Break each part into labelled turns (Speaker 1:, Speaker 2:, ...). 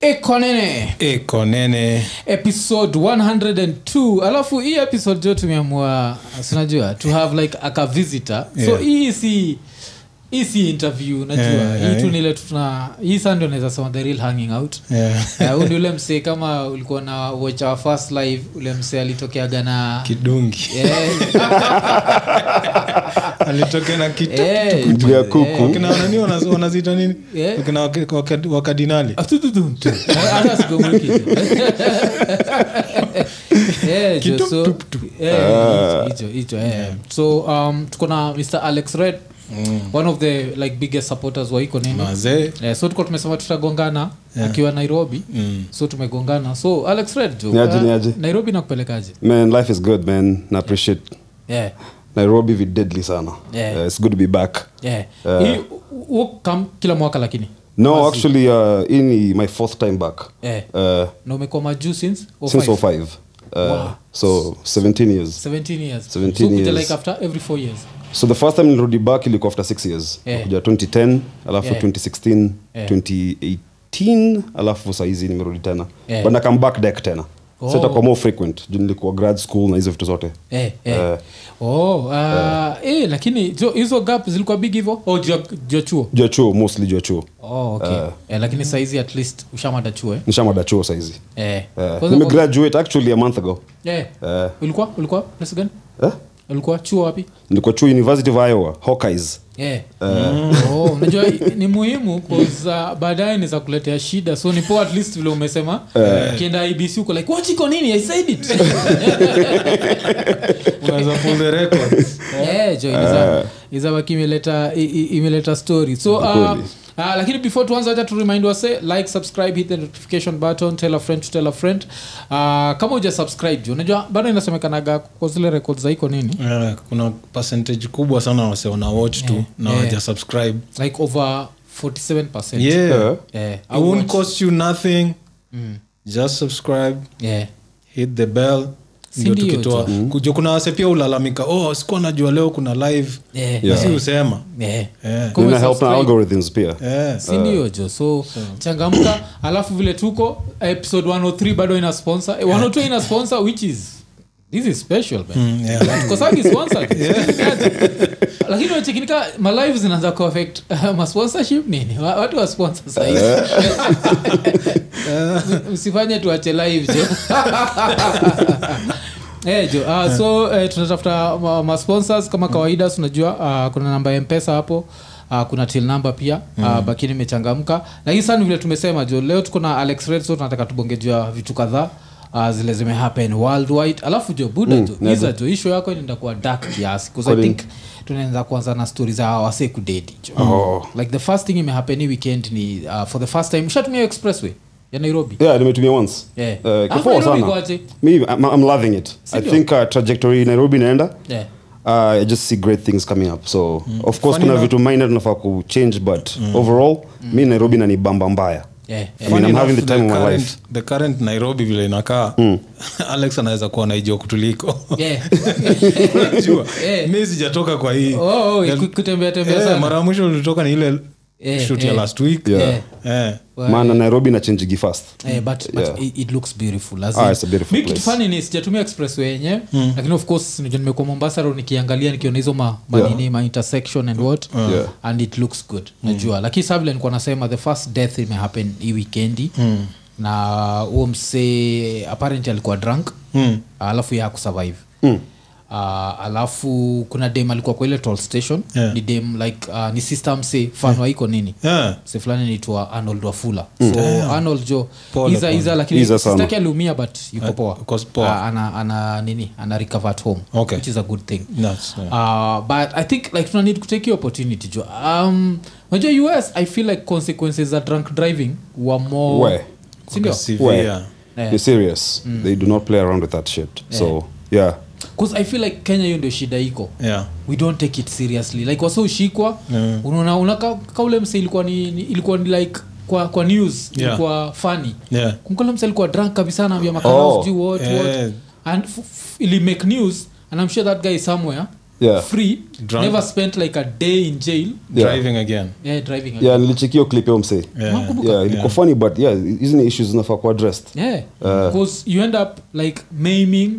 Speaker 1: ekonene
Speaker 2: ekonene
Speaker 1: episode 102 alafu hii episode jo tumeamua sinajua to have like aka visitor so
Speaker 2: Yeah.
Speaker 1: hii si hii si interview najua
Speaker 2: Yeah, yeah,
Speaker 1: hii tu
Speaker 2: yeah.
Speaker 1: nile tuna hii saa ndio naweza sema the real hanging out
Speaker 2: Yeah.
Speaker 1: Eh, huyu ndio ule msee kama ulikuwa na watch our first live ule msee alitokeaga na
Speaker 2: kidungi
Speaker 1: Eh,
Speaker 2: alitokea na
Speaker 1: eh,
Speaker 3: Kitu ya kuku
Speaker 2: kitwananiwanazita nini
Speaker 1: Yeah.
Speaker 2: Wakina wak- wak- wakadinali
Speaker 1: Atututut. Hata sikumwiki. Eh, jo, so- eh,
Speaker 3: Ah.
Speaker 1: hicho, hicho, eh. so um, tuko na mr alex red
Speaker 3: Mm.
Speaker 1: one of the like biggest supporters wa iko nini
Speaker 2: mazee
Speaker 1: Eh, so tuko tumesema tutagongana akiwa nairobi so tumegongana so alex red jo,
Speaker 3: Mm. Ni aje,
Speaker 1: eh,
Speaker 3: ni aje?
Speaker 1: nairobi nakupelekaje
Speaker 3: man life is good man na appreciate
Speaker 1: yeah.
Speaker 3: nairobi videdly sana
Speaker 1: Yeah.
Speaker 3: Uh, it's good to be back
Speaker 1: yeah.
Speaker 3: Eh.
Speaker 1: Hii, u- u- kam kila mwaka lakini
Speaker 3: no actually uh, hii ni my fourth time back
Speaker 1: Yeah.
Speaker 3: uh,
Speaker 1: na umekuwa majuu since oh
Speaker 3: since
Speaker 1: five?
Speaker 3: 05 uh,
Speaker 1: Wow.
Speaker 3: so 17 years
Speaker 1: 17 years
Speaker 3: 17
Speaker 1: so kuja
Speaker 3: years.
Speaker 1: like after every four years
Speaker 3: so the first time nilirudi back ilikuwa after 6 years
Speaker 1: Yeah.
Speaker 3: kuja 2010 alafu
Speaker 1: Yeah.
Speaker 3: 2016
Speaker 1: Yeah.
Speaker 3: 2018 alafu sahizi nimerudi tena
Speaker 1: Yeah.
Speaker 3: but na come back deck tena
Speaker 1: Oh.
Speaker 3: so itakuwa more frequent juu nilikuwa grad school na hizo vitu zote
Speaker 1: Eh, eh.
Speaker 3: Eh.
Speaker 1: Oh, ah, eh, lakini jo- hizo gap zilikuwa big hivo oh, juu ya- juu ya chuo
Speaker 3: juu ya chuo mostly juu ya chuo
Speaker 1: oh, okay. eh, lakini saizi at least ushamada chuo eh?
Speaker 3: nishamada chuo sahizi
Speaker 1: Eh.
Speaker 3: uh,
Speaker 1: Kwanza kwa-
Speaker 3: nimegraduate actually a month ago
Speaker 1: eh.
Speaker 3: Eh.
Speaker 1: ulikuwa ulikuwa place gani
Speaker 3: eh?
Speaker 1: ulikuwa chuo wapi
Speaker 3: nilikuwa chuo university of iowa hawkeyes
Speaker 1: Eh. Oh, unajua ni muhimu kuza baadaye ni za kuletea shida so ni poa at least vile umesema ukienda ibc uko like "What iko nini i said it
Speaker 2: unaweza pull the records
Speaker 1: Eh, jo, inaza- inazabaki imeleta i- i- imeleta story so uh,
Speaker 3: Kweli.
Speaker 1: Uh, lakini before tuanze hata turemind wase eh, like subscribe hit the notification button tell a friend to tell a friend uh, kama uja subscribe ju unajua bado inasemekanaga kwa zile records za iko nini
Speaker 2: Eh, kuna percentage kubwa sana wase wana watch tu na
Speaker 1: Yeah.
Speaker 2: waja subscribe
Speaker 1: like over 47
Speaker 2: yeah
Speaker 3: Eh.
Speaker 1: eh,
Speaker 2: it won't cost you nothing
Speaker 1: Mm.
Speaker 2: just subscribe
Speaker 1: yeah.
Speaker 2: hit the bell
Speaker 1: Si
Speaker 2: ndio
Speaker 1: ndio Mm.
Speaker 2: tukitoa kuja kuna wase pia ulalamika oh sikuwa najua leo kuna live
Speaker 1: Yeah.
Speaker 2: Na si husema
Speaker 1: Yeah.
Speaker 2: Yeah.
Speaker 1: Kumbe
Speaker 3: Nina help na
Speaker 1: subscribe.
Speaker 3: algorithms pia
Speaker 2: yeah. Uh.
Speaker 1: sindio jo so changamka alafu vile tuko episode 103 bado ina sponsor Eh, 102 ina sponsor which is this is special man.
Speaker 2: Mm, yeah.
Speaker 1: Tukosagi sponsored. lakini wachekinika malive zinaanza kuaffect uh, masponsorship nini Wa- watu wasponsor sahizi
Speaker 2: Uh.
Speaker 1: msifanye tuache live jo Eh, jo uh, so uh, tunatafuta ma- masponsors kama kawaida tunajua uh, kuna namba ya mpesa hapo Uh, kuna til namba pia uh, bakini imechangamka lakini sana vile tumesema jo leo tuko na alex red so tunataka tubongejua vitu kadhaa uh, zile zimehappen worldwide alafu jo buda jo iza jo isho yako inaenda kuwa dark kiasi 'cause i
Speaker 3: Kweli.
Speaker 1: think tunaanza kuanza na stori za wase kudedi jo like the first thing imehappen hii weekend ni uh, for the first time ushatumia expressway ya nairobi
Speaker 3: yeah nimetumia once
Speaker 1: Yeah.
Speaker 3: Eh, iko
Speaker 1: Alafu
Speaker 3: poa
Speaker 1: Nairobi
Speaker 3: sana.
Speaker 1: kwaje?
Speaker 3: Me, I'm, I'm loving it i
Speaker 1: ndio?
Speaker 3: think uh, trajectory nairobi inaenda
Speaker 1: Yeah. Mm.
Speaker 3: Uh, i just see great things coming up so of course
Speaker 2: Funny
Speaker 3: kuna
Speaker 2: enough-
Speaker 3: vitu minor tunafaa kuchange but overall
Speaker 1: Mm.
Speaker 3: mi nairobi nanibamba mbaya
Speaker 1: Yeah, yeah.
Speaker 3: I mean, I'm
Speaker 2: Funny
Speaker 3: having the
Speaker 2: enough,
Speaker 3: time of my
Speaker 2: current-
Speaker 3: life Hmm.
Speaker 2: the current nairobi vile inakaa alex anaweza kuwa naijua kutuliko
Speaker 1: Yeah.
Speaker 2: Unajua,
Speaker 1: Eh.
Speaker 2: mi sijatoka kwa hii
Speaker 1: Oh, oh, ku- kutembea tembea
Speaker 2: Eh,
Speaker 1: sana.
Speaker 2: mara ya mwisho ulitoka ni ile
Speaker 1: Eh,
Speaker 2: shoot ya
Speaker 1: eh.
Speaker 2: last week
Speaker 3: Yeah.
Speaker 1: Eh.
Speaker 2: Eh.
Speaker 1: Well,
Speaker 3: maana nairobi nachenjigi fast
Speaker 1: eh, but, but
Speaker 3: Yeah.
Speaker 1: it- it looks beautiful as
Speaker 3: Ah,
Speaker 1: in- Hmm.
Speaker 3: it's a beautiful
Speaker 1: Mi kitu
Speaker 3: place.
Speaker 1: funny ni sijatumia expressway yenye lakini of course nijua nimekuwa mombasa ro nikiangalia nikiona hizo ma, manini ma intersection and what
Speaker 3: Yeah.
Speaker 1: and it looks good najua lakini saa vile nikuwa nasema the first death imehappen hii wikendi na huo msee apparently alikuwa drunk
Speaker 2: hmm.
Speaker 1: alafu ya kusurvive
Speaker 3: Hmm.
Speaker 1: Uh, alafu kuna dem alikuwa kwa ile toll station
Speaker 2: Yeah.
Speaker 1: ni dem like uh, ni sister mse fanwa iko nini
Speaker 2: Yeah.
Speaker 1: se fulani naitwa arnold wafula so arnold jo
Speaker 2: Pole, Uh,
Speaker 1: iza iza lakini
Speaker 3: Mm. Iza sana.
Speaker 1: sitaki aliumia but yuko poa
Speaker 2: of course, poa.
Speaker 1: Ah, ana, ana nini ana recover at home
Speaker 2: Okay.
Speaker 1: which is a good thing
Speaker 2: That's, yeah.
Speaker 1: uh, but i think like tuna need kutake opportunity jo um, unajua us i feel like consequences za drunk driving were more
Speaker 3: We.
Speaker 1: sindio
Speaker 2: Severe.
Speaker 3: Where?
Speaker 1: Yeah. Mm.
Speaker 3: Be serious they do not play around with that shit so yeah
Speaker 1: bcause i feel like kenya hiyo ndio shida iko
Speaker 2: Yeah.
Speaker 1: we don't take it seriously like wasa ushikwa unaona unaka kaule mse ilikuwa ni, ni ilikuwa ni like kwa kwa news
Speaker 2: Yeah.
Speaker 1: ilikuwa funny
Speaker 2: Yeah.
Speaker 1: kumkola mse alikuwa drunk kabisa anaambia makarao
Speaker 3: Oh,
Speaker 1: sijui what, what.
Speaker 2: eh.
Speaker 1: and f- f- ili make news and i'm sure that guy is somewhere
Speaker 3: Yeah.
Speaker 1: free
Speaker 2: Drunk.
Speaker 1: never spent like a day in jail
Speaker 3: Yeah.
Speaker 2: driving again
Speaker 1: yeah, driving
Speaker 3: yeah nilichekio clip yo msee
Speaker 2: yeah.
Speaker 3: yeah ilikuwa funny but yeah hizi ni issues zinafaa kuwa addressed
Speaker 1: yeah
Speaker 3: Uh.
Speaker 1: because you end up like maiming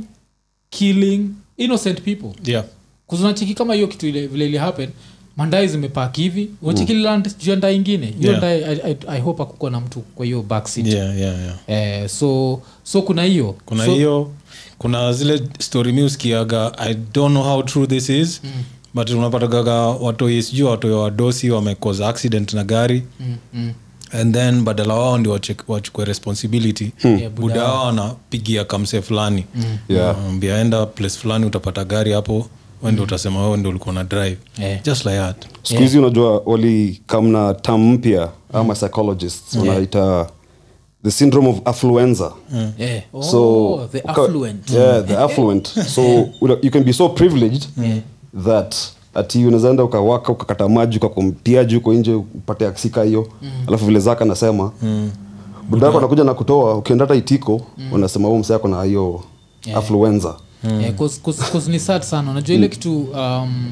Speaker 1: killing innocent people
Speaker 2: Yeah.
Speaker 1: kuzunachiki kama hiyo kitu ile vile ili happen mandai zimepaki hivi
Speaker 3: Mm.
Speaker 1: wachikilila juu ya ndaa ingine hiyo
Speaker 2: Yeah.
Speaker 1: ndaa I, I, i hope akukuwa na mtu kwa hiyo backseat
Speaker 2: Yeah, yeah, yeah.
Speaker 1: eh, so so kuna hiyo
Speaker 2: kuna
Speaker 1: so,
Speaker 2: hiyo kuna zile story mi usikiaga i don't know how true this is mm. but unapatagaga watoi sijuu watoi wadosi wamekoza accident na gari mm, mm and then badala wao ndi wachek- wachukue responsibility
Speaker 1: Yeah, buda Hmm.
Speaker 2: buda wao anapigia kamse fulani
Speaker 3: Yeah.
Speaker 2: ambia enda place fulani utapata gari hapo wende utasema wewe ndio ulikuwa na drive
Speaker 1: Hmm. Yeah.
Speaker 2: just like that
Speaker 3: siku hizi unajua walikam na tam mpya
Speaker 1: Mm.
Speaker 3: ama psychologists wanaita the syndrome of affluenza
Speaker 1: yeah. oh,
Speaker 3: so
Speaker 1: the
Speaker 3: uka-
Speaker 1: affluent
Speaker 3: yeah, the affluent so una- you can be so privileged that ati unaweza enda ukawaka ukakata maji ukakumpia juu uko nje upate aksika hiyo
Speaker 1: Mm.
Speaker 3: alafu vile zaka anasema budako anakuja na kutoa ukienda hata itiko
Speaker 1: Mm.
Speaker 3: unasema huu msee ako na hiyo affluenza
Speaker 1: Yeah, cause, cause, cause ni sad sana unajua
Speaker 3: Mm.
Speaker 1: ile kitu um,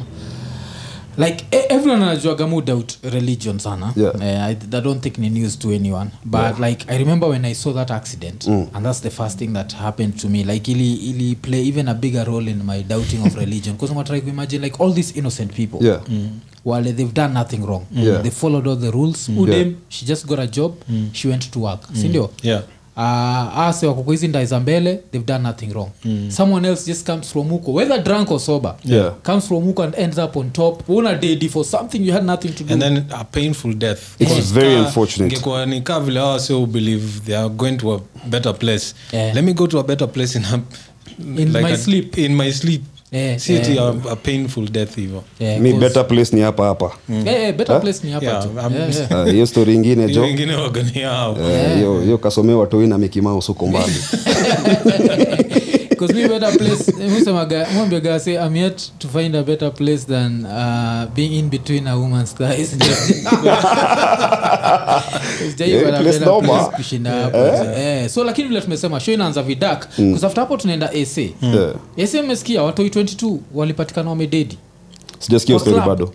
Speaker 1: like e- everyone anajuaga mu doubt religion sana
Speaker 3: Yeah.
Speaker 1: Eh, I, I don't think ni news to anyone but like i remember when i saw that accident
Speaker 3: Mm.
Speaker 1: and that's the first thing that happened to me like ili, ili play even a bigger role in my doubting of religion because i'm trying to imagine like all these innocent people
Speaker 3: yeah
Speaker 1: wale they've done nothing wrong
Speaker 3: Yeah. Mm.
Speaker 1: they followed all the rules udem she just got a job she went to work sindio
Speaker 2: yeah
Speaker 1: uh, ase wakoko hizi ndai za mbele they've done nothing wrong
Speaker 2: Mm.
Speaker 1: someone else just comes from huko whether drunk or sober
Speaker 3: Yeah.
Speaker 1: comes from huko and ends up on top una dedi for something you had nothing to do
Speaker 2: and then a painful death
Speaker 3: It was very
Speaker 2: Ka-
Speaker 3: unfortunate.
Speaker 2: ingekuwa ni kaa vile hawa sio believe they are going to a better place
Speaker 1: Yeah.
Speaker 2: let me go to a better place in, a,
Speaker 1: In my sleep.
Speaker 2: in my sleep
Speaker 1: Yeah,
Speaker 2: si ati
Speaker 1: yeah.
Speaker 2: a, a painful death hivo
Speaker 1: yeah,
Speaker 3: mi
Speaker 1: 'cause-
Speaker 3: better place ni hapa hapa
Speaker 1: yeah, yeah, better place ni hapa
Speaker 2: Yeah,
Speaker 1: tu.
Speaker 2: I'm-
Speaker 1: Yeah, yeah.
Speaker 3: Ah, hiyo story ingine jo
Speaker 2: wengine wagani yao
Speaker 3: Eh, hiyo hiyo kasomea watoi na mikimaus huko mbali
Speaker 1: 'Cause me better place- eh, musemaga- mwambiaga say, I'm yet to find a better place than uh, being in between a woman's thighs." Sijai
Speaker 3: Yeah,
Speaker 1: pata
Speaker 3: place
Speaker 1: better
Speaker 3: noma.
Speaker 1: place kushinda hapo. Eh, so lakini vile tumesema show inaanza vidak kusafta hapo tunaenda ac
Speaker 3: Mm. Hmm. Yeah.
Speaker 1: ese mmesikia watoi 22 walipatikana wamededi
Speaker 3: sijasikia hiyo
Speaker 1: Kwa
Speaker 3: story
Speaker 1: club.
Speaker 3: bado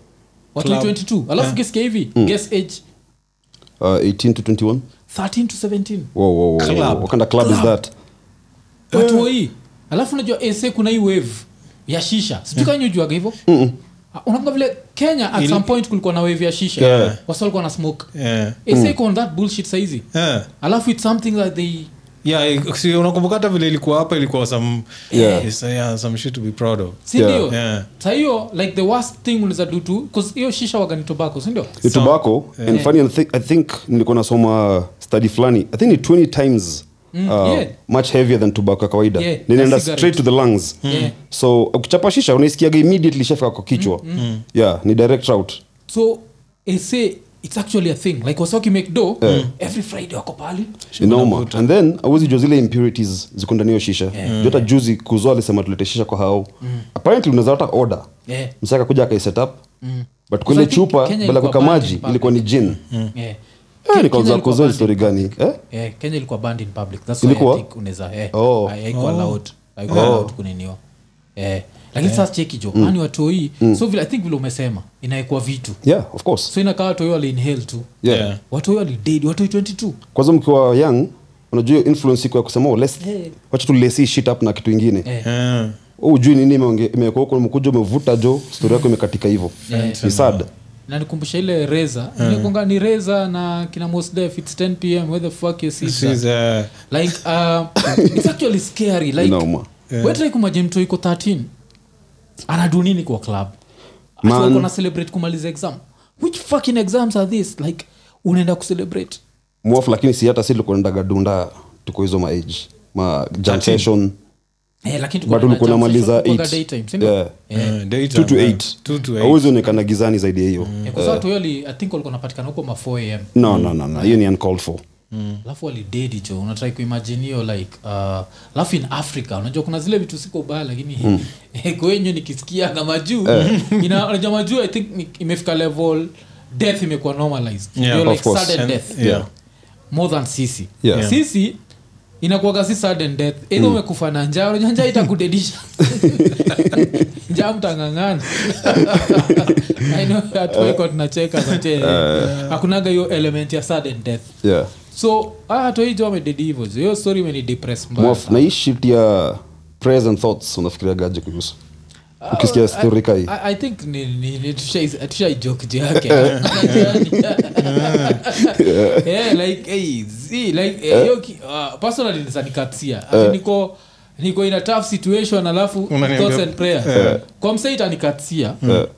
Speaker 1: watoi
Speaker 2: Club.
Speaker 1: 22 alafu kisikia hivi
Speaker 3: Hmm.
Speaker 1: guess age
Speaker 3: Uh, 18 to 21
Speaker 1: 13 to 17
Speaker 3: Whoa, whoa, whoa,
Speaker 2: Club.
Speaker 3: whoa. what kind of club is that
Speaker 2: Eh.
Speaker 1: watuoi alafu unajua ese kuna hii wave ya shisha situkanyujuaga hivyo Ah, unakumbuka vile kenya at
Speaker 2: Eh. Ili-
Speaker 1: some point kulikuwa na wave ya shisha
Speaker 2: Yeah. Mm.
Speaker 1: wasa walikuwa na smoke
Speaker 2: Yeah.
Speaker 1: ese iko on that bullshit saizi
Speaker 2: Yeah.
Speaker 1: alafu it's something that they
Speaker 2: Yeah, si unakumbuka hata vile ilikuwa hapa ilikuwa some,
Speaker 3: Yeah.
Speaker 2: is- yeah, some shit to be proud of
Speaker 1: sindio
Speaker 2: Yeah. Yeah.
Speaker 1: sahiyo like the worst thing unaweza do to bcause hiyo shisha wagani tobacco sindio
Speaker 3: ni tobacco
Speaker 1: Eh.
Speaker 3: and funny and thi- i think nilikuwa nasoma study fulani i think ni 20 times
Speaker 1: Mm,
Speaker 3: uh,
Speaker 1: yeah.
Speaker 3: much heavier than tobacco ya kawaida
Speaker 1: Yeah,
Speaker 3: Ni inaenda
Speaker 1: na cigarette.
Speaker 3: straight to the lungs
Speaker 1: Yeah.
Speaker 3: so ukichapa shisha unaisikiaga immediately shafika kwa kichwa
Speaker 1: Mm.
Speaker 3: yeah ni direct route
Speaker 1: so ese it's actually a thing like wasaki make do yeah. every friday wako pali
Speaker 3: Ni noma and then awezi jua zile impurities ziko ndani ya hiyo shisha yeah. jota juzi kuzo alisema tulete shisha kwa hao apparently unaweza hata order
Speaker 1: Mm. yeah.
Speaker 3: msaka kuja akaisetup mm. but
Speaker 1: So
Speaker 3: kwenye
Speaker 1: I think
Speaker 3: chupa
Speaker 1: Kenya
Speaker 3: bila
Speaker 1: ilikuwa
Speaker 3: kuweka
Speaker 1: banned
Speaker 3: maji
Speaker 1: in public.
Speaker 3: ilikuwa ni jin
Speaker 2: Mm.
Speaker 1: Yeah.
Speaker 3: Eh,
Speaker 1: Ke- Mm. Kenya
Speaker 3: nikauza
Speaker 1: ilikuwa
Speaker 3: kuzo
Speaker 1: banned
Speaker 3: story gani eh?
Speaker 1: Eh, kenya ilikuwa banned in public that's why
Speaker 3: Ilikuwa?
Speaker 1: I think unaweza eh,
Speaker 3: Oh.
Speaker 1: hai- haikuwa allowed haikuwa allowed kuniniwa eh, lakini sasa cheki jo
Speaker 3: Mm.
Speaker 1: ani watoi so vile i think vile umesema inaekwa vitu
Speaker 3: yeah of course
Speaker 1: so inakaa watoi waliinhale tu
Speaker 3: yeah.
Speaker 2: Yeah.
Speaker 1: watoi walidedi watoi 22
Speaker 3: kwanza mkiwa young unajua hiyo influence iko ya kusema oh, let's, wacha tu lace hii shit up na kitu ingine
Speaker 1: Eh.
Speaker 2: Yeah.
Speaker 3: oh, ujui nini imeonge- imewekwa huko umekuja umevuta jo story yako imekatika hivyo ni sad
Speaker 1: nanikumbusha ile reza nilikunga ni reza na kina mosdef its 10 pm where the fuck you see
Speaker 2: This is, uh,
Speaker 1: like uh, it's actually scary like
Speaker 3: Inauma.
Speaker 1: yeah. wetrai kumajemto iko 13 anadu nini kwa club
Speaker 3: Man.
Speaker 1: kona celebrate kumaliza exam which fucking exams are this like unaenda kucelebrate
Speaker 3: mwafu lakini si hata si likuendaga dunda tuko hizo ma age ma jam session
Speaker 1: Eh, lakini
Speaker 3: But
Speaker 1: tuko na
Speaker 3: ulikuwa
Speaker 1: jam
Speaker 3: unamaliza
Speaker 1: session, tuko kwa
Speaker 3: eight.
Speaker 1: daytime, si ndio?
Speaker 3: Yeah.
Speaker 1: Eh,
Speaker 2: yeah, uh, daytime,
Speaker 3: 2 to
Speaker 2: yeah.
Speaker 3: 8
Speaker 2: Two to eight.
Speaker 3: awezi onekana gizani zaidi ya hiyo
Speaker 1: eh, kwa sababu watu wali- I think walikuwa wanapatikana huko ma 4 am
Speaker 3: no no no no hiyo ni uncalled for Mm.
Speaker 1: alafu walidedi jo unatrai kuimajini hiyo like uh, alafu in africa unajua kuna zile vitu siko baya lakini mm. kwenyu nikisikia kama juu
Speaker 3: Eh.
Speaker 1: ina- unajua majuu i think ni- imefika level death imekuwa normalized
Speaker 2: Yeah,
Speaker 1: You're
Speaker 2: of
Speaker 1: like
Speaker 3: course.
Speaker 1: sudden
Speaker 2: And-
Speaker 1: death
Speaker 2: yeah.
Speaker 1: more than sisi
Speaker 3: Yeah. Yeah.
Speaker 1: sisi inakuaga si sudden death either umekufa na njaa unajua njaa itakudedisha njaa mtangangana I know that wako tunacheka bate hakunaga hiyo element ya sudden death
Speaker 3: yeah.
Speaker 1: so ah, hata hii jo amededi hivyo jo. hiyo story imenidepress mbaya
Speaker 3: Mwaf, na hii shit ya prayers and thoughts unafikiria gaje kuhusu ukisikia story kai
Speaker 1: Uh, Oh, I, I think ni- ni- ni- tushai- tushaijoke juu yake. Yeah. Yeah, like, hey, zi, like, eh, hiyo ki- ah, personally naweza nikatia. Ati niko niko in a tough situation alafu
Speaker 2: Unaniambia-
Speaker 1: thoughts and prayer kwa msee itanikatia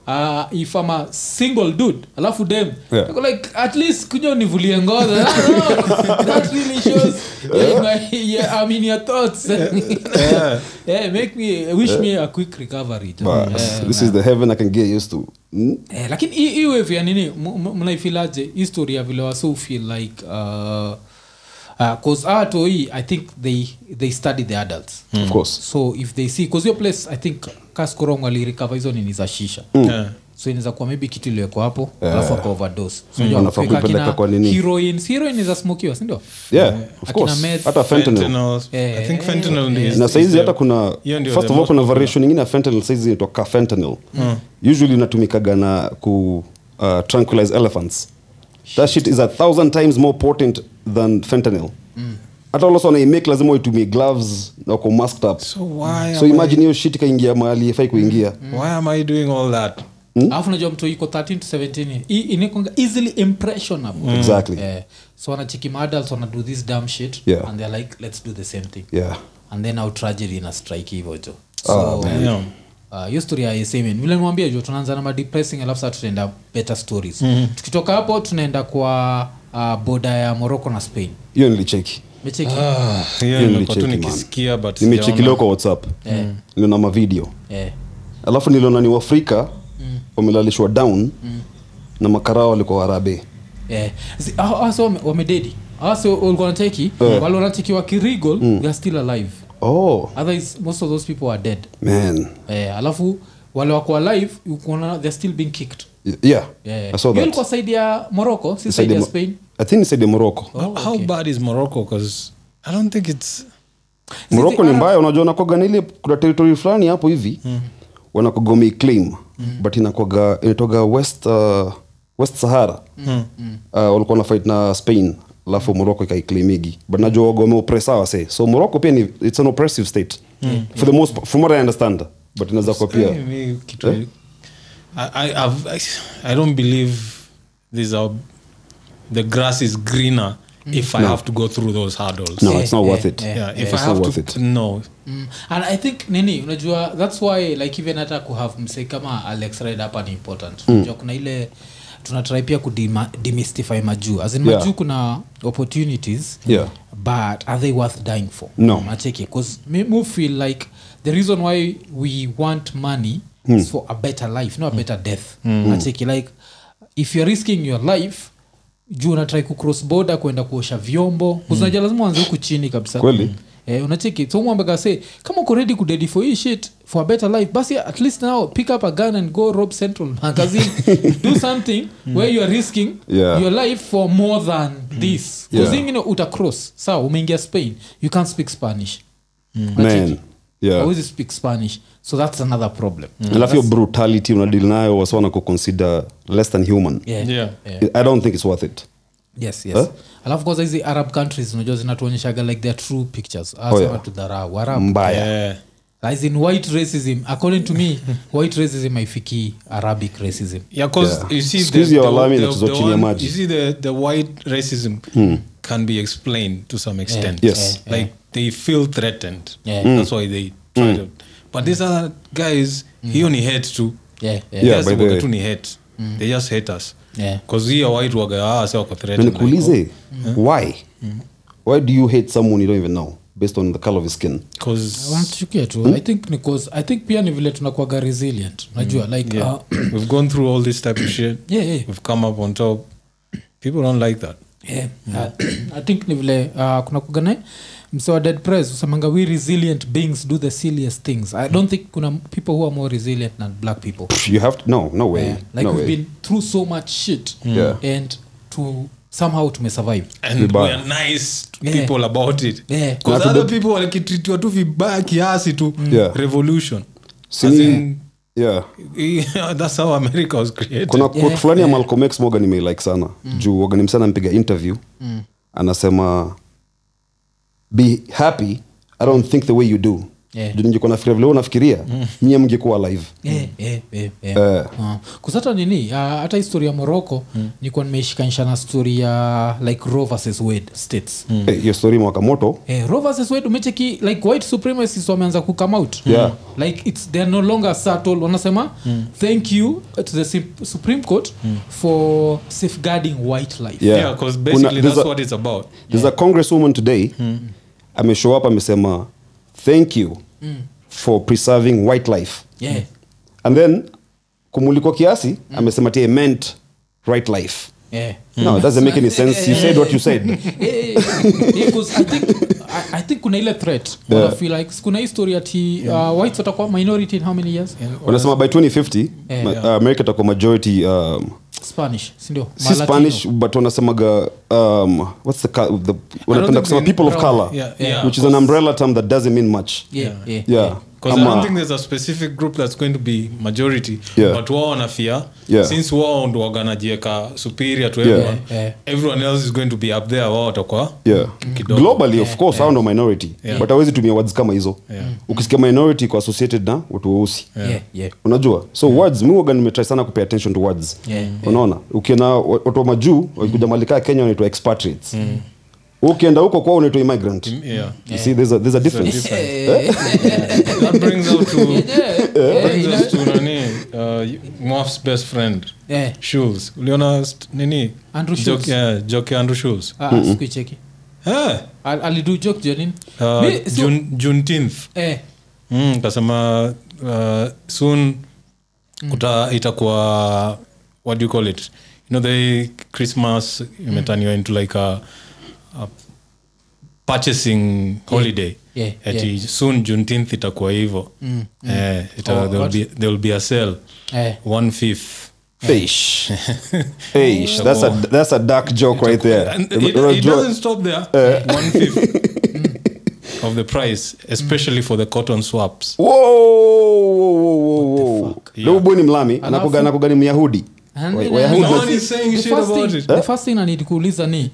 Speaker 1: Ah, if I'm a single dude alafu dem
Speaker 3: Yeah.
Speaker 1: niko like at least kunyo nivulie ngoza Ah, no, that really shows yeah, my, yeah, I'm in your thoughts yeah, Eh, make me wish me a quick recovery tu.
Speaker 3: But
Speaker 1: Yeah,
Speaker 3: this is the heaven i can get used to Hmm?
Speaker 1: Eh, lakini hii hii wave ya nini m- m- mnaifilaje history ya vile waso feel like uh, uh, cause ato hii i think they, they study the adults
Speaker 3: of course
Speaker 1: so if they see cause your place i think kaskorong alirecover hizo nini za shisha
Speaker 3: Mm. Hmm.
Speaker 2: Yeah.
Speaker 1: so inaweza kuwa maybe kitu iliwekwa hapo alafu aka overdose so unajua
Speaker 3: Wanafaa
Speaker 1: Afrika
Speaker 3: kuipeleka
Speaker 1: akina
Speaker 3: Mm. kwa nini?
Speaker 1: heroines heroine zasmokiwa sindio
Speaker 3: yeah of
Speaker 1: Eh, Akina
Speaker 3: course
Speaker 1: meth.
Speaker 3: hata fentanyl
Speaker 2: Fentanyls.
Speaker 1: Eh,
Speaker 2: I think
Speaker 1: eh,
Speaker 2: fentanyl is-
Speaker 3: na
Speaker 2: is
Speaker 3: saizi
Speaker 2: the-
Speaker 3: hata kuna
Speaker 2: hiyo ndio the
Speaker 3: first of all
Speaker 2: most Mm.
Speaker 3: kuna variation nyingine ya fentanyl saizi inatoka fentanyl usually inatumikaga na ku uh, tranquilize elephants that shit is a thousand times more potent than fentanyl
Speaker 2: Mm.
Speaker 3: hata walosa wanaimake lazima waitumie gloves na wako masked up
Speaker 2: So why
Speaker 3: so
Speaker 2: am I- Mm.
Speaker 3: imagine hiyo shit ikaingia mahali ifai kuingia
Speaker 2: why am i doing all that
Speaker 3: Hmm?
Speaker 1: alafu najua mtu iko 13 to 17 hii inakonga easily impressionable
Speaker 3: Hmm. Exactly.
Speaker 1: eh, so wanachiki maadults wana do this dam shit
Speaker 3: Yeah.
Speaker 1: and they're like let's do the same thing
Speaker 3: yeah
Speaker 1: and then au tragedy ina strike hivyo jo
Speaker 3: Ah,
Speaker 1: so
Speaker 2: Yeah.
Speaker 1: uh, hiyo story aisemi vile nimwambia jo tunaanza na madepressing alafu saa tunaenda better stories tukitoka hapo tunaenda kwa uh, boda ya morocco na spain
Speaker 3: hiyo nilicheki
Speaker 1: mecheki
Speaker 2: Ah. Hiyo
Speaker 3: Ah, Hiyo
Speaker 2: nimekuwa tu
Speaker 3: nilicheki, man.
Speaker 2: nikisikia but
Speaker 3: nimecheki
Speaker 2: sijaona.
Speaker 3: leo kwa whatsapp niliona mavideo
Speaker 1: eh,
Speaker 3: alafu niliona ni waafrika
Speaker 2: Mm.
Speaker 3: wamelalishwa down na makarao walikuwa warabe
Speaker 1: eh. Zi- hao- hao sio wame- wamededi aso walikuwa
Speaker 3: Eh.
Speaker 1: wanacheki wale wanacheki wa kirigal
Speaker 3: Hmm.
Speaker 1: they are still alive
Speaker 3: oh
Speaker 1: otherwise most of those people are dead
Speaker 3: man
Speaker 1: eh, alafu wale wako alive ukuona they're still being kicked
Speaker 3: Y- yeah
Speaker 1: eh.
Speaker 3: i saw
Speaker 1: Hiyo
Speaker 3: that
Speaker 1: ilikuwa saidi ya morocco si
Speaker 3: Said
Speaker 1: saidi ya
Speaker 3: Mo-
Speaker 1: spain
Speaker 3: i think said morocco
Speaker 2: How- how bad is morocco because i don't think it's
Speaker 3: morocco ni mbaya unajua nakwaga nile kuna territory fulani hapo hivi wanakoga wameclaim but inakwaga inatoga west uh, west sahara Uh, walikuwa na fight na spain alafu morocco ikaiclaimigi but najua waga wameopresa wase so morocco pia ni it's an oppressive state for the most part, from what i understand but inaweza kuwa Oh, pia
Speaker 2: Eh, mi kitu- I, I, I've- I, I don't believe these are the grass is greener if I have to go through those hurdles.
Speaker 3: no it's not worth it
Speaker 2: Yeah, if I
Speaker 3: it's
Speaker 2: have
Speaker 3: not
Speaker 2: to
Speaker 3: worth it
Speaker 2: no.
Speaker 1: mm. and i think nini unajua thats why like even hata kuhave msei kama alex red hapa ni important
Speaker 3: Mm.
Speaker 1: unajua kuna ile tunatrai pia kudemystify majuu asin
Speaker 3: Yeah.
Speaker 1: majuu kuna opportunities
Speaker 3: Yeah.
Speaker 1: but are they worth dying for
Speaker 3: No.
Speaker 1: acheki bcause mu feel like the reason why we want money
Speaker 3: Hmm.
Speaker 1: is for a better life not a better death acheki like if you're risking your life juu unatrai kucross border kwenda kuosha vyombo
Speaker 3: Hmm.
Speaker 1: uznaja lazima uanze huku chini kabisa
Speaker 3: Kweli.
Speaker 1: eh, unacheki so mwambega say kama uko ready kudedi for hii shit for a better life basi at least now pick up a gun and go rob central magazine do something where you are risking
Speaker 3: Yeah. Mm-hmm.
Speaker 1: your life for more than this
Speaker 3: Yeah.
Speaker 1: kuzingine utacross sawa umeingia spain you can't speak spanish
Speaker 2: Mm.
Speaker 1: Unacheki?
Speaker 3: man yeah Mm.
Speaker 1: Hauwezi speak spanish so that's another problem
Speaker 3: alafu hiyo brutality unadili nayo wasa wanakuconsider less than human
Speaker 1: yeah.
Speaker 2: Yeah.
Speaker 3: i don't think it's worth it
Speaker 1: yes yes
Speaker 3: Huh?
Speaker 1: alafu kwanza hizi arab countries unajua zinatuonyeshaga like their true pictures hasa
Speaker 3: Oh, yeah. Mm.
Speaker 1: watu dharau arabu
Speaker 3: mbaya
Speaker 2: Yeah.
Speaker 1: As in white racism, according to me, white racism haifikii Arabic racism.
Speaker 2: Yeah, cause
Speaker 3: Yeah.
Speaker 2: you see
Speaker 3: Siku hizi hawalami na tuzo chini ya
Speaker 2: one-
Speaker 3: maji. Hmm.
Speaker 2: you see the, the white racism can be explained to some extent.
Speaker 3: Yes. Hmm.
Speaker 2: Like they feel threatened.
Speaker 1: Yeah.
Speaker 2: That's why they try to. But these other guys, he only hates too.
Speaker 1: Hmm. Yeah, yeah.
Speaker 3: Yeah.
Speaker 2: Yes,
Speaker 3: by
Speaker 2: waga
Speaker 3: the-
Speaker 2: tu ni hate. They just hate us.
Speaker 1: Yeah.
Speaker 2: Cause we are white waga ah, so wako threatened. Like,
Speaker 3: nanikuulize why
Speaker 1: Mm-hmm.
Speaker 3: why do you hate someone you don't even know based on the color of his skin
Speaker 2: Cause
Speaker 1: wanatushukia tu i think ni cause i think pia ni vile tunakuwaga resilient
Speaker 3: Mm.
Speaker 1: najua like
Speaker 2: yeah,
Speaker 1: uh,
Speaker 2: we've gone through all this type of shit.
Speaker 1: Yeah, yeah.
Speaker 2: We've come up on top. People don't like that.
Speaker 1: yeah, uh, i think ni vile uh, kuna kugana mse wa dead press usemanga we resilient beings do the silliest things i don't think kuna people who are more resilient than black people
Speaker 3: Pff, you have to, no no way
Speaker 1: yeah. like
Speaker 3: no
Speaker 1: we've
Speaker 3: way
Speaker 1: been through so much shit
Speaker 3: Yeah.
Speaker 1: and to somehow tumesurvive
Speaker 2: and
Speaker 3: Vibaya.
Speaker 2: weare nice to
Speaker 1: Yeah.
Speaker 2: people about it
Speaker 1: Yeah. Mm.
Speaker 2: because
Speaker 3: Na
Speaker 2: other
Speaker 3: tudo-
Speaker 2: people walikitreatiwa tu vibaya kiasi tu
Speaker 3: Yeah.
Speaker 2: revolution
Speaker 3: Si
Speaker 2: As
Speaker 3: ni-
Speaker 2: in,
Speaker 3: yeah.
Speaker 2: that's how america was created
Speaker 3: kuna quote fulani ya malcolm x moga nimeilike sana
Speaker 1: Mm.
Speaker 3: juu waga nimsana anampiga interview anasema be happy i don't think the way you do
Speaker 1: Yeah. Mm.
Speaker 3: Juu ningekuwa nafikiria vile wewe unafikiria nyie mngekuwa live
Speaker 1: Eh, eh, eh, eh.
Speaker 3: Mm. Eh. Mm.
Speaker 1: Ah. kusata nini ah, hata historia ya morocco nikuwa nimeishikanisha na story ya like roe versus wade states
Speaker 3: Eh, hiyo story mwaka moto
Speaker 1: Eh, Roe versus Wade umecheki like white supremacists wameanza kucome out
Speaker 3: Yeah. Mm.
Speaker 1: like it's they're no longer subtle wanasema thank you to the Sup- supreme court for safeguarding white life
Speaker 3: Yeah.
Speaker 2: yeah because
Speaker 3: Kuna-
Speaker 2: basically
Speaker 3: there's
Speaker 2: that's
Speaker 3: a-
Speaker 2: what it's about
Speaker 3: there's a congresswoman today
Speaker 2: Hmm.
Speaker 3: ameshow up amesema thank you
Speaker 2: Hmm.
Speaker 3: for preserving white life
Speaker 1: yeah.
Speaker 3: and then kumulikwa kiasi
Speaker 2: Hmm.
Speaker 3: amesema tie meant right life
Speaker 1: Yeah.
Speaker 3: no it doesn't make any sense you said what you said
Speaker 1: Eh, eh, 'cause I think I- I think kuna ile threat Wana feel like kuna hii story ati uh, whites watakuwa minority in how many years
Speaker 3: wanasema by 2050
Speaker 1: Eh.
Speaker 3: ma- uh, america itakuwa majority um,
Speaker 1: spanish sindio
Speaker 3: si spanish but wanasemaga um, what's the, ca- the wanapenda kusema
Speaker 2: they-
Speaker 3: people of
Speaker 2: Brown.
Speaker 3: color
Speaker 2: Yeah, yeah.
Speaker 3: which is an umbrella term that doesn't mean much
Speaker 1: yeah, yeah.
Speaker 3: yeah
Speaker 2: because i
Speaker 3: Ama-
Speaker 2: don't think there's a specific group that's going to be majority
Speaker 3: Yeah.
Speaker 2: but wao wanafia
Speaker 3: Yeah.
Speaker 2: since wao ndo waganajieka superior to
Speaker 3: Yeah.
Speaker 2: everyone
Speaker 1: Yeah.
Speaker 2: everyone else is going to be up there wao watakuwa
Speaker 3: yeah.
Speaker 2: kidogo.
Speaker 3: globally of course hao ndo minority but awezi tumia words kama hizo ukisikia minority iko associated na watu weusi
Speaker 1: Yeah, yeah.
Speaker 3: unajua so words mi waga nimetry sana kupay attention to words
Speaker 1: Yeah.
Speaker 3: unaona ukienda wa- watu wa majuu wakikuja malikaa kenya wanaitwa expatriates ukienda huko kwao unaitwa immigrant
Speaker 2: yeah
Speaker 3: You see, there's a, there's a difference
Speaker 2: that brings out to
Speaker 1: Eh,
Speaker 2: brings
Speaker 1: ina-
Speaker 2: us to nani uh, Mwaf's best friend
Speaker 1: Eh,
Speaker 2: Shoes. Uliona st- nini?
Speaker 1: Andrew
Speaker 2: Joke-
Speaker 1: Schulz.
Speaker 2: yeah, joke Andrew Shoes.
Speaker 1: ah, ah, sikuicheki
Speaker 2: Eh,
Speaker 1: Al- alidu joke jonini
Speaker 2: uh,
Speaker 1: Mi- si-
Speaker 2: June, Juneteenth.
Speaker 1: eh,
Speaker 2: Mm, kasema uh, soon
Speaker 1: Mm.
Speaker 2: kuta itakuwa what do you call it? You know the Christmas imetaniwa
Speaker 1: Mm.
Speaker 2: into like a, a purchasing holiday.
Speaker 1: Yeah, Mm,
Speaker 2: Ati soon Juneteenth itakuwa hivyo. Eh, ita,
Speaker 1: Oh,
Speaker 2: there, will
Speaker 1: what?
Speaker 2: be, there will be a sale.
Speaker 1: eh.
Speaker 2: One fifth.
Speaker 3: Eish.
Speaker 1: Oh.
Speaker 3: Eish, that's a that's a dark joke right there
Speaker 2: Oh. And it, it
Speaker 3: Unajua-
Speaker 2: doesn't stop there.
Speaker 3: Eh.
Speaker 2: One fifth
Speaker 1: Mm.
Speaker 2: of the price, especially for the cotton swaps.
Speaker 3: Whoa, whoa, whoa, whow, whow.
Speaker 2: Yeah.
Speaker 3: Leo boy ni mlami anakuga anakuga ni myahudi
Speaker 1: And
Speaker 3: Wa-
Speaker 1: then-
Speaker 3: Wayahudi
Speaker 2: No
Speaker 1: the-
Speaker 2: one is saying
Speaker 1: the
Speaker 2: shit
Speaker 1: first
Speaker 2: about
Speaker 1: thing-
Speaker 2: it.
Speaker 1: the first thing I need kuuliza ni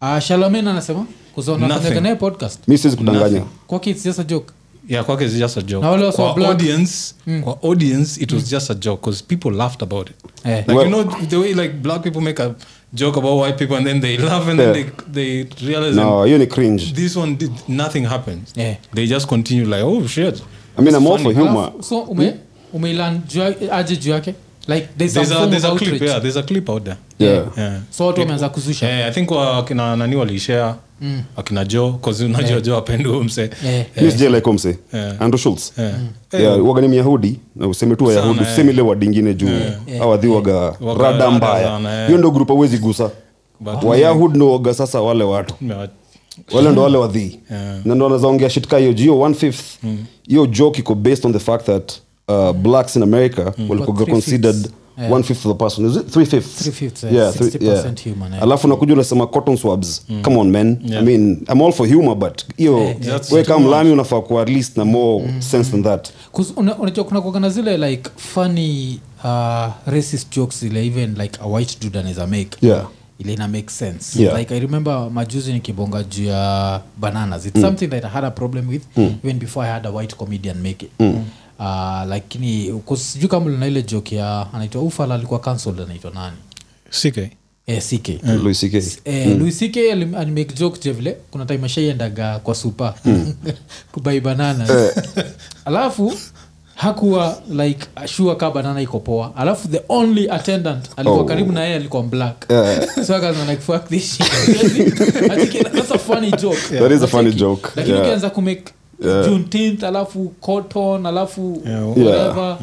Speaker 1: ah, Charlemagne anasema
Speaker 2: Nothing.
Speaker 1: kuzanaanaye podcast
Speaker 3: mi siwezi kudanganya
Speaker 1: kwake it's just a joke
Speaker 2: Yeah, kwake is just a joke.
Speaker 1: Na wale wasi wa Hmm.
Speaker 2: Kwa
Speaker 1: black.
Speaker 2: audience, kwa audience, it was just a joke because people laughed about it.
Speaker 1: Eh.
Speaker 2: Like
Speaker 3: Well-
Speaker 2: you know the way like black people make a joke about white people and then they laugh and
Speaker 3: Yeah.
Speaker 2: then they they realize
Speaker 3: no hiyo ni cringe
Speaker 2: and this one did nothing happens.
Speaker 1: Yeah.
Speaker 2: They just continue like oh shit.
Speaker 3: i mean i'm all for humor
Speaker 1: Alafu, so ume umeilan juu ya- aje juu yake like there's
Speaker 2: Hmm? There's
Speaker 1: some
Speaker 2: a
Speaker 1: form
Speaker 2: there's
Speaker 1: of
Speaker 2: a clip
Speaker 1: outrage.
Speaker 2: yeah there's a clip out there.
Speaker 3: yeah
Speaker 2: Yeah.
Speaker 1: so watu wameanza Hmm. kuzusha
Speaker 2: Eh, i think wa- akina nani walishare akina jo cause unajua jo apende huyo msee
Speaker 1: Eh,
Speaker 3: mi sijai like omse
Speaker 2: Yeah.
Speaker 3: andrew schulz
Speaker 2: Eh.
Speaker 1: Hmm.
Speaker 3: Yeah, waga ni myahudi na useme tu wayahudi
Speaker 2: Sana, eh.
Speaker 3: useme ile wadi ingine juu awadhi waga
Speaker 2: Waga
Speaker 3: rada
Speaker 2: rada
Speaker 3: mbaya
Speaker 2: sana, eh.
Speaker 3: hiyo ndo grup awezi gusa
Speaker 2: But-
Speaker 3: wayahudi ndo waga sasa wale watu
Speaker 2: Mewa-
Speaker 3: wale ndo wale wadhii na ndo wanazaongea shit ka hiyo juu hiyo 1/5 hiyo joke iko based on the fact that uh, blacks in america walikuwa
Speaker 1: three
Speaker 3: considered
Speaker 1: fifths.
Speaker 3: one fifth of the person is it three fifths
Speaker 1: Three fifths, eh, 60% human, eh.
Speaker 3: alafu nakuja unasema cotton swabs come on men
Speaker 2: Yeah.
Speaker 3: i mean i'm all for humor but hiyo
Speaker 2: That's
Speaker 3: we
Speaker 2: too
Speaker 3: kama mlami unafaa kuwa at least na more
Speaker 1: Mm.
Speaker 3: sense than that
Speaker 1: 'Cause una- unajua kuna kuwaga na zile like funny uh, racist jokes ile even like a white dude anaweza make
Speaker 3: yeah
Speaker 1: ile ina make sense
Speaker 3: Yeah.
Speaker 1: like i remember majuzi nikibonga juu ya bananas
Speaker 3: Mm.
Speaker 1: it's something that i had a problem with even before i had a white comedian make it
Speaker 3: Mm.
Speaker 1: Uh, lakini 'cause sijui kama lina ile joke ya anaitwa ufala alikuwa cancelled anaitwa nani
Speaker 2: CK.
Speaker 1: eh, ck
Speaker 3: Louis CK.
Speaker 1: Eh,
Speaker 3: Hmm.
Speaker 1: Louis CK alim- alimake joke je vile kuna time ashaiendaga kwa supa
Speaker 3: Hmm.
Speaker 1: kubai banana
Speaker 3: Eh.
Speaker 1: alafu hakuwa like sure ka banana iko poa alafu the only attendant alikuwa
Speaker 3: Oh. Eh.
Speaker 1: karibu na yeye alikuwa black so akasema like fuck this shit Atiki- that's a funny joke
Speaker 3: That is a funny
Speaker 1: Atiki.
Speaker 3: joke.
Speaker 1: lakini
Speaker 3: Yeah.
Speaker 1: ukianza kumake juneteenth alafu cotton alafu
Speaker 2: Yeah.
Speaker 1: whatever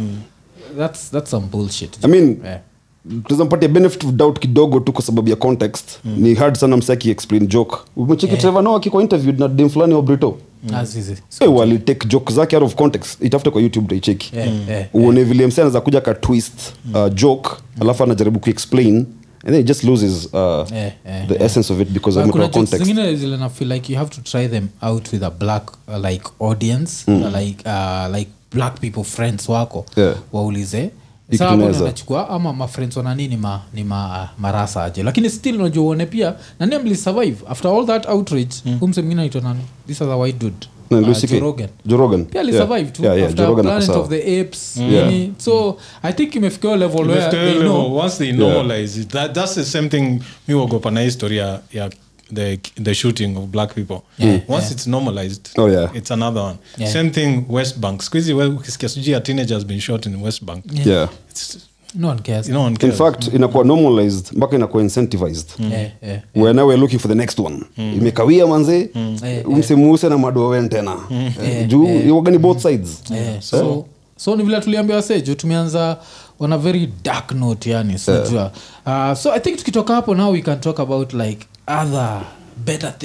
Speaker 1: that's that's some bullshit
Speaker 3: i mean
Speaker 1: Eh.
Speaker 3: tunaweza mpatia benefit of doubt kidogo tu kwa sababu ya context ni hard sana msaki explain joke umecheki trevor noah akikuwa interviewed na dem fulani wa brito
Speaker 1: Azizi.
Speaker 3: Eh, walitake joke zake out of context itafute kwa youtube utaicheki Mm.
Speaker 1: Eh, eh.
Speaker 3: uone vile msi anaweza kuja ka twist
Speaker 1: Mm.
Speaker 3: uh, joke alafu anajaribu kuexplain and then he just loses uh,
Speaker 1: Eh, eh,
Speaker 3: the essence of it because
Speaker 1: But kuna
Speaker 3: ametoa
Speaker 1: jokes
Speaker 3: context
Speaker 1: zingine zile na feel like you have to try them out with a black uh, like audience uh, like uh, like black people friends wako
Speaker 3: Hmm. Yeah.
Speaker 1: waulize
Speaker 3: Hii
Speaker 1: Sawa,
Speaker 3: kitu
Speaker 1: mbona
Speaker 3: naweza.
Speaker 1: unachukua ama mafriends wana nini ma, ni ma, marasa aje lakini still unajua uone pia nani mlisurvive after all that outrage
Speaker 2: Hmm.
Speaker 1: mm. umse mwingine anaitwa nani this is a white dude
Speaker 3: Na
Speaker 1: Uh,
Speaker 3: Louis CK.
Speaker 1: Joe Rogan
Speaker 3: Joe Rogan.
Speaker 1: pia
Speaker 3: Yeah.
Speaker 1: alisurvive tu
Speaker 3: Yeah, yeah,
Speaker 1: after
Speaker 3: Joe Rogan ako
Speaker 1: planet
Speaker 3: sawa.
Speaker 1: of the apes
Speaker 3: Yeah.
Speaker 1: nini so i think imefikia hiyo level where
Speaker 2: Left
Speaker 1: they
Speaker 2: level,
Speaker 1: know
Speaker 2: once they normalize it that, that's the same thing mi wagopa na history ya, ya the, the shooting of black people Mm.
Speaker 1: Yeah,
Speaker 2: once
Speaker 1: yeah.
Speaker 2: it's normalized
Speaker 3: Oh, yeah.
Speaker 2: it's another one
Speaker 1: Yeah.
Speaker 2: same thing west bank squizi ukisikia sijui a teenager has been shot in west bank
Speaker 3: yeah.
Speaker 2: it's,
Speaker 1: no one cares
Speaker 2: you know, one
Speaker 3: in
Speaker 2: cares.
Speaker 3: fact inakuwa normalized mpaka inakuwa incentivized
Speaker 1: Eh, eh.
Speaker 3: We're now we're looking for the next one
Speaker 1: Mm.
Speaker 3: imekawia manze
Speaker 1: Eh,
Speaker 3: msimuuse na madoawen tena
Speaker 1: Mm.
Speaker 3: Eh, juu iwagani both sides
Speaker 1: Eh, so, so ni vile tuliambia waseju tumeanza on a very dark note yani sinajua uh, so i think tukitoka hapo now we can talk about like other better
Speaker 3: Mm.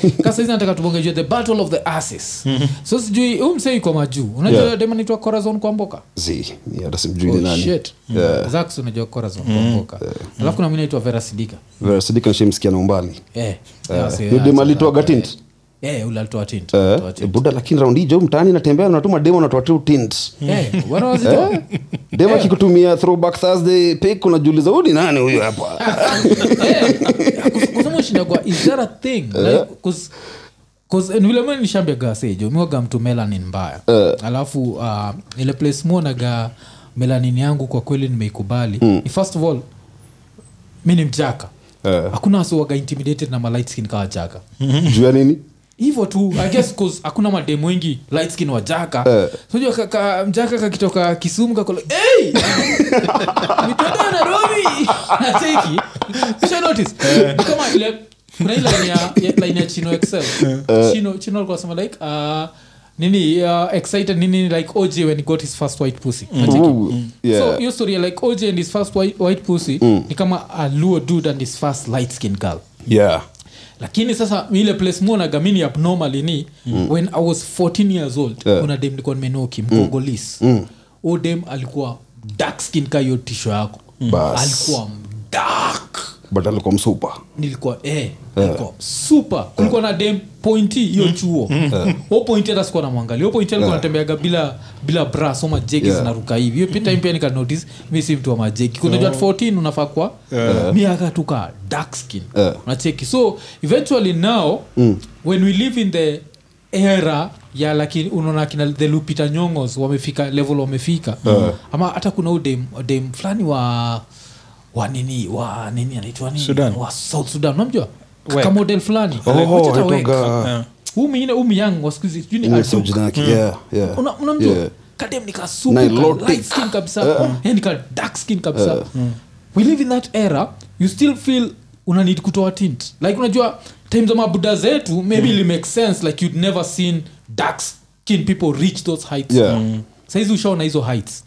Speaker 1: things kasaizi nataka tubongejue the battle of the asses so sijui umsei kwa majuu unajua
Speaker 3: Mm-hmm. Yeah.
Speaker 1: yeah. demanaitwa corazon kwa mboka
Speaker 3: zi ni hata simjui
Speaker 1: Oh,
Speaker 3: ni nani. Yeah. Mm-hmm.
Speaker 1: zaks unajua corazon kwa mboka alafu kuna mi naitwa vera sidika
Speaker 3: Vera Sidika nishamsikia na umbali
Speaker 1: Eh, yeah, so,
Speaker 3: Yule
Speaker 1: yeah,
Speaker 3: dem
Speaker 1: so-
Speaker 3: alitoa gatint
Speaker 1: Eh, ule alitoa tint,
Speaker 3: Eh,
Speaker 1: alitoa tint.
Speaker 3: buda lakini raundi hiyo mtaani natembea natuma demo natoa tu tint
Speaker 1: Eh, wana wazitoa?
Speaker 3: dema akikutumia throwback thursday pic unajiuliza huyu ni nani huyu hapa
Speaker 1: kusamashindagwa is that a thing vilema nishambiaga sejo miwaga mtu melanin mbaya alafu uh, ile place muonaga melanin yangu kwa kweli nimeikubali ni first of all mi ni mjaka
Speaker 3: Eh.
Speaker 1: hakuna wasiwaga intimidated na malight skin kawa jaka
Speaker 3: juu ya nini
Speaker 1: hivo tu I guess 'cause hakuna mademu wengi light skin wa jaka sijua kaka mjaka kakitoka kisumu kakola hey! mitoto ya nairobi nacheki Usha notice Ni kama ile kuna hii line ya- ya- line ya chino excel chino chino alikuwa anasema like uh, nini uh, excited nini like oj when he got his first white pussy Unacheki?
Speaker 3: Ooh,
Speaker 2: Mm.
Speaker 1: so
Speaker 3: yeah.
Speaker 1: hiyo story ya like oj and his first white, white pussy ni kama a luo dude and his first light skin girl
Speaker 3: yeah
Speaker 1: lakini sasa ile place muonaga mini abnormally ni mm. when i was 14 years old yeah. kuna dem likuwa nimenoki mkongolis mm. mm. dem alikuwa dark skin ka hiyo tisho yako
Speaker 3: Bas.
Speaker 1: alikuwa dark
Speaker 3: but alikuwa msupa
Speaker 1: nilikuwa eh, nilikuwa super kulikuwa na dem pointi hiyo chuo o pointi hata sikuwa namwangalia o pointi alikuwa natembeaga bila bila bras o majeki
Speaker 3: Yeah.
Speaker 1: zinaruka hivi hiyo pitime pia nikanotice mi si mtu wa majeki kunajua at 14 unafaa kuwa miaka tuka dark skin
Speaker 3: Yeah.
Speaker 1: unacheki so eventually now when we live in the era ya lakini unaona kina the lupita nyongos wamefika level wamefika ama hata kuna udem dem fulani wa wa nini wa nini anaitwa nini
Speaker 2: Sudan.
Speaker 1: wa south sudan unamjua
Speaker 2: Wek.
Speaker 1: kamodel fulani Wacha ta wek. huu mwingine huu myang wasikuzi sijui ni Azok.
Speaker 2: Mm.
Speaker 1: Una- unamjua kadem
Speaker 3: Nilotic.
Speaker 1: nikaskin kabisa yeah. nika dark skin kabisa we live in that era you still feel una need kutoa tint like unajua time za mabuda zetu maybe mm. make sense like you'd never seen dark skin people reach those heights
Speaker 3: Yeah. Mm.
Speaker 1: saizi ushaona hizo heights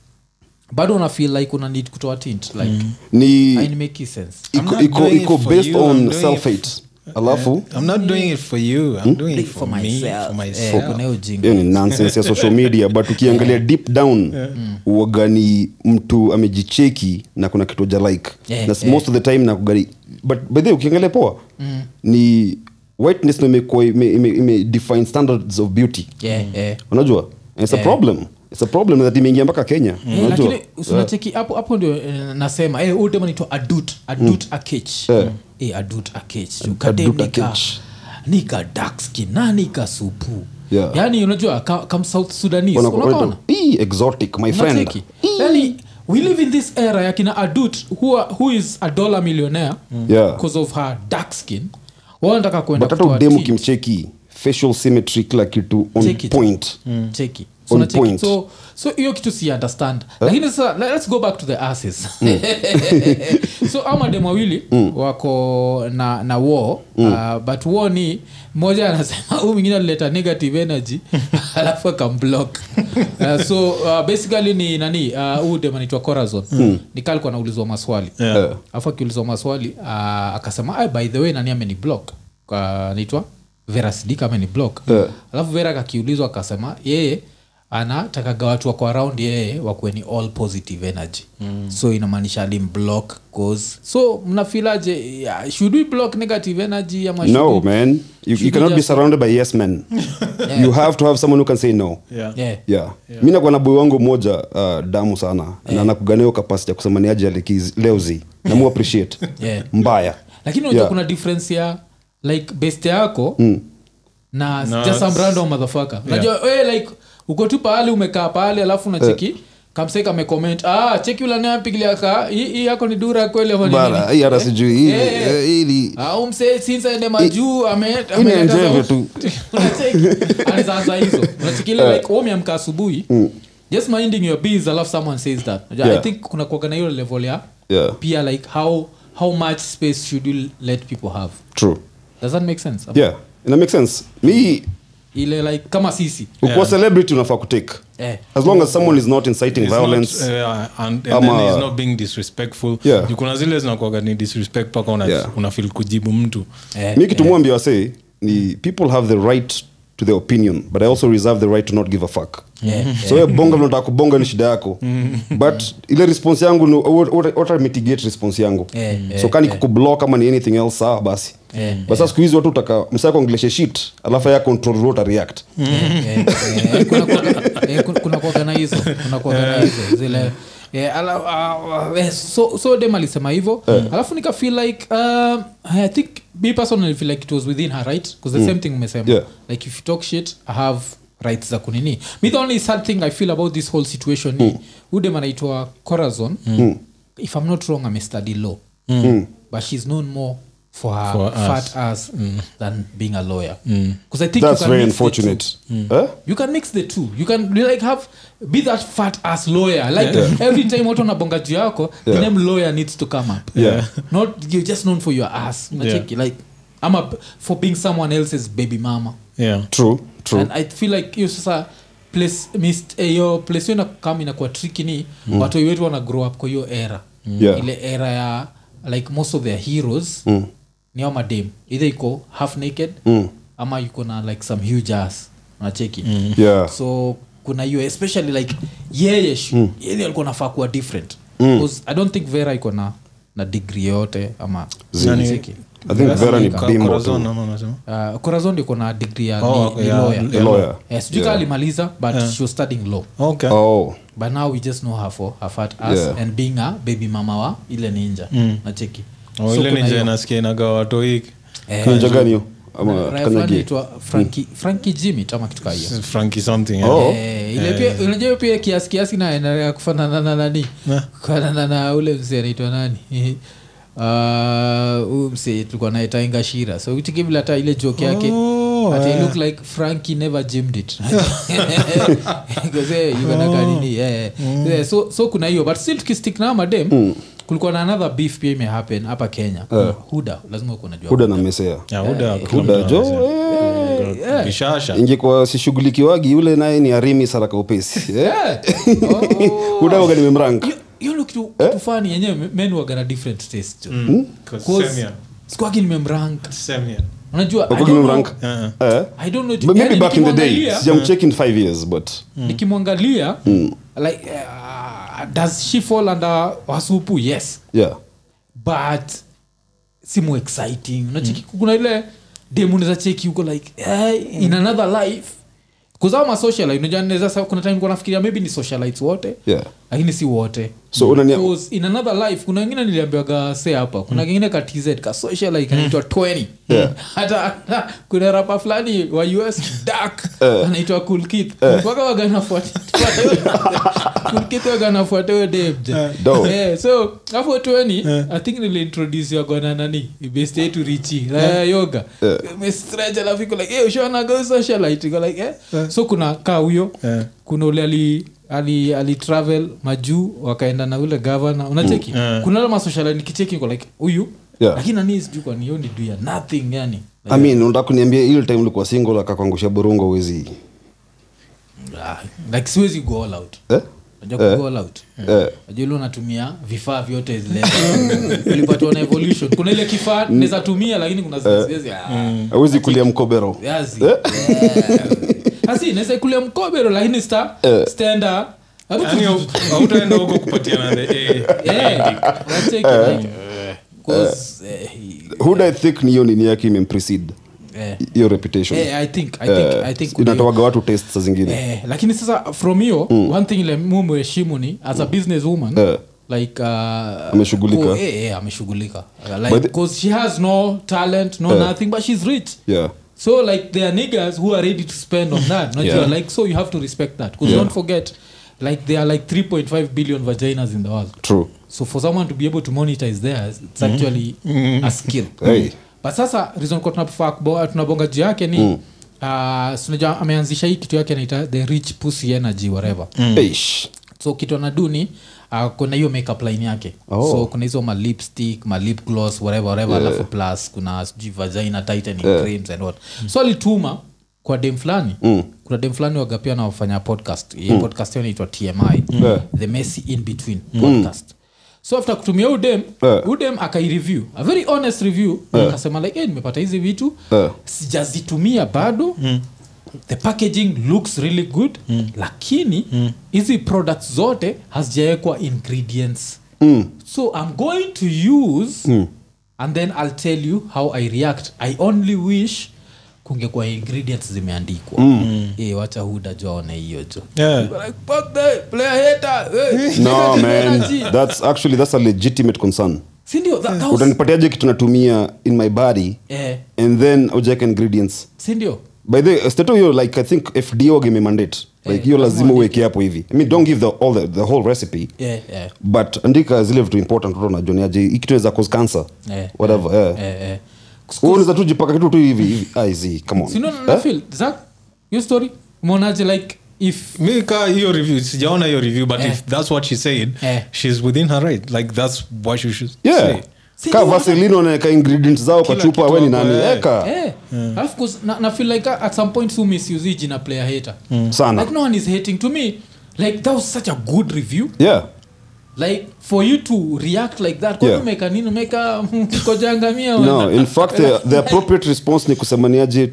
Speaker 1: bado una feel like una need kutoa tint like mm.
Speaker 3: Hmm. ni
Speaker 1: make sense
Speaker 3: iko-
Speaker 2: not
Speaker 3: iko-
Speaker 2: doing it
Speaker 3: iko
Speaker 2: for
Speaker 3: based
Speaker 2: you, I'm
Speaker 3: on
Speaker 2: doing it Eh?
Speaker 3: self hate alafu
Speaker 2: i'm not doing it for you
Speaker 3: Hmm?
Speaker 2: i'm doing it for, me for myself
Speaker 1: Eh, kuna hiyo jinga.
Speaker 3: hiyo ni nonsense ya social media but ukiangalia deep down
Speaker 1: Mm.
Speaker 3: uwaga ni mtu amejicheki na kuna kitu ja like
Speaker 1: Yeah,
Speaker 3: na
Speaker 1: yeah. Mm.
Speaker 3: most of the time nakugari but by the way, ukiangalia poa ni whiteness ndo imekuwa ime- ime- ime define standards of beauty
Speaker 1: yeah,
Speaker 2: Mm.
Speaker 1: eh. yeah.
Speaker 3: unajua And it's a problem it's a problem that imeingia mpaka kenya
Speaker 2: Mm.
Speaker 1: Eh,
Speaker 3: unajua
Speaker 1: lakini usinacheki hapo hapo ndio eh, nasema eh, huyu dem anaitwa adut adut akech Eh, adut akech Kadem
Speaker 3: Mm. Adut
Speaker 1: nika-
Speaker 3: Akech.
Speaker 1: nika dark skin na nika supu
Speaker 3: Yeah.
Speaker 1: yaani unajua ka- kam south sudanese
Speaker 3: Wana-
Speaker 1: unakaona
Speaker 3: Pi, exotic my friend
Speaker 1: Unacheki? Yaani, we live in this era yakina adut who, are- who is a dollar millionaire
Speaker 3: Yeah.
Speaker 1: because of her dark skin wanataka kuenda
Speaker 3: but hata
Speaker 1: kutoa
Speaker 3: udemu
Speaker 1: tea.
Speaker 3: kimcheki facial symmetry kila kitu on
Speaker 1: Take it.
Speaker 3: point
Speaker 1: cheki
Speaker 3: On
Speaker 1: so nacheki.
Speaker 3: point. Eh?
Speaker 1: so so hiyo kitu si understand lakini sasa le- let's go back to the asses
Speaker 3: Mm.
Speaker 1: so ama dem wawili wako na na war
Speaker 3: Mm.
Speaker 1: uh, but war ni mmoja anasema huu mwingine alileta negative energy alafu akamblock uh, so uh, basically ni nani uh, huu dem anaitwa corazon
Speaker 3: Mm.
Speaker 1: nikalikuwa anaulizwa maswali
Speaker 2: Yeah.
Speaker 1: alafu akiulizwa maswali uh, akasema "Ah, by the way nani ameniblock
Speaker 3: Eh.
Speaker 1: naitwa vera sidika ameni block alafu vera akakiulizwa akasema yeye anatakaga watu wako around yeye wakuwe ni all positive energy
Speaker 3: Hmm.
Speaker 1: mm. so inamaanisha alimblock cause so mnafilaje yeah, should we block negative energy ama
Speaker 3: no
Speaker 1: should we-
Speaker 3: man you,
Speaker 1: should we
Speaker 3: you cannot be
Speaker 1: just-
Speaker 3: surrounded by yes men you have to have someone who can say no
Speaker 2: Yeah.
Speaker 1: yeah.
Speaker 3: yeah. mi nakuwa na boy wangu moja uh, damu sana na nakuganiao kapasiti ya kusema ni aje alikiz- leuzi namu appreciate
Speaker 1: Yeah.
Speaker 3: mbaya
Speaker 1: lakini unajua
Speaker 3: Yeah. Mm.
Speaker 1: kuna difference ya like beste yako na
Speaker 2: Na-
Speaker 1: just some random motherfucker unajua yeah. like uko tu pahali umekaa pahali alafu unacheki
Speaker 3: Eh.
Speaker 1: kamseka amecomment ah cheki ule anayepigilia ka hii hii yako ni dura kweli ama ni
Speaker 3: bara
Speaker 1: nini?"
Speaker 3: hii hata sijui hii-
Speaker 1: Yeah, yeah.
Speaker 3: eh, hili
Speaker 1: au msee since aende majuu ame-
Speaker 3: hii ni
Speaker 1: ameleta
Speaker 3: enjeve
Speaker 1: sauti.
Speaker 3: tu
Speaker 1: Unacheki? anazaanza hizo
Speaker 3: Eh.
Speaker 1: unachikilia like wewe umeamka asubuhi just minding your biz alafu someone says that Unajua, i
Speaker 3: Mm. Yeah.
Speaker 1: think kuna kuaga na hiyo level ya
Speaker 3: Yeah.
Speaker 1: pia like how how much space should you let people have
Speaker 3: true
Speaker 1: does that make sense
Speaker 3: yeah ina make sense mi
Speaker 1: ile like kama sisi
Speaker 3: ukuwa celebrity unafaa kutake
Speaker 1: eh.
Speaker 3: as long as someone is not inciting
Speaker 2: It's
Speaker 3: violence
Speaker 2: not, uh, and, and
Speaker 3: Ama-
Speaker 2: then he's not being disrespectful
Speaker 3: Yeah.
Speaker 2: Juu kuna zile zinakuaga ni disrespect mpaka una,
Speaker 3: Yeah.
Speaker 2: una feel kujibu mtu
Speaker 1: Eh.
Speaker 3: mi kitu mwambia wasee ni people have the right to their opinion but i also reserve the right to not give a fuck
Speaker 1: Yeah.
Speaker 2: Mm-hmm.
Speaker 3: so we bonga nataka kubonga ni shida yako but ile response yangu ni what- what- what I mitigate response yangu
Speaker 1: Yeah, yeah,
Speaker 3: so kani kukublock ama ni anything else sawa basi
Speaker 1: Yeah,
Speaker 3: but sasa siku hizi watu utaka msako ngeleshe shit alafu ya control road react
Speaker 2: Mm-hmm.
Speaker 1: Eh, eh, kuna kuaga- eh, kuna- kuna kuaga na hizo kuna kuaga na hizo zile eh, ala, ah, eh, so, so dem alisema hivyo
Speaker 3: Eh.
Speaker 1: alafu nika feel like um, i think me personally feel like it was within her right because the same thing umesema
Speaker 3: Mm. Yeah.
Speaker 1: like if you talk shit i have rights za kunini me the only sad thing i feel about this whole situation ni
Speaker 3: Mm.
Speaker 1: huyu dem anaitwa corazon Mm. if i'm not wrong amestudy law
Speaker 3: Mm.
Speaker 1: Mm. but she's known more for her
Speaker 2: For us. Mm.
Speaker 1: fat ass than being a lawyer because i think you
Speaker 3: that's
Speaker 1: can
Speaker 3: very
Speaker 1: mix the two
Speaker 3: unfortunate
Speaker 1: Mm.
Speaker 3: Eh?
Speaker 1: you can mix the two you can you like have be that fat ass lawyer like every time watu wanabonga juu yako the name lawyer needs to come up
Speaker 3: Yeah.
Speaker 1: not you're just known for your ass Unacheki, like ama p- for being someone else's baby mama
Speaker 2: yeah.
Speaker 3: true true
Speaker 1: and i feel like hiyo sasa place mist eh, hiyo place hiyo inakam inakuwa tricky ni mm. watoi wetu wana grow up kwa hiyo era
Speaker 3: Mm. Yeah. Mm.
Speaker 1: ile era ya like most of their heroes ni ao madame either iko half naked ama yuko na like some huge ass nacheki
Speaker 3: yeah
Speaker 1: so kuna hiyo especially like yeye sh-
Speaker 3: Mm.
Speaker 1: yeye alikuwa nafaa kuwa different Because i don't think vera iko na na degree yoyote ama
Speaker 2: Nani-
Speaker 1: Cheki.
Speaker 3: i think vera ni
Speaker 2: Ka-
Speaker 3: bimbo
Speaker 2: Corazon
Speaker 3: tu
Speaker 2: ama unasema?
Speaker 1: Uh, corazon iko na degree ya
Speaker 2: Oh,
Speaker 1: ni, ni
Speaker 2: yeah,
Speaker 1: lawyer
Speaker 2: yeah.
Speaker 3: the lawyer
Speaker 1: Eh, sijui kaa alimaliza but she was studying law
Speaker 2: Okay.
Speaker 3: oh
Speaker 1: but now we just know her for her fat ass
Speaker 3: Yeah.
Speaker 1: and being a baby mama wa ile ninja nacheki So
Speaker 2: Oh, ile
Speaker 1: kuna
Speaker 2: ninja
Speaker 1: hiyo.
Speaker 2: inasikia inagaa watoi
Speaker 1: Eh,
Speaker 3: Kuna jaga niyo? ama
Speaker 1: raia fulani
Speaker 3: tukanyagie
Speaker 1: aitwa Frankie-
Speaker 2: Mm.
Speaker 1: Frankie Jimit ama kitu kaa hiyo
Speaker 2: franki something yeah.
Speaker 3: Oh.
Speaker 1: Eh, ile pia unajua pia kiasi kiasi naendelea kufanana na nani
Speaker 2: Eh.
Speaker 1: kufanana na ule mzee anaitwa nani Uh, huyu msee tulikuwa naye tainga shira so ukitiki vile hata ile joke yake
Speaker 2: Oh,
Speaker 1: ati, "I
Speaker 2: eh.
Speaker 1: look like frankie never jimmed it Because, eh, you
Speaker 2: Oh.
Speaker 1: gonna kanini, eh.
Speaker 2: Mm.
Speaker 1: Eh, so, so kuna hiyo but still tukistick na madem kulikuwa na another beef pia imehappen hapa kenya huda lazima uko najua
Speaker 3: huda na mesea
Speaker 2: Yeah, huda- kila mtu
Speaker 3: huda jo
Speaker 2: anaweza.
Speaker 3: eh.
Speaker 2: Kishasha.
Speaker 3: ingekuwa sishughulikiwagi yule naye ni arimi saraka upesi eh?
Speaker 1: Oh.
Speaker 3: hudaoga nimemrank
Speaker 1: Hiyo- hiyo ndo kitu kitu fani yenyewe men waga na different taste
Speaker 2: Mm. Semia.
Speaker 1: skwaki nimemrank
Speaker 2: Semia.
Speaker 1: unajua I
Speaker 3: Wakuwa
Speaker 1: don't
Speaker 3: nimemrank?
Speaker 1: know-
Speaker 2: Eh.
Speaker 3: Eh?
Speaker 1: I don't know-
Speaker 3: But maybe
Speaker 1: yani Uh-huh. Hmm.
Speaker 3: back in the Mm. day
Speaker 1: nikimwangalia-
Speaker 3: sijamcheck in five years but
Speaker 1: nikimwangalia
Speaker 3: Mm.
Speaker 1: like uh, does she fall under wasupu yes
Speaker 3: yeah
Speaker 1: but si mo exciting unacheki kuna ile demuneza cheki huko like eh, in another life kuzama socialite unajua naweza sa- kuna time nilikuwa nafikiria maybe ni socialites wote
Speaker 3: Yeah.
Speaker 1: lakini si wote
Speaker 3: So unania-
Speaker 1: Because in another life kuna wengine niliambiwaga se hapa kuna kengine ka tz ka socialite anaitwa 20
Speaker 3: Mm. Yeah.
Speaker 1: hata hata kuna rapa fulani wa us dak
Speaker 3: Eh.
Speaker 1: anaitwa kulkit mpaka waganafuatakulkit waganafuata huyo debja
Speaker 3: Dope.
Speaker 1: Eh, so apo 20 i think niliintrodusiwagwa na nani beste yetu richi raya yoga
Speaker 3: Eh.
Speaker 1: mestrach alafu iko like "Eh, ushanaga socialite iko like eh? so kuna kaa huyo
Speaker 2: Eh.
Speaker 1: kuna ule ali ali alitravel majuu wakaenda na ule gavana unacheki
Speaker 2: Eh.
Speaker 1: kuna lama socialite nikicheki iko like huyu
Speaker 3: Mm. Yeah.
Speaker 1: lakini nani sijui kwani hiyo ni do ya nothing yani
Speaker 3: i mean unataka kuniambia ile time ulikuwa eh? single akakuangusha burungo uwezi
Speaker 1: Ah, like siwezi go all out
Speaker 3: eh?
Speaker 1: najua kugo all out najua ile unatumia vifaa vyote zile ulipatiwa na evolution kuna ile kifaa
Speaker 3: Mm.
Speaker 1: naweza tumia lakini kuna
Speaker 3: Eh.
Speaker 1: zile siwezi ah,
Speaker 3: awezi kulia mkobero
Speaker 1: yazi
Speaker 3: Eh.
Speaker 1: hasi Eh. naweza kulia mkobero lakini sta
Speaker 3: Eh.
Speaker 1: standa Hapo
Speaker 2: Yaani,
Speaker 1: tu-
Speaker 2: hau- hautaenda huko kupatiana the eh,
Speaker 1: Yeah, unatake it, like,
Speaker 3: uh,
Speaker 1: because, eh, he-
Speaker 3: huda i think niyo nini yake imemprecede
Speaker 1: eh,
Speaker 3: hiyo reputation
Speaker 1: eh, I think- I think-
Speaker 3: Uh,
Speaker 1: I think kuna hiyo.
Speaker 3: inatoaga watu test saa zingine
Speaker 1: eh, lakini sasa from hiyo
Speaker 3: Hmm.
Speaker 1: one thing ile mu muheshimu ni as a business woman
Speaker 3: Eh.
Speaker 1: like uh,
Speaker 3: Ameshughulika.
Speaker 1: ku- eh, eh, ameshughulika Uh,
Speaker 3: But
Speaker 1: like
Speaker 3: the- Uh.
Speaker 1: because she has no talent no nothing but she's rich
Speaker 3: yeah
Speaker 1: so like there are niggas who are ready to spend on that not
Speaker 3: Yeah.
Speaker 1: like so you have to respect that because
Speaker 3: Yeah.
Speaker 1: don't forget like there are like 3.5 billion vaginas in the world
Speaker 3: true
Speaker 1: so for someone to be able to monetize theirs it's actually a skill
Speaker 3: Hey.
Speaker 1: but sasa reason kwa tunafaa kubo- tunabonga juu yake ni mm. uh, sinajua ameanzisha hii kitu yake anaita the rich pussy energy whatever
Speaker 3: Eish.
Speaker 1: so kitu anaduni uh, kuna hiyo makeup line yake
Speaker 3: Oh.
Speaker 1: so kuna hizo ma lipstick ma lip gloss whatever whatever alafu plus kuna sijui vagina tightening creams and what so alituma kwa dem fulani
Speaker 3: Mm.
Speaker 1: kuna dem fulani waga pia nawafanya podcast hii podcast hiyo inaitwa tmi
Speaker 3: Yeah. Mm.
Speaker 1: the messy in between podcast so after kutumia udem
Speaker 3: Yeah.
Speaker 1: udem akaireview a very honest review akasema like hey, nimepata hizi vitu
Speaker 3: Yeah.
Speaker 1: sijazitumia bado the packaging looks really good lakini hizi products zote hazijawekwa ingredients
Speaker 3: Mm.
Speaker 1: so i'm going to use and then i'll tell you how i react i only wish kungekuwa ingredients zimeandikwa
Speaker 3: Mm.
Speaker 1: Eh, wacha huda jo aone hiyo jo
Speaker 2: yeah.
Speaker 1: Like, fuck that, player hater, eh.
Speaker 3: no
Speaker 1: Negative
Speaker 3: man
Speaker 1: energy.
Speaker 3: that's actually that's a legitimate concern
Speaker 1: Si ndio? That- that was-
Speaker 3: utanipatiaje kitu natumia in my body
Speaker 1: Eh,
Speaker 3: and then ujaweka ingredients
Speaker 1: si ndio?
Speaker 3: by the stato hiyo like i think fda wagame mandate like hiyo lazima uweke hapo hivi i mean don't give the, all the, the whole recipe
Speaker 1: Eh, eh,
Speaker 3: but andika zile vitu important watu wanajioniaje hii kitu inaweza cause cancer
Speaker 1: Eh,
Speaker 3: whatever yeah.
Speaker 1: eh, eh.
Speaker 3: Wewe unaweza tu jipaka kitu tu hivi hivi iz come on
Speaker 1: Si ndio, na-
Speaker 3: Eh?
Speaker 1: nafeel, Zack, hiyo story umeonaje like if
Speaker 2: mi ka hiyo review sijaona hiyo review but
Speaker 1: Eh.
Speaker 2: if that's what she said
Speaker 1: Eh.
Speaker 2: she's within her right like that's what she should
Speaker 3: yeah
Speaker 2: say
Speaker 1: Si
Speaker 3: kaa
Speaker 1: ndio?
Speaker 3: vaseline wanaweka ingredients zao kwa
Speaker 2: Kila
Speaker 3: chupa
Speaker 2: kitu
Speaker 3: we ni
Speaker 2: hapo,
Speaker 3: nani
Speaker 2: eh.
Speaker 3: eka
Speaker 1: Eh, alafu kus- na- na feel like at some point su misuse jina player hater
Speaker 3: Mm. sana
Speaker 1: like no one is hating to me like that was such a good review
Speaker 3: yeah
Speaker 1: like for you to react like that
Speaker 3: Yeah.
Speaker 1: kwameka nini umeka kojangamia
Speaker 3: no in fact
Speaker 1: Eh,
Speaker 3: eh, the, the appropriate response ni kusemaniaje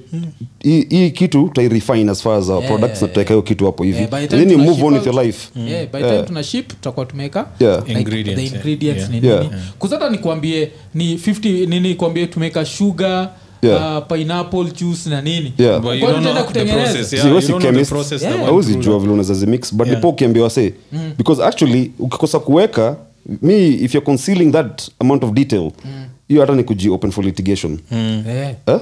Speaker 3: hii hii kitu tairefine as far as our products na tutaweka hiyo kitu hapo hivi
Speaker 1: Yeah, by the
Speaker 3: And
Speaker 1: time Mm.
Speaker 3: then you
Speaker 1: tuna
Speaker 3: move
Speaker 1: ship
Speaker 3: on with your
Speaker 1: out-
Speaker 3: life Mm.
Speaker 1: Yeah, by the time tuna ship tutakuwa tumeweka
Speaker 3: Yeah.
Speaker 1: like,
Speaker 2: Ingredients,
Speaker 1: the
Speaker 2: yeah.
Speaker 1: ingredients
Speaker 2: Yeah.
Speaker 1: ni nini
Speaker 3: Yeah.
Speaker 1: kuzata nikuambie ni 50 nini kuambie tumeweka sugar
Speaker 3: Yeah.
Speaker 1: uh, pineapple juice na nini
Speaker 3: Yeah.
Speaker 2: but
Speaker 1: Kwani
Speaker 2: you don't know
Speaker 1: utaenda
Speaker 2: the process
Speaker 1: kutengeneza?
Speaker 2: yeah
Speaker 3: See,
Speaker 2: you
Speaker 3: wewe
Speaker 2: don't
Speaker 3: si
Speaker 2: know the
Speaker 3: chemist.
Speaker 2: process that
Speaker 1: Yeah. Mm.
Speaker 2: went
Speaker 3: auzi
Speaker 2: through
Speaker 3: jua vile unaweza zimix but
Speaker 2: Yeah.
Speaker 3: ndipo ukiambiwa se because actually ukikosa kuweka me if you're concealing that amount of detail
Speaker 1: Mm.
Speaker 3: hiyo hata ni kuji open for litigation
Speaker 1: yeah.
Speaker 3: Eh?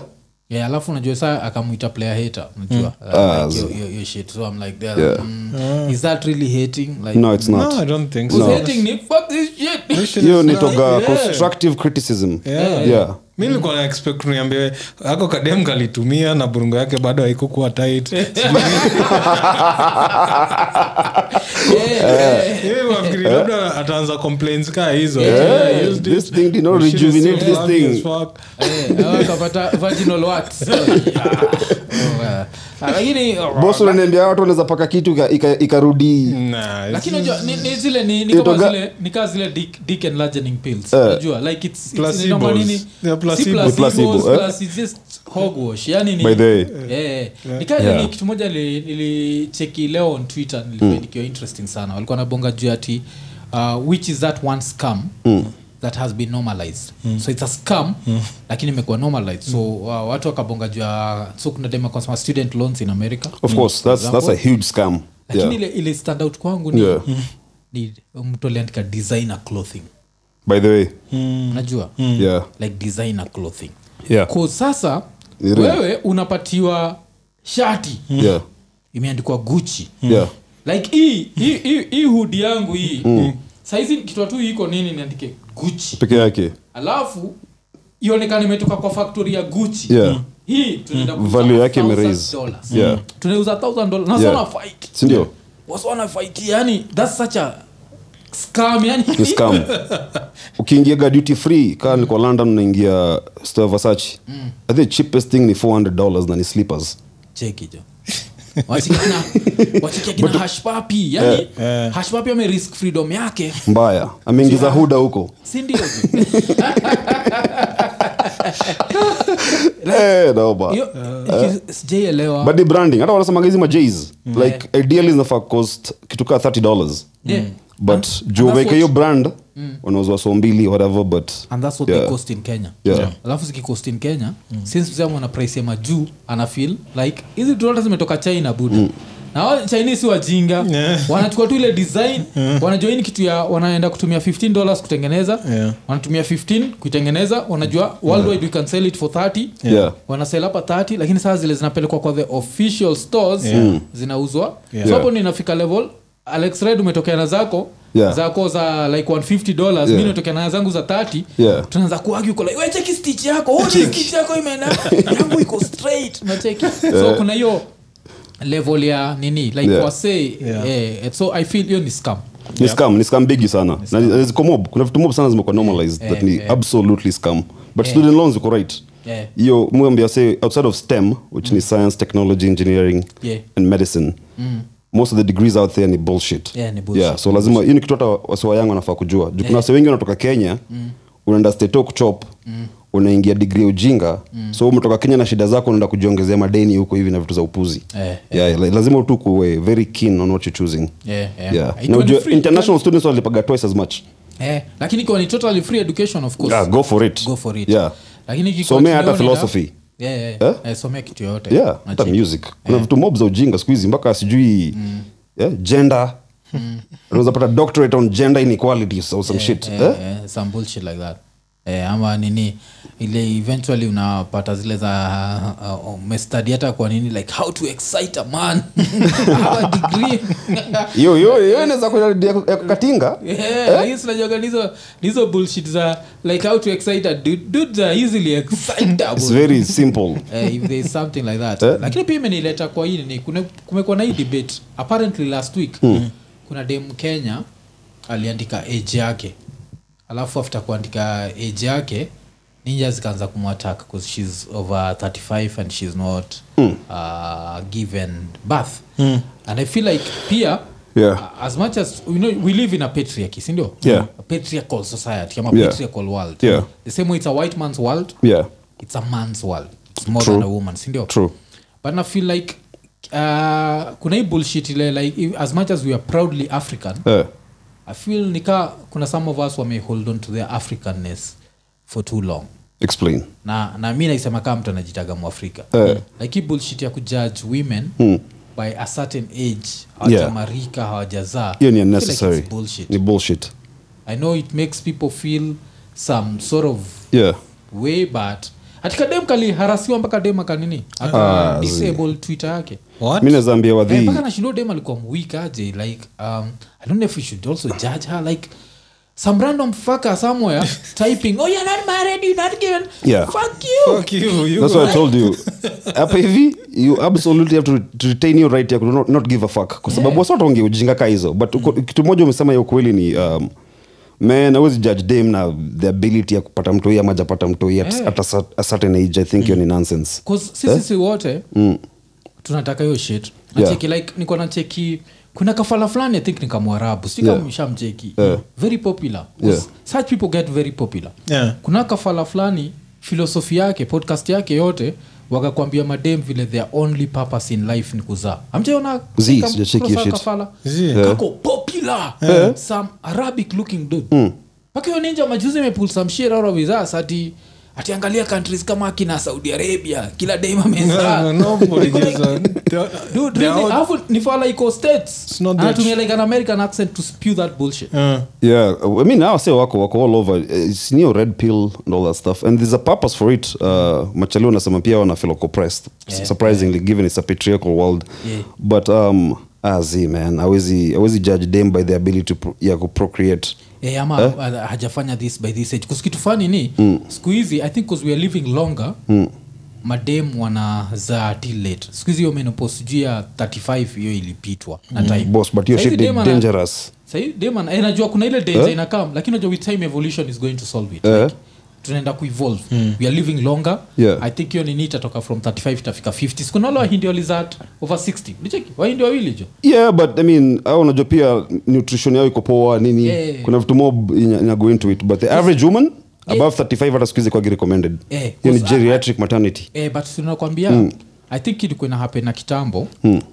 Speaker 1: Yeah, alafu unajua saa akamwita player hater unajua uh, like, yo, yo, yo shit so i'm like there like, mm, is that really hating like
Speaker 3: no it's
Speaker 2: that.
Speaker 3: not
Speaker 2: no i don't think
Speaker 1: who's
Speaker 2: so
Speaker 1: hating ni fuck this shit
Speaker 2: Shit is
Speaker 3: hiyo
Speaker 2: not-
Speaker 3: nitoga
Speaker 2: Yeah.
Speaker 3: constructive criticism
Speaker 2: Yeah.
Speaker 3: yeah
Speaker 2: mi nilikuwa na expect niambie ako kadem kalitumia na burungo yake bado haikukuwa tight
Speaker 1: Yeah, yeah.
Speaker 2: Hivi wafikiri labda ataanza complaints kaa hizo
Speaker 1: Yeah.
Speaker 2: Yeah, I used
Speaker 3: Eh? This
Speaker 2: it.
Speaker 3: thing did not
Speaker 2: The shit is
Speaker 3: rejuvenate
Speaker 2: so
Speaker 3: this
Speaker 2: ugly
Speaker 3: thing.
Speaker 2: as fuck.
Speaker 1: Eh, hawa wakapata vaginal warts. Yeah. Ah, Hmm. lakini
Speaker 3: bos unaniambia watu wanaweza paka kitu ika- ika- ikarudi
Speaker 2: Nah, it's-
Speaker 1: lakini unajua ni, ni zile ni, ni kama
Speaker 3: Itoga-
Speaker 1: zile ni kama zile dick, dick enlargening pills
Speaker 3: Eh.
Speaker 1: unajua like it's, it's ni kama
Speaker 2: Placebos.
Speaker 1: nini
Speaker 2: They are
Speaker 1: si
Speaker 2: placebo.
Speaker 1: placebos,
Speaker 3: Placebo, eh?
Speaker 1: plus it's just hogwash yani ni
Speaker 3: By the way.
Speaker 1: eh ni kama
Speaker 3: Yeah. Mm.
Speaker 1: ni kitu moja nili- nilicheki leo on Twitter nilikuwa nikiwa interesting sana walikuwa nabonga juu ati uh, which is that one scam
Speaker 3: Mm.
Speaker 1: that has been normalized
Speaker 2: Mm.
Speaker 1: so it's a scam lakini imekuwa normalized so uh, watu wakabonga juu ya so kuna dem alikuwa anasema student loans in America
Speaker 3: of course that's, that's a
Speaker 1: Example
Speaker 3: huge scam
Speaker 1: lakini
Speaker 3: yeah.
Speaker 1: ile, ile stand out kwangu ni, Mm.
Speaker 3: Yeah.
Speaker 1: ni um, mtu aliandika designer clothing
Speaker 3: by the way
Speaker 1: Hmm. unajua
Speaker 3: yeah
Speaker 1: like designer clothing
Speaker 3: Yeah.
Speaker 1: Kwa sasa
Speaker 3: Ni real.
Speaker 1: wewe unapatiwa shati
Speaker 3: yeah
Speaker 1: imeandikwa guchi
Speaker 3: yeah
Speaker 1: like hii hii- hii- hii hudi yangu hii
Speaker 3: Mm.
Speaker 1: saizi kitwa tu iko nini niandike guchi
Speaker 3: peke yake
Speaker 1: alafu ionekana imetoka kwa factory ya guchi
Speaker 3: Yeah.
Speaker 1: hii tunaenda kuuza
Speaker 3: Value yake ime raise.
Speaker 1: $1,000.
Speaker 3: Yeah.
Speaker 1: tunauza 1000 dollars na
Speaker 3: Yeah.
Speaker 1: sana fight
Speaker 3: sindio
Speaker 1: wasona fight yani that's such a scam yani
Speaker 3: ni scam ukiingiaga duty free kaa niko london unaingia
Speaker 1: Hmm.
Speaker 3: store ya versace i think cheapest thing ni 400 dollars na ni slippers
Speaker 1: cheki jo wachikia kina- wachikia kina hashpapi yani hashpapi ame risk freedom yake
Speaker 3: mbaya ameingiza huda huko
Speaker 1: sindio
Speaker 3: Eh, naomba.
Speaker 1: sijaielewa
Speaker 3: But the branding hata wanasemaga hizi majs
Speaker 1: Hmm.
Speaker 3: like ideally zinafaa cost kitu kaa 30 dollars
Speaker 1: Yeah.
Speaker 3: but juu
Speaker 1: that's
Speaker 3: weka
Speaker 1: what- Mm.
Speaker 3: hiyo brand wanauzwa so mbili whatever but
Speaker 1: and that's what
Speaker 3: Yeah.
Speaker 1: they cost in kenya
Speaker 3: Yeah. Yeah.
Speaker 1: alafu zikikost in kenya since msema ana price ya majuu ana feel like hizi dollar zimetoka china buda
Speaker 3: Mm.
Speaker 1: na wa chinese si wajinga
Speaker 2: Yeah.
Speaker 1: wanachukua tu ile design wanajua hii ni kitu ya wanaenda kutumia 15 dollars kutengeneza
Speaker 2: Yeah.
Speaker 1: wanatumia 15 kuitengeneza wanajua worldwide we can sell it for 30
Speaker 3: Yeah.
Speaker 1: wanasell hapa 30 lakini saa zile zinapelekwa kwa the official stores
Speaker 3: Mm.
Speaker 1: zinauzwa
Speaker 2: Yeah.
Speaker 1: so hapo ndio inafika level alex red umetokea na zako
Speaker 3: Yeah.
Speaker 1: zako za like 150 dollars mi natokea na zangu za 30
Speaker 3: Yeah.
Speaker 1: tunaanza kuagi uko like wecheki stitch yako ona stitch yako imeenda yangu iko straight
Speaker 3: Eh.
Speaker 1: unacheki so kuna hiyo level ya nini like
Speaker 3: Yeah.
Speaker 1: wasee
Speaker 2: Yeah.
Speaker 1: eh, so i feel hiyo ni scam
Speaker 3: ni scam ni scam bigi sana Na ni- na ziko mob kuna vitu mob sana zimekuwa normalized
Speaker 1: Eh,
Speaker 3: that ni absolutely scam but student loans uko right
Speaker 1: Yeah.
Speaker 3: hiyo mwambia say outside of stem which ni science technology engineering
Speaker 1: Mm. Yeah. Mm.
Speaker 3: and medicine most of the degrees out there ni bullshit
Speaker 1: Yeah, ni bullshit. Eh.
Speaker 3: yeah so lazima hiyo ni kitu hata wasiwa yangu wanafaa kujua juu kuna wase wengi wanatoka kenya
Speaker 1: Mm.
Speaker 3: unaenda state Oak chop unaingia digri ya ujinga
Speaker 1: Mm.
Speaker 3: so umetoka kenya na shida zako unaenda kujiongezea madeni huko hivi na vitu za upuzi
Speaker 1: Eh,
Speaker 3: yeah, la- lazima tu kuwe very keen on what you're choosing
Speaker 1: Yeah, yeah.
Speaker 3: Yeah.
Speaker 1: It
Speaker 3: Na
Speaker 1: went
Speaker 3: ujue
Speaker 1: free.
Speaker 3: international students walipaga twice as much
Speaker 1: eh, lakini ikiwa ni totally free education of course
Speaker 3: yeah, go for it
Speaker 1: go for it
Speaker 3: yeah.
Speaker 1: lakini ikiwa
Speaker 3: Somea hata
Speaker 1: chuoni na-
Speaker 3: philosophy.
Speaker 1: yeah, yeah.
Speaker 3: Eh?
Speaker 1: Eh, somea kitu yoyote
Speaker 3: yeah, hata
Speaker 1: Unacheki.
Speaker 3: music kuna vitu mob za ujinga siku hizi mpaka sijui
Speaker 1: Mm.
Speaker 3: yeah, gender unaweza pata doctorate on gender inequalities or some shit
Speaker 1: Eh,
Speaker 3: eh?
Speaker 1: eh, some bullshit like that eh, ama nini ile eventually unapata zile za uh, uh, umestadi hata kwa nini like how to excite a man Our degree
Speaker 3: hiyo hiyo hiyo inaweza kuja ya- ya katinga
Speaker 1: Yeah, lakini si unajuaga ni hizo- ni hizo bullshit za like how to excite a dude dudes are easily
Speaker 3: it's
Speaker 1: excitable
Speaker 3: very simple
Speaker 1: eh, if there is something like that
Speaker 3: Eh.
Speaker 1: lakini pia imenileta kwa hii ni kumekuwa na hii debate apparently last week
Speaker 3: Hmm.
Speaker 1: kuna dem kenya aliandika age yake alafu after kuandika age yake ninja zikaanza kumwattack because she's over 35 and she's not
Speaker 3: Hmm.
Speaker 1: uh, given birth and i feel like pia
Speaker 3: Yeah.
Speaker 1: as much as you know, we live in a patriarchy sindio
Speaker 3: Yeah.
Speaker 1: a patriarchal society ama
Speaker 3: Yeah.
Speaker 1: patriarchal world
Speaker 3: Yeah.
Speaker 1: the same way it's a white man's world
Speaker 3: yeah
Speaker 1: it's a man's world it's more
Speaker 3: True.
Speaker 1: than a woman sindio
Speaker 3: True.
Speaker 1: but na feel like uh, kuna hii bullshit ile like if- as much as we are proudly african
Speaker 3: eh.
Speaker 1: i feel nika kuna some of us wame hold on to their africanness for too long
Speaker 3: explain
Speaker 1: na, na mi naisema kama mtu anajitaga mwafrika
Speaker 3: Eh. Hmm.
Speaker 1: like hii bullshit ya kujudge women mm. by a certain age hawajamarika hawajazaa
Speaker 3: hiyo ni
Speaker 1: I feel like it's
Speaker 3: unnecessary
Speaker 1: bullshit.
Speaker 3: ni bullshit
Speaker 1: i know it makes people feel some sort of
Speaker 3: yeah
Speaker 1: way but hatika dem kaliharasiwa mpaka dem akanini aka disable twitter yake
Speaker 2: What?
Speaker 3: mi nazaambia
Speaker 1: Eh,
Speaker 3: Ah, wadhii
Speaker 1: mpaka nashindo dem alikuwa mwik aje like um, i don't know if we should also judge her like some random fucker somewhere typing oh you're not married you're not given
Speaker 3: Yeah.
Speaker 1: fuck you
Speaker 2: Fuck you, you
Speaker 3: that's what i told you hapa hivi you absolutely have to, to retain your right ya ku not, not give a fuck kwa sababu wasotonge ujinga ka hizo but uko- kitu moja umesema ya ukweli ni um, man awezi judge dem na the ability ya kupata mtoi ama japata mtoi at, at a, cer- a certain age i think hiyo ni nonsense
Speaker 1: Cause
Speaker 3: Eh?
Speaker 1: sisi si wote
Speaker 3: Mm.
Speaker 1: tunataka hiyo shit nacheki like niko nacheki kuna kafala fulani i think ni kamwarabu si
Speaker 3: Yeah. Eh.
Speaker 1: kama mshamcheki very popular 'Cause
Speaker 3: Yeah.
Speaker 1: such people get very popular
Speaker 2: Yeah.
Speaker 1: kuna kafala fulani filosofi yake podcast yake yote wakakwambia madem vile their only purpose in life ni kuzaa amjaona
Speaker 3: Zii, sijacheki hiyo shit.
Speaker 1: kafala
Speaker 2: Zii.
Speaker 1: kako popular
Speaker 2: Eh.
Speaker 1: some arabic looking dude
Speaker 2: Hmm.
Speaker 1: mpaka hiyo ninja majuzi imepull some shit out of his ass ati atiangalia countries kama akina saudi arabia kila daima
Speaker 2: Eh,
Speaker 1: meza
Speaker 2: No, no, nobody gives a- They're- they're all-
Speaker 1: alafu nifala iko states
Speaker 2: It's not that-
Speaker 1: anatumia like an american accent to spew that bullshit
Speaker 2: Uh,
Speaker 3: yeah i mean now say wako wako all over it's new red pill and all that stuff and there's a purpose for it uh, machalio unasema pia wana feel oppressed
Speaker 1: Yeah.
Speaker 3: surprisingly given it's a patriarchal world
Speaker 1: Yeah.
Speaker 3: but um azi man awezi awezi judge them by their ability pro, ya kuprocreate
Speaker 1: Eh, ama ha- hajafanya this by this age 'Cause kitu fani ni
Speaker 3: Mm.
Speaker 1: siku hizi i think 'cause we are living longer madem wanazaa till late siku hizi hiyo menopause sijui ya 35 hiyo ilipitwa na time
Speaker 3: Mm. boss but hiyo
Speaker 1: Saizi
Speaker 3: shit ni
Speaker 1: dem ana-
Speaker 3: dangerous Eh?
Speaker 1: Sahi, dem ana- eh, najua kuna ile danger inakam lakini najua with time evolution is going to solve it like, tunaenda kuevolve mm. we are living longer
Speaker 3: Yeah.
Speaker 1: i think hiyo nini itatoka from 35 itafika 50 sikunalo wahindi walizat over 60 licheki wahindi wawili jo
Speaker 3: yeah but i mean au unajua pia nutrition yao iko poa nini
Speaker 1: Yeah.
Speaker 3: kuna vitu mob ina ina go into it but the average woman above 35 hata siku hizi kwagi recommended
Speaker 1: Yeah,
Speaker 3: hiyo ni
Speaker 1: because I-
Speaker 3: geriatric maternity
Speaker 1: eh, but tunakwambia
Speaker 3: Hmm.
Speaker 1: i think ilikuwa ina happen na kitambo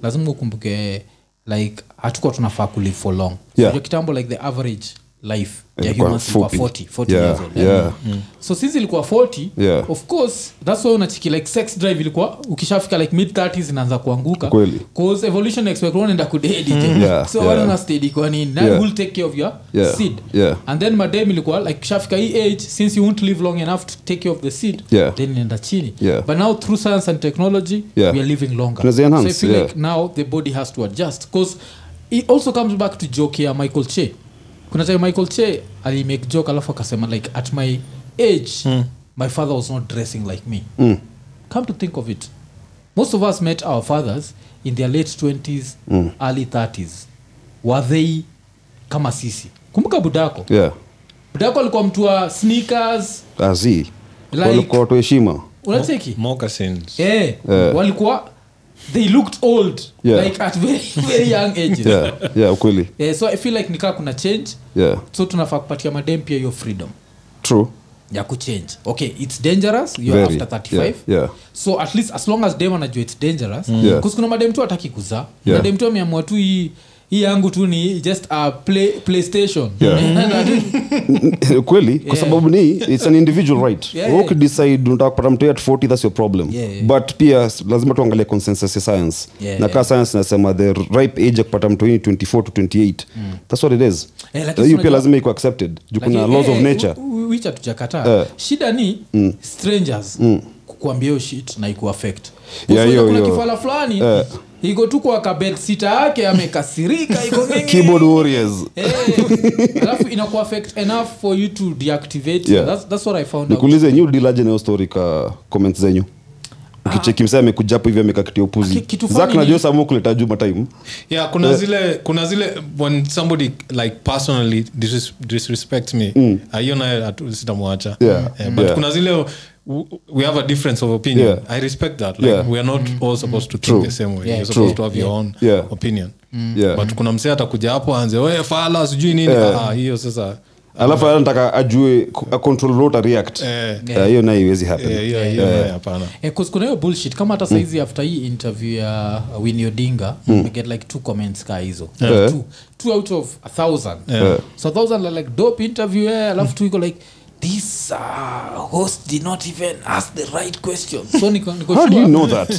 Speaker 1: lazima ukumbuke like hatukuwa tunafaa kulive for long So,
Speaker 3: Yeah.
Speaker 1: unajua kitambo like the average life ya
Speaker 3: Ilikuwa
Speaker 1: humans ilikuwa
Speaker 3: fupi.
Speaker 1: 40 40
Speaker 3: Yeah,
Speaker 1: years old, eh?
Speaker 3: yeah.
Speaker 1: so sisi ilikuwa 40
Speaker 3: Yeah.
Speaker 1: of course that's why unachiki like sex drive ilikuwa ukishafika like mid 30s inaanza kuanguka
Speaker 3: Kweli. Hmm.
Speaker 1: cause evolution expect unaenda kudedi
Speaker 3: Yeah,
Speaker 1: so
Speaker 3: yeah.
Speaker 1: wale una steady kwa nini na
Speaker 3: Yeah.
Speaker 1: who'll take care of your
Speaker 3: Yeah,
Speaker 1: seed
Speaker 3: yeah.
Speaker 1: and then madem ilikuwa like ukishafika hii age since you won't live long enough to take care of the seed
Speaker 3: Yeah.
Speaker 1: then inaenda chini
Speaker 3: Yeah.
Speaker 1: but now through science and technology
Speaker 3: Yeah.
Speaker 1: we are living longer
Speaker 3: Tunazi
Speaker 1: so i
Speaker 3: enhance,
Speaker 1: feel
Speaker 3: yeah.
Speaker 1: like now the body has to adjust because it also comes back to joke ya michael che kuna time michael che alimake joke alafu akasema like at my age my father was not dressing like me
Speaker 3: Mm,
Speaker 1: come to think of it most of us met our fathers in their late 20s
Speaker 3: Hmm.
Speaker 1: early 30s were they kama sisi kumbuka budako
Speaker 3: yeah
Speaker 1: budako alikuwa mtu wa sneakers
Speaker 3: azi
Speaker 1: Like-
Speaker 3: like, watu heshima
Speaker 2: Uh,
Speaker 1: unacheki
Speaker 2: moccasins
Speaker 1: Eh,
Speaker 3: Eh.
Speaker 1: walikuwa they looked old
Speaker 3: Yeah.
Speaker 1: like at very, very young ages
Speaker 3: yeah yeah ukweli
Speaker 1: Eh, so i feel like nikaa kuna change
Speaker 3: yeah
Speaker 1: so tunafaa kupatia madem pia hiyo freedom
Speaker 3: true
Speaker 1: ya kuchange okay its dangerous youare
Speaker 3: Very.
Speaker 1: after 35
Speaker 3: Yeah, yeah. Mm.
Speaker 1: so at least as long as dem anajua its dangerous
Speaker 3: Yeah.
Speaker 1: Because kuna madem tu ataki kuzaa
Speaker 3: Yeah.
Speaker 1: madem tu ameamua tu hii hii yangu tu ni just a play, playstation
Speaker 3: Yeah. kweli kwa sababu ni its an individual right
Speaker 1: Yeah,
Speaker 3: Wewe
Speaker 1: yeah.
Speaker 3: ukidecide unataka kupata mtu at 40 that's your problem
Speaker 1: Yeah, yeah.
Speaker 3: but pia s- lazima tuangalie consensus ya science
Speaker 1: Yeah,
Speaker 3: na kaa
Speaker 1: yeah.
Speaker 3: science inasema the ripe age ya kupata mtu hii 24 to 28 that's what it is
Speaker 1: Mm. Eh,
Speaker 3: Na
Speaker 1: lakini
Speaker 3: hiyo
Speaker 1: si
Speaker 3: pia
Speaker 1: unajua-
Speaker 3: lazima iko accepted juu kuna
Speaker 1: Lakini,
Speaker 3: laws
Speaker 1: eh,
Speaker 3: of
Speaker 1: eh,
Speaker 3: nature Eh.
Speaker 1: wi- wi- which hatujakataa shida ni mm. strangers mm. kukuambia hiyo shit na ikuaffect
Speaker 3: Yeah, hiyo-
Speaker 1: kuna
Speaker 3: hiyo. Eh.
Speaker 1: kifala fulani iko tu kwa kabed sita yake amekasirika iko ng'eng'e.
Speaker 3: keyboard warriors
Speaker 1: Eh, alafu inaku affect enough for you to deactivate
Speaker 3: Yeah.
Speaker 1: that's, that's what i found out.
Speaker 3: nikuulize nyu dilaje nayo story ka comments zenyu ukicheki msee amekuja hapo hivi amekakitia upuzi
Speaker 1: Ki- kitu
Speaker 3: zak
Speaker 1: funny
Speaker 3: najua
Speaker 1: ni-
Speaker 3: samu kuleta juma time
Speaker 2: yeah kuna zile kuna zile when somebody like personally dis disrespects me ah, hiyo naye hatu- sitamwacha
Speaker 3: Mm. Yeah.
Speaker 2: Eh, but
Speaker 3: Yeah.
Speaker 2: kuna zile w- we have a difference of opinion
Speaker 3: Yeah.
Speaker 2: i respect that like
Speaker 3: Yeah.
Speaker 2: we are not all supposed to
Speaker 3: True.
Speaker 2: think the same way
Speaker 1: Mm. Yeah. Mm.
Speaker 2: you're supposed
Speaker 1: True.
Speaker 2: to have your own
Speaker 3: Yeah.
Speaker 2: opinion
Speaker 3: Yeah.
Speaker 2: but kuna msee atakuja hapo aanze we fala sijui nini Ah, hiyo sasa
Speaker 3: alafu anataka ajue ku- a control road a react
Speaker 2: Eh.
Speaker 3: Eh, hiyo nayo iwezi happen
Speaker 2: eh, hiyo hiyo naye hapana
Speaker 1: Eh, 'cause kuna hiyo bullshit kama hata saizi
Speaker 3: Mm.
Speaker 1: after hii interview ya winnie odinga we get like two comments ka hizo
Speaker 3: Yeah. Eh.
Speaker 1: two, two out of a thousand
Speaker 2: Yeah.
Speaker 1: so a thousand are like dope interview eh,
Speaker 3: Mm.
Speaker 1: alafu tu iko like this uh, host did not even ask the right question so niko, niko
Speaker 3: how do you
Speaker 1: sure
Speaker 3: know that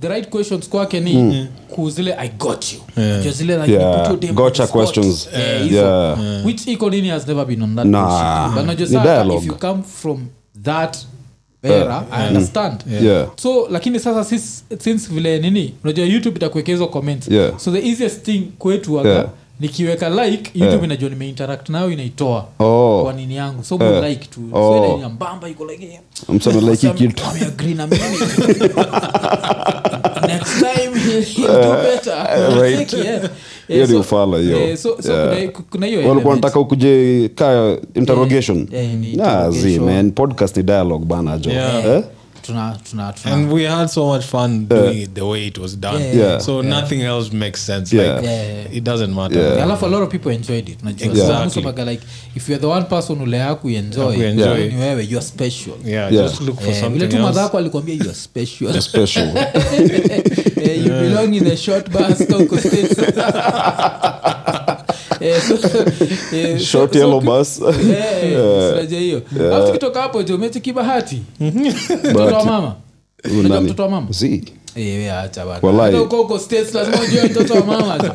Speaker 1: the right questions kwake ni mm. kuzile i got you yeah. zile like
Speaker 3: Yeah,
Speaker 1: you put your name on
Speaker 3: gotcha
Speaker 1: the spot.
Speaker 3: questions.
Speaker 1: Eh,
Speaker 3: Yeah.
Speaker 1: hizo.
Speaker 3: Yeah.
Speaker 1: which economy has never been on that
Speaker 3: Nah.
Speaker 1: bullshit. But najua
Speaker 3: Ni
Speaker 1: sasa,
Speaker 3: dialogue. Uh.
Speaker 1: if
Speaker 3: Mm.
Speaker 1: you come from that era i understand
Speaker 3: Yeah.
Speaker 1: so lakini sasa sis- since vile nini unajua youtube itakuwekezwa comments
Speaker 3: Yeah.
Speaker 1: so the easiest thing kwetu waga
Speaker 3: Yeah.
Speaker 1: nikiweka like youtube inajua nimeinteract nayo inaitoa
Speaker 3: Oh.
Speaker 1: kwa nini yangu so yeah. like tu
Speaker 3: Oh.
Speaker 1: so ina mbamba iko like eh,
Speaker 3: Mtu ame like hii kitu.
Speaker 1: ameagree na mimi next time he'll- he'll do better.
Speaker 3: Eh, right.
Speaker 1: Cheki, eh. Eh,
Speaker 3: Hiyo ni
Speaker 1: so-
Speaker 3: ufala, hiyo.
Speaker 1: eh, so- so
Speaker 3: Yeah.
Speaker 1: kuna- kuna hiyo
Speaker 3: walikuwa
Speaker 1: element.
Speaker 3: wanataka ukuje ka interrogation
Speaker 1: Eh, eh, ni
Speaker 3: Nah, zi,
Speaker 1: interrogation.
Speaker 3: man podcast ni dialogue bana jo
Speaker 2: Yeah.
Speaker 3: Eh?
Speaker 1: Tuna- tuna- tuna-
Speaker 2: and we had so much fun doing it the way it was done
Speaker 1: Yeah.
Speaker 3: Yeah.
Speaker 2: so nothing else makes sense
Speaker 3: Yeah.
Speaker 2: like
Speaker 1: Yeah.
Speaker 2: it doesn't matter
Speaker 1: Yeah, alafu a lot of people enjoyed it unajua.
Speaker 2: Exactly.
Speaker 1: So, most of aga, like if you're the one person ulea kuenjoy
Speaker 2: Ya kuenjoy.
Speaker 1: ni wewe you're special
Speaker 2: yeah,
Speaker 3: Yeah.
Speaker 2: just look for
Speaker 1: Eh,
Speaker 2: something
Speaker 1: vile tu
Speaker 2: else.
Speaker 1: madhako alikuambia you're special
Speaker 3: special
Speaker 1: Eh, you belong in a short bus ka uko States. Eh, so- eh, so-
Speaker 3: short
Speaker 1: so
Speaker 3: yellow
Speaker 1: people-
Speaker 3: bus
Speaker 1: Eh, siraja hiyo alafu tukitoka hapo jo umechikibahati mtoto wa
Speaker 3: Bahati.
Speaker 1: mama
Speaker 3: Huyu
Speaker 1: Unajua
Speaker 3: nani?
Speaker 1: mtoto wa mama
Speaker 3: Zi.
Speaker 1: Eh, we acha bana.
Speaker 3: Walai.
Speaker 1: Hata uko huko States lazima ujue mtoto wa mama tu.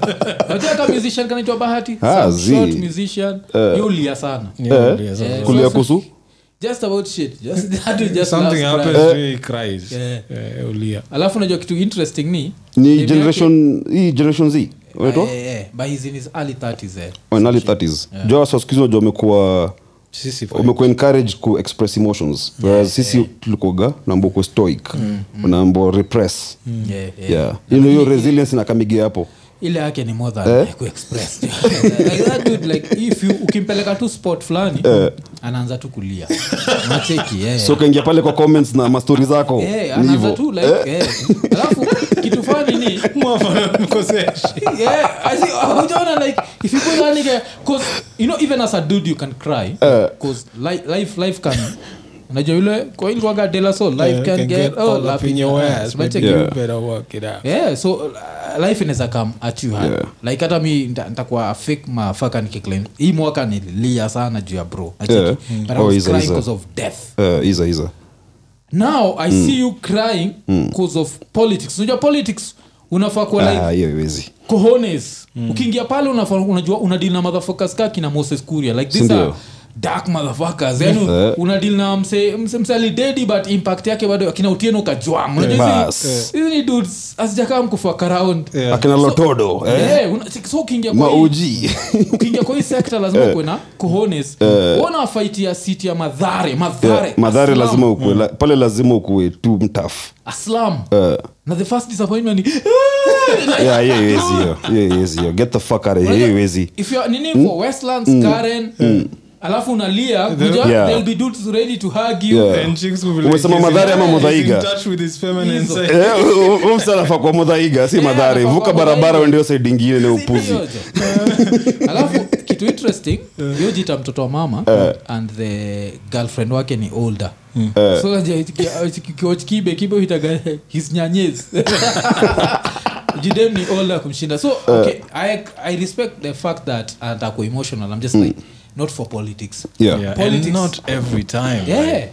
Speaker 1: Unajua hata musician kanaitwa bahati
Speaker 3: Ah, Eh.
Speaker 1: Some
Speaker 3: zi.
Speaker 1: short musician yulia sana
Speaker 2: Yeah,
Speaker 3: Eh?
Speaker 2: yeah, so-
Speaker 1: Eh,
Speaker 3: kulia
Speaker 1: so- so-
Speaker 3: kusu
Speaker 1: just about shit just, that is just
Speaker 2: something
Speaker 1: last
Speaker 2: happens
Speaker 1: cry.
Speaker 2: he cries
Speaker 1: Eh. Yeah.
Speaker 2: Eh, ulia
Speaker 1: alafu unajua kitu interesting ni
Speaker 3: ni
Speaker 1: debut
Speaker 3: generation hii generation z
Speaker 1: yake-
Speaker 3: unaitwa
Speaker 1: Eh, eh, eh, but he's in his early 30s eh.
Speaker 3: Or in early 30s jo wasikuhizi najua wamekuwa
Speaker 2: sisi
Speaker 3: umekuwa encouraged ku express emotions whereas sisi tulikoga naamba uko stoic
Speaker 1: Mm-hmm.
Speaker 3: unaamba repress
Speaker 1: Eh, eh.
Speaker 3: yeah you know, hiyo resilience inakamigia hapo
Speaker 1: ile yake ni more than eh? kuexpress like that dude like if you ukimpeleka tu sport fulani anaanza tu kulia nacheki eh.
Speaker 3: so ukaingia pale kwa comments na mastori zako
Speaker 1: Eh,
Speaker 3: ni
Speaker 1: anaanza tu
Speaker 3: hivo
Speaker 1: like eh. alafu kitu fani ni yeah, I see, uh, hujaona like if you put any cause you know even as a dude you can cry because li- life life can unajua yule kwa ile waga de la soul life Eh, can, get, all up in your ass Unacheki? yeah so uh, life inaweza come at you hard
Speaker 3: Yeah.
Speaker 1: like hata mi nita- nitakuwa fake mafaka nikiclaim hii mwaka nililia sana juu ya bro
Speaker 3: Yeah.
Speaker 1: Unacheki?
Speaker 3: Mm.
Speaker 1: but
Speaker 3: Oh,
Speaker 1: I was
Speaker 3: hizo,
Speaker 1: crying
Speaker 3: hizo.
Speaker 1: because of death
Speaker 3: Eh, hizo hizo
Speaker 1: now i
Speaker 3: Mm.
Speaker 1: see you crying because of politics unajua politics unafaa kuwa like
Speaker 3: Ah, hiyo iwezi
Speaker 1: cojones ukiingia pale unafa- unajua unadil na motherfuckers ka kina moses kuria like these
Speaker 3: Sindio.
Speaker 1: are dark motherfuckers yani
Speaker 3: Eh.
Speaker 1: unadil na mse mse- mse alidedi but impact yake bado akina utieno kajwang unajua hizi-
Speaker 3: Bas.
Speaker 1: hizi ni dudes asijakaa mkufuck around
Speaker 3: akina lotodo eh?
Speaker 1: Eh, una- so ukiingia kwa hii-
Speaker 3: mauji
Speaker 1: ukiingia kwa hii sekta
Speaker 3: Eh.
Speaker 1: lazima kuwe na cojones ona fight ya city ya madhare madhare Mm.
Speaker 3: Yeah, madhare
Speaker 1: Aslam.
Speaker 3: lazima ukue la, pale lazima ukue tu mtaf
Speaker 1: aslam
Speaker 3: Eh.
Speaker 1: na the first disappointment ni
Speaker 3: Yeah, hiyo iwezi hiyo hiyo iwezi hiyo get the fuck out of here hiyo iwezi
Speaker 1: if you're nini
Speaker 3: Mm.
Speaker 1: for westlands karen alafu unalia unajua,
Speaker 3: Yeah.
Speaker 1: there'll be dudes ready to hug you
Speaker 3: Yeah. Umesema madhari ama Muthaiga? Eh, u- u- u- msalafa kwa modhaiga si
Speaker 1: Eh,
Speaker 3: madhare
Speaker 1: anafaa
Speaker 3: vuka
Speaker 1: kwa
Speaker 3: barabara
Speaker 1: Muthaiga.
Speaker 3: uendio saidi ingine na upuzi
Speaker 1: Sinioje. Eh, alafu kitu interesting
Speaker 3: Eh.
Speaker 1: yojita mtoto wa mama and the girlfriend wake ni older
Speaker 3: Hmm. Eh.
Speaker 1: so unajua, iki- iki- kiwatch kibe kibe huitaga eh, his nyanyes jidem ni older kumshinda
Speaker 3: Eh.
Speaker 1: so okay, I, i respect the fact that atako emotional i'm just like not for politics
Speaker 3: Hmm. Yeah.
Speaker 1: Politics.
Speaker 2: oeverytime
Speaker 1: yeah.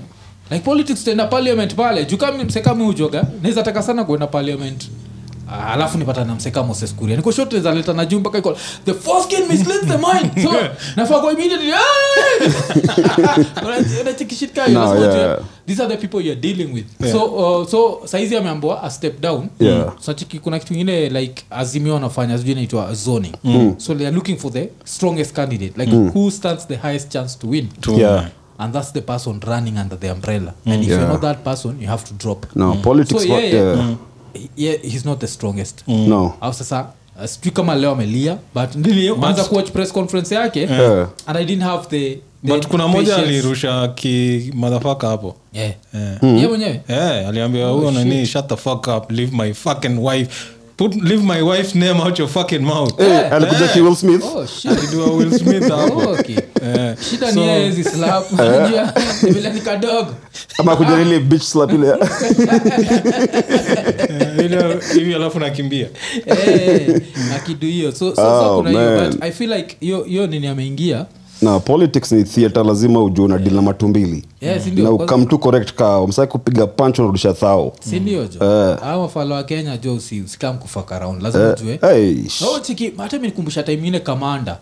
Speaker 1: like politics tenda parliament pale jukami msekami ujoga naweza taka sana kuenda parliament Ah, alafu nipata na mseka moses kuria niko short za leta na juu mpaka iko the foreskin misleads the mind so nafaa kwa immediately "Ah!" Una- unachekishit kaya,
Speaker 3: No,
Speaker 1: lazima ujue,
Speaker 3: yeah.
Speaker 1: these are the people you're dealing with so uh, so saizi ameambua a step down
Speaker 3: Yeah.
Speaker 1: so chiki kuna kitu ingine like azimio wanafanya sijui inaitwa zoning
Speaker 3: Mm.
Speaker 1: so they are looking for the strongest candidate like who stands the highest chance to win
Speaker 3: Yeah.
Speaker 1: and that's the person running under the umbrella and if you're
Speaker 3: Mm. Yeah.
Speaker 1: not that person you have to drop
Speaker 3: no politics
Speaker 1: Mm. so, yeah,
Speaker 3: wa-
Speaker 1: yeah. Mm.
Speaker 3: yeah.
Speaker 1: Yeah, he's not the strongest
Speaker 3: no
Speaker 1: au sasa uh, sijui kama leo amelia but nilianza kuwatch press conference yake
Speaker 3: Yeah.
Speaker 1: and i didn't have the, the
Speaker 2: but kuna moja
Speaker 1: patience.
Speaker 2: alirusha ki madhafaka hapo
Speaker 1: yeah.
Speaker 2: Eh.
Speaker 3: Mm.
Speaker 1: Yeye mwenyewe
Speaker 2: Eh, aliambia
Speaker 1: Oh,
Speaker 2: huyo nani shut the fuck up leave my fucking wife put leave my wife's name out your fucking mouth
Speaker 3: Eh, alikuja ki Will Smith
Speaker 1: oh, shit. Oh,
Speaker 2: Alidua Will Smith hapo.
Speaker 1: Okay.
Speaker 2: Eh,
Speaker 1: shida
Speaker 2: so-
Speaker 1: ni yeye hizi slap Unajua, vile ni kadogo Ah,
Speaker 3: ama kuja ile beach slap ile
Speaker 2: Eh, ile- hivi alafu nakimbia
Speaker 1: Eh, na kidu hiyo so, so, so
Speaker 3: Oh,
Speaker 1: kuna hiyo
Speaker 3: man.
Speaker 1: but i feel like hiyo- hiyo nini ameingia
Speaker 3: na politics ni theatre lazima ujue una deal na matumbili
Speaker 1: Yeah, si ndio?
Speaker 3: na
Speaker 1: Kwanza-
Speaker 3: ukam tu correct kao msaki kupiga punch unarudisha thao
Speaker 1: sindiojo
Speaker 3: Eh.
Speaker 1: aa mafalo wa kenya jo usi- usikam kufaka round lazima ujue
Speaker 3: Hey, sh-
Speaker 1: oh, chiki hata minikumbusha time ingine kamanda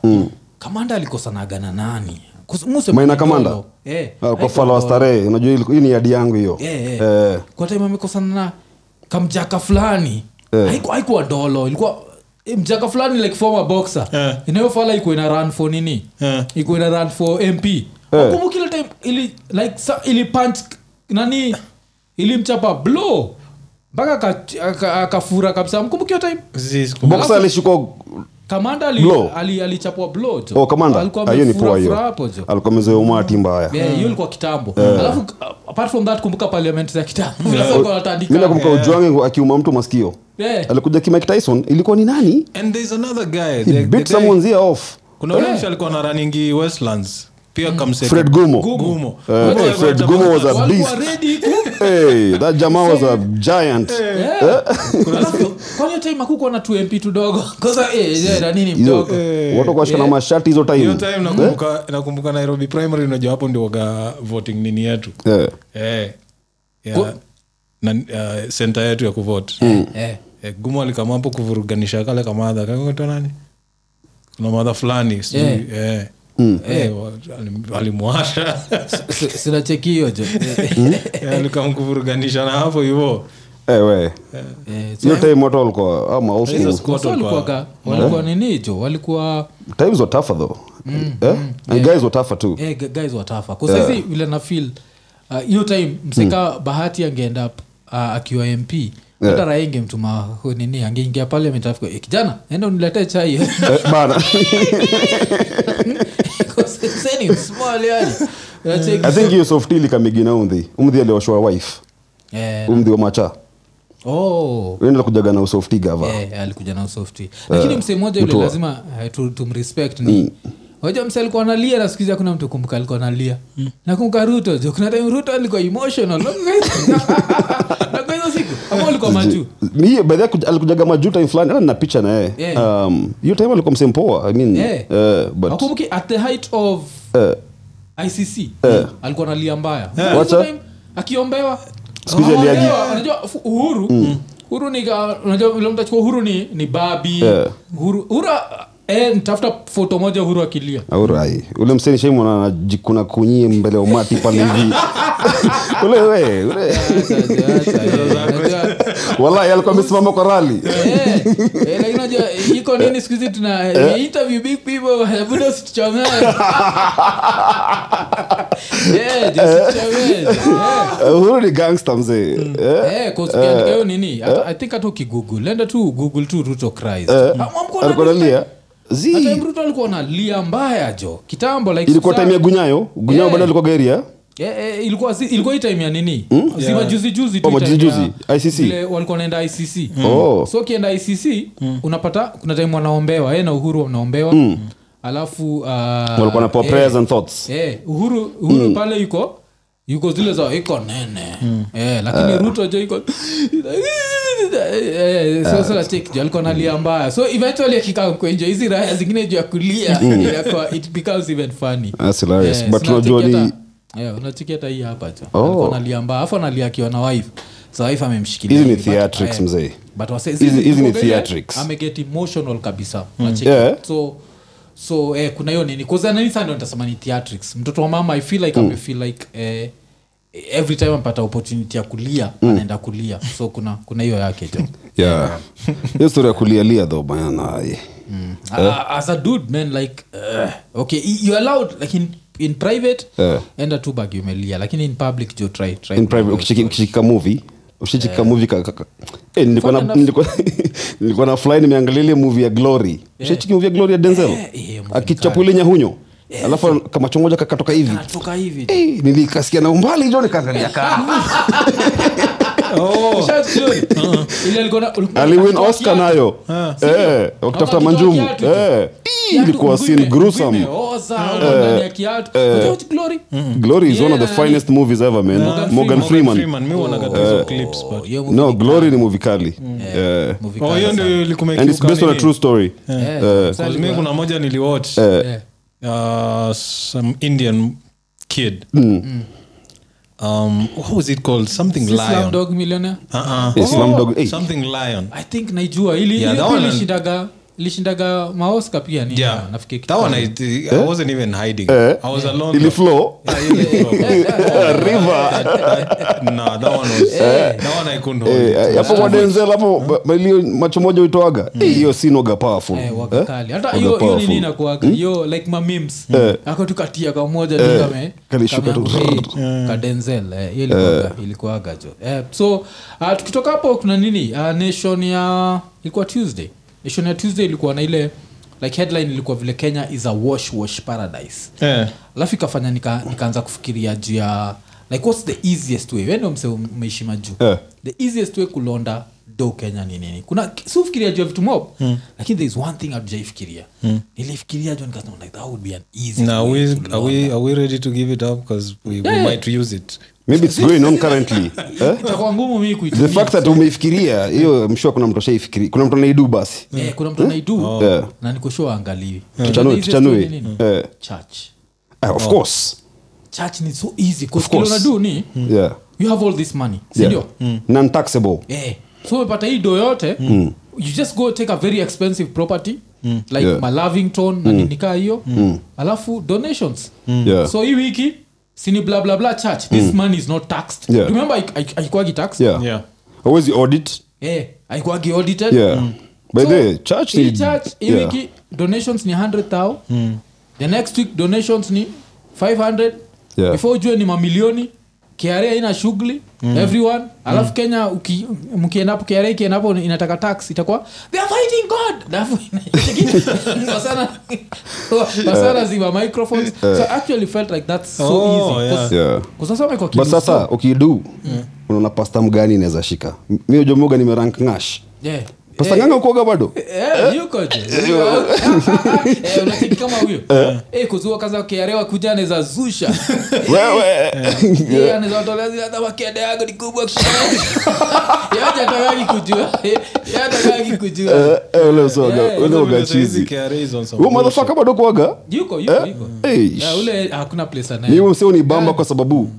Speaker 1: kamanda alikosanagana nani Kus- muse-
Speaker 3: Mm. Maina Kamanda?
Speaker 1: Dolo. Eh,
Speaker 3: ah, kwa
Speaker 1: like
Speaker 3: fala wa
Speaker 1: Dolo.
Speaker 3: starehe unajua ili- hii ni yadi yangu hiyo
Speaker 1: Eh, eh.
Speaker 3: Eh,
Speaker 1: kwa time amekosana na kamjaka fulani
Speaker 3: Eh.
Speaker 1: Haiku- haikuwa dolo ilikuwa eh, mjaka fulani like former boxer
Speaker 2: Eh.
Speaker 1: inayofala iko ina run for nini
Speaker 2: Eh.
Speaker 1: iko ina run for mp
Speaker 3: Eh.
Speaker 1: Nakumbuka ile time ili like sa, ili punch nani ilimchapa blow mpaka aka- aka- akafura kabisa mkumbuki hiyo time
Speaker 2: Zisku-
Speaker 3: boxer alishikwa
Speaker 1: kamanda ali-
Speaker 3: Blow?
Speaker 1: ali- alichapwa blow jo
Speaker 3: oh kamanda
Speaker 1: Alikuwa
Speaker 3: Ah, hiyo ni
Speaker 1: amefura-
Speaker 3: poa
Speaker 1: fura
Speaker 3: hiyo Eh.
Speaker 1: hapo jo
Speaker 3: alikuwa amezoea umati mbaya
Speaker 1: Yeah, hiyo ilikuwa kitambo alafu uh, apart from that kumbuka parliament za kitambo Sasa kwa watandika.
Speaker 3: mi Eh. nakumbuka ujwange akiuma mtu masikio
Speaker 1: Yeah.
Speaker 3: alikuja ki mike tyson ilikuwa ni nani
Speaker 2: and there's another guy
Speaker 3: he
Speaker 2: the- the
Speaker 3: beat
Speaker 2: guy-
Speaker 3: someone's ear off
Speaker 2: kuna ule msha alikuwa na raningi westlands pia kamse
Speaker 3: Mm. Fred Gumo.
Speaker 2: Gumo.
Speaker 3: Eh,
Speaker 2: Gumo
Speaker 3: eh,
Speaker 2: alikuwa
Speaker 3: Fred
Speaker 2: na
Speaker 3: Gumo was
Speaker 2: tabaka-
Speaker 3: a-
Speaker 1: Walikuwa
Speaker 3: beast. Eh?
Speaker 1: ready ku-
Speaker 3: hey, that jamaa was a giant
Speaker 1: Yeah. Alafu, kwa hiyo time hakukuwa na 2mp tudogo Kosa, eh, yeah, na nini
Speaker 3: hizo Eh.
Speaker 1: mdogo
Speaker 3: watu wakashika na
Speaker 1: Yeah.
Speaker 3: mashati hizo time
Speaker 2: hiyo time
Speaker 3: Eh?
Speaker 2: nakumbuka nakumbuka nairobi primary unajua hapo ndio waga voting nini yetu
Speaker 3: Eh,
Speaker 2: eh, ya, na, uh, senta yetu ya kuvote
Speaker 3: Mm.
Speaker 1: Eh,
Speaker 2: eh, gumo alikama hapo kuvuruganisha kale kamadha kakata nani kuna madha fulani sijui, eh.
Speaker 3: Mm.
Speaker 2: Eh, wa- alim- alimwasha
Speaker 1: si- sinacheki hiyo jo Eh,
Speaker 3: Mm.
Speaker 2: Eh, alikamkuvuruganisha na hapo hivo
Speaker 3: eh, we.
Speaker 1: eh, so-
Speaker 3: hiyo time watu walikuwa ah, ama old school.
Speaker 1: so walikuwaga- walikuwa nini jo walikuwa
Speaker 3: times were tougher though
Speaker 1: Mm,
Speaker 3: eh? and guys were tougher too
Speaker 1: Eh, gu- guys watafa kasaizi yeah. vile na fil uh, hiyo time mseka
Speaker 3: Hmm.
Speaker 1: bahati angeenda p- uh, akiwa mp hata raia ingemtuma hu- nini angeingia pale ametafika eh, kijana enda uniletee chai
Speaker 3: Eh, bana
Speaker 1: Kwa sasa ni time small yani Unacheki.
Speaker 3: i think hiyo softili kamigina umdhi umdhi alioshwa wife
Speaker 1: Eh,
Speaker 3: umdhi wa macha
Speaker 1: oh.
Speaker 3: unaenda kujaga na usofti gava
Speaker 1: Eh, alikuja na usofti lakini msee mmoja yule
Speaker 3: mtu wa-
Speaker 1: lazima eh, tu- tumrespect
Speaker 3: Mm.
Speaker 1: ni waja mse alikuwa analia nasikizia kuna mtu kumbuka alikuwa analia nakumbuka ruto jo kuna time ruto alikuwa emotional nakwa hizo siku ama alikuwa majuu
Speaker 3: Mie, by the way, kuj- alikujaga majuu time fulani hata nina picha na yeye
Speaker 1: Yeah.
Speaker 3: um, hiyo time alikuwa msempoa i mean
Speaker 1: Yeah.
Speaker 3: eh, but
Speaker 1: akumbuki at the height of
Speaker 3: eh,
Speaker 1: icc
Speaker 3: Eh.
Speaker 1: alikuwa analia mbaya
Speaker 3: Yeah.
Speaker 1: Hizo
Speaker 3: Wacha.
Speaker 1: time, akiombewa
Speaker 3: Siku hizi Mm. aliaji-
Speaker 1: Anaombewa, unajua fu- uhuru uhuru ni ka- unajua vile mtu achukua uhuru ni, ni babi
Speaker 3: Yeah.
Speaker 1: uhuru, uhuru eh, nitafuta foto moja uhuru akilia
Speaker 3: aurai uh, ule mseni shaimona anajikuna kunyie mbele ya umati pale hivi ule we ule wallahi alikuwa amesimama kwa rali
Speaker 1: Eh, eh, lakini unajua, iko nini siku hizi tuna eh, interview big people hebuda usichomee Eh, je, usichomee. Eh.
Speaker 3: huru Uh, ni gangsta mzee Eh,
Speaker 1: Eh, 'cause ukiandika hiyo nini hata- i think hata ukigoogle enda tu google tu ruto christ Ama mko
Speaker 3: Eh. alikuwa
Speaker 1: na-
Speaker 3: nalia
Speaker 1: Hata
Speaker 3: zi
Speaker 1: Ruto alikuwa analia mbaya jo kitambo like
Speaker 3: ilikuwa
Speaker 1: sasa-
Speaker 3: time ya gunyayo gunyayo
Speaker 1: Yeah.
Speaker 3: bado alikuwa geria
Speaker 1: Eh, eh, ilikuwa si- ilikuwa hii time ya nini Si majuzi juzi tu
Speaker 3: Hmm? Oh,
Speaker 1: hii time
Speaker 3: majuzi juzi.
Speaker 1: ya-
Speaker 3: ICC.
Speaker 1: vile walikuwa naenda icc
Speaker 3: Oh.
Speaker 1: so ukienda icc unapata kuna time wanaombewa ye na uhuru wanaombewa alafu uh,
Speaker 3: Hmm. walikuwa napewa prayers and thoughts
Speaker 1: Eh, uhuru, uhuru
Speaker 3: Mm.
Speaker 1: pale yuko yuko zile za iko nene eh,
Speaker 3: Ah.
Speaker 1: lakini ruto jo iko Eh,
Speaker 3: Ah.
Speaker 1: so- so nacheki jo, alikuwa nalia mbaya so eventually akikaa kwenje hizi raya zingine juu ya kulia inakuwa- it becomes even funny
Speaker 3: Mm. That's hilarious.
Speaker 1: Eh,
Speaker 3: But
Speaker 1: so
Speaker 3: unajua
Speaker 1: nacheki
Speaker 3: ni-
Speaker 1: hata- eh, unacheki hata hii hapa jo
Speaker 3: Oh.
Speaker 1: Alikuwa analia mbaya afu analia akiwa na wife so wife amemshikilia
Speaker 3: Hizi ni
Speaker 1: But-
Speaker 3: theatrics,
Speaker 1: eh,
Speaker 3: mzee.
Speaker 1: but wase-
Speaker 3: Hizi- hizi ni
Speaker 1: ukiangalia,
Speaker 3: theatrics.
Speaker 1: ameget emotional kabisa unacheki
Speaker 3: Yeah.
Speaker 1: so so eh, kuna hiyo nini kuzananisa ndo nitasema ni theatrics mtoto wa mama i feel like mm. feel like eh, every time ampata opportunity ya kulia
Speaker 3: Mm.
Speaker 1: anaenda kulia so kuna kuna hiyo yake
Speaker 3: Eh.
Speaker 1: jo
Speaker 3: yeah hiyo story ya kulialia though bana ai.
Speaker 1: uh, as a dude man like uh, okay y- you allowed like in, in private
Speaker 3: Eh.
Speaker 1: enda tu bag umelia lakini in public jo try try
Speaker 3: in private ukicheki- ukichikika movie ushichikika movie ka- ka- ka- Eh, nilikuwa na-
Speaker 1: enough.
Speaker 3: nilikuwa nilikuwa na fly nimeangalia ile movie ya glory ushichiki movie ya glory ya denzel
Speaker 1: Eh, eh, movie
Speaker 3: akichapua ile nyahunyo alafu kama chongoja kakatoka hivi
Speaker 1: natoka hivi
Speaker 3: Eh, nilikasikia na umbali jo nikaangalia ka
Speaker 1: Shout Glory. Ile alikuwa na- ulikuwa
Speaker 3: Oh. aliwin
Speaker 1: unatoa
Speaker 3: oscar
Speaker 1: kiatu.
Speaker 3: nayo
Speaker 1: Ah,
Speaker 3: Eh, wakitafuta manjumu
Speaker 1: kiatu.
Speaker 3: Eh, ii, ilikuwa
Speaker 1: Kiatu mguu
Speaker 3: sin
Speaker 1: Yaani ime- oh.
Speaker 3: gruesome Eh,
Speaker 1: mguu imeoza, uko ndani ya kiatu. Unajua Glory?
Speaker 3: glory is one of
Speaker 1: Yeah,
Speaker 3: the
Speaker 1: nani?
Speaker 3: finest movies ever man
Speaker 1: Morgan
Speaker 3: morgan freeman Eh.
Speaker 2: Freeman, mi huonaga tu hizo clips, but-
Speaker 1: Oh, hiyo movie
Speaker 3: no
Speaker 1: ni-
Speaker 3: glory ni movie kali
Speaker 1: Mm.
Speaker 3: Eh,
Speaker 1: movie
Speaker 2: Oh,
Speaker 1: kali
Speaker 2: hiyo
Speaker 1: sana.
Speaker 2: ndio ilikuwa
Speaker 3: and it's
Speaker 2: imekiuka
Speaker 3: based on a
Speaker 2: nini?
Speaker 3: true story
Speaker 1: Eh, sasa
Speaker 2: Cause mi
Speaker 1: alikuwa-
Speaker 2: kuna moja niliwatch
Speaker 1: eh,
Speaker 2: uh, some indian kid
Speaker 3: Mm.
Speaker 2: um, what was it called something
Speaker 1: Slam
Speaker 2: lion
Speaker 1: Dog Millionaire?
Speaker 2: Uh-uh.
Speaker 3: Eh,
Speaker 1: Oh.
Speaker 3: Slumdog- eh.
Speaker 2: something lion
Speaker 1: i think naijua ili
Speaker 2: Yeah,
Speaker 1: ili-
Speaker 2: that
Speaker 1: ili
Speaker 2: one-
Speaker 1: ilishindaga ilishindaga maosca pia ni
Speaker 2: yeah
Speaker 1: Ah, nafikiri
Speaker 2: that
Speaker 1: kitu
Speaker 2: one
Speaker 1: kama-
Speaker 2: I, I
Speaker 3: Eh?
Speaker 2: wasn't even hiding i was alone
Speaker 3: ili flow
Speaker 2: Ah, ile flow.
Speaker 3: river
Speaker 2: nah that one was that one i couldn't hold
Speaker 3: Eh, eh,
Speaker 2: it.
Speaker 3: hapo kwa denzel hapo ba- ba- ilio macho moja uitoaga Eh, hiyo sinoga powerful
Speaker 1: Mm. Eh,
Speaker 3: Eh?
Speaker 1: wakakali hata
Speaker 3: Waga
Speaker 1: hiyo hiyo
Speaker 3: powerful. Hmm?
Speaker 1: nini inakuaga hiyo like mamims akotukatia kamoja
Speaker 3: Eh,
Speaker 1: eh,
Speaker 3: kalishuka tu.
Speaker 1: kadenzel eh, hiyo ilikuaga ilikuaga jo eh, so ah, tukitoka hapo kuna nini Ah, nation ya ilikuwa tuesday nation ya tuesday ilikuwa na ile like headline ilikuwa vile kenya is a wash wash paradise
Speaker 2: Eh.
Speaker 1: alafu ikafanya nika- nikaanza kufikiria juu ya like what's the easiest way wendo mse umeishi majuu
Speaker 3: Eh.
Speaker 1: the easiest way kulonda do kenya ni nini kuna siufikiria juu ya vitu mob
Speaker 3: Hmm.
Speaker 1: lakini there is one thing hatujaifikiria nilifikiria juu nikasema like that would be an easy
Speaker 2: now are
Speaker 1: way
Speaker 2: we,
Speaker 1: to
Speaker 2: are
Speaker 1: launder.
Speaker 2: we are we ready to give it up because we, we might use it
Speaker 3: maybe it's going on currently Eh?
Speaker 1: itakuwa ngumu mimi
Speaker 3: the
Speaker 1: kuitumia.
Speaker 3: fact that umeifikiria hiyo mshua kuna mtu ashaifikiri kuna mtu anaidu basi
Speaker 1: Eh, kuna mtu anaidu
Speaker 3: Yeah.
Speaker 1: na nikoshua angaliwi
Speaker 3: Tuchanue, tuchanue. Eh.
Speaker 1: church
Speaker 3: Ah,
Speaker 1: Oh.
Speaker 3: of course
Speaker 1: church ni so easy 'cause
Speaker 3: Of course.
Speaker 1: kile unadu ni
Speaker 3: yeah
Speaker 1: you have all this money
Speaker 3: Yeah.
Speaker 1: sindio
Speaker 3: non taxable
Speaker 1: Eh, so umepata hii do yote
Speaker 3: Hmm.
Speaker 1: mm. you just go take a very expensive property mm. like
Speaker 3: Yeah. Hmm.
Speaker 1: yeah. malavington na nini kaa hiyo mm. alafu donations mm.
Speaker 3: Yeah. Hmm.
Speaker 1: so hii wiki sini bla bla bla church this money is not taxed
Speaker 3: Yeah.
Speaker 1: remember haik- haik- haikuwagi taxed
Speaker 3: yeah
Speaker 2: yeah
Speaker 3: always audit
Speaker 1: eh, haikuwagi audited Hmm.
Speaker 3: yeah by
Speaker 1: So,
Speaker 3: the church
Speaker 1: Mm. hii
Speaker 3: need-
Speaker 1: church hii
Speaker 3: yeah.
Speaker 1: wiki donations ni 100 thou the next week donations ni 500
Speaker 3: Yeah.
Speaker 1: before ujue ni mamilioni kra ina shughuli mm. everyone alafu mm. kenya uki- mkiendapo kra ikiendapo inataka tax itakuwa they are fighting god alafu ina- wasana wasana zima microphones so I actually felt like that's so
Speaker 2: Oh,
Speaker 1: easy 'Cause-
Speaker 3: yeah.
Speaker 1: 'cause sasa wamekuwa
Speaker 3: but
Speaker 1: kilisoma.
Speaker 3: sasa ukidu unaona pasta mgani inaweza shika M- mi ujomuga nimerank ngash
Speaker 1: Yeah.
Speaker 3: pasta nganga ukuoga bado
Speaker 1: Eh, yuko je? Eh, unacheki kama huyo Eh, kuzua kaza KRA wakuja anaweza zusha
Speaker 3: wewe
Speaker 1: Yeye anaweza watolea zile adhabu, "Kiada yako ni kubwa kushinda." Yeye hatakangi kujua Yeye hatakangi kujua
Speaker 3: Eh, eh, ule usioga-
Speaker 1: Eh,
Speaker 3: ule
Speaker 2: Sasa vile
Speaker 3: uoga
Speaker 2: saizi
Speaker 3: chizi
Speaker 2: KRA is on some
Speaker 3: huyo
Speaker 2: bullshit.
Speaker 3: motherfucker bado kuoga
Speaker 1: yuko yuko yuko
Speaker 3: Eish.
Speaker 1: Eh, ule Eh. hakuna place anaye.
Speaker 3: eh? Mimi msio unibamba kwa sababu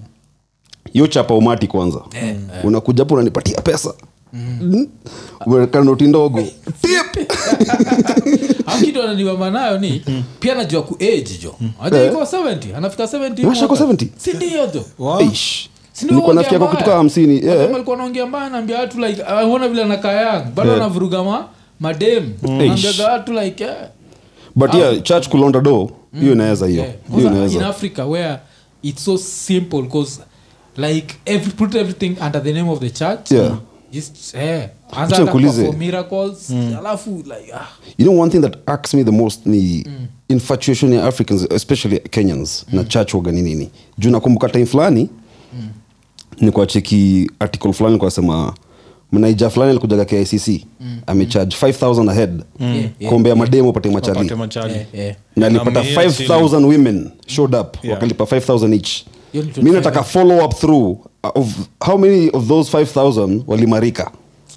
Speaker 3: hiyo chapa umati kwanza
Speaker 1: Eh,
Speaker 3: unakuja hapo unanipatia pesa Mm. Umeweka noti ndogo tip
Speaker 1: Au kitu ananiwama nayo ni pia anajua ku age jo Unajua yuko 70 anafika 70
Speaker 3: Washa kwa
Speaker 1: mwaka.
Speaker 3: 70?
Speaker 1: si ndio jo
Speaker 2: Wow.
Speaker 3: Eish.
Speaker 1: Oh. Si ndio
Speaker 3: nilikuwa
Speaker 1: uongea
Speaker 3: nafikia kwa
Speaker 1: mbaya?
Speaker 3: kutoka hamsini
Speaker 1: Watu
Speaker 3: eh.
Speaker 1: walikuwa naongea mbaya naambia watu like ah, unaona vile anakaa yangu bado
Speaker 3: Yeah. Mm.
Speaker 1: anavuruga ma madem naambiaga watu like eh.
Speaker 3: but
Speaker 1: Ah.
Speaker 3: yeah church kulonda do hiyo
Speaker 1: Mm.
Speaker 3: inaweza hiyo
Speaker 1: Eh.
Speaker 3: hiyo
Speaker 1: Kwanza in
Speaker 3: inaweza
Speaker 1: africa where it's so simple because like every, put everything under the name of the church
Speaker 3: Yeah.
Speaker 1: Just, eh, anza
Speaker 3: Acha
Speaker 1: hata
Speaker 3: nikuulize.
Speaker 1: kwa miracles alafu like ah,
Speaker 3: you know one thing that irks me the most ni infatuation ya africans especially kenyans
Speaker 1: Mm.
Speaker 3: na church waga ni nini juu nakumbuka time fulani ni kwa cheki article fulani kwa sema mnaija fulani alikujaga kicc amecharge 5000 ahead
Speaker 1: Mm. Yeah, yeah,
Speaker 3: kuombea mademu upate machali
Speaker 2: Wapate machali.
Speaker 1: eh, eh.
Speaker 3: na alipata
Speaker 2: Namna hiyo
Speaker 3: 5000 women showed up
Speaker 2: Yeah.
Speaker 3: wakalipa 5000 each
Speaker 1: Hiyo ni
Speaker 3: mi nataka follow up through uh, of how many of those 5000 walimarika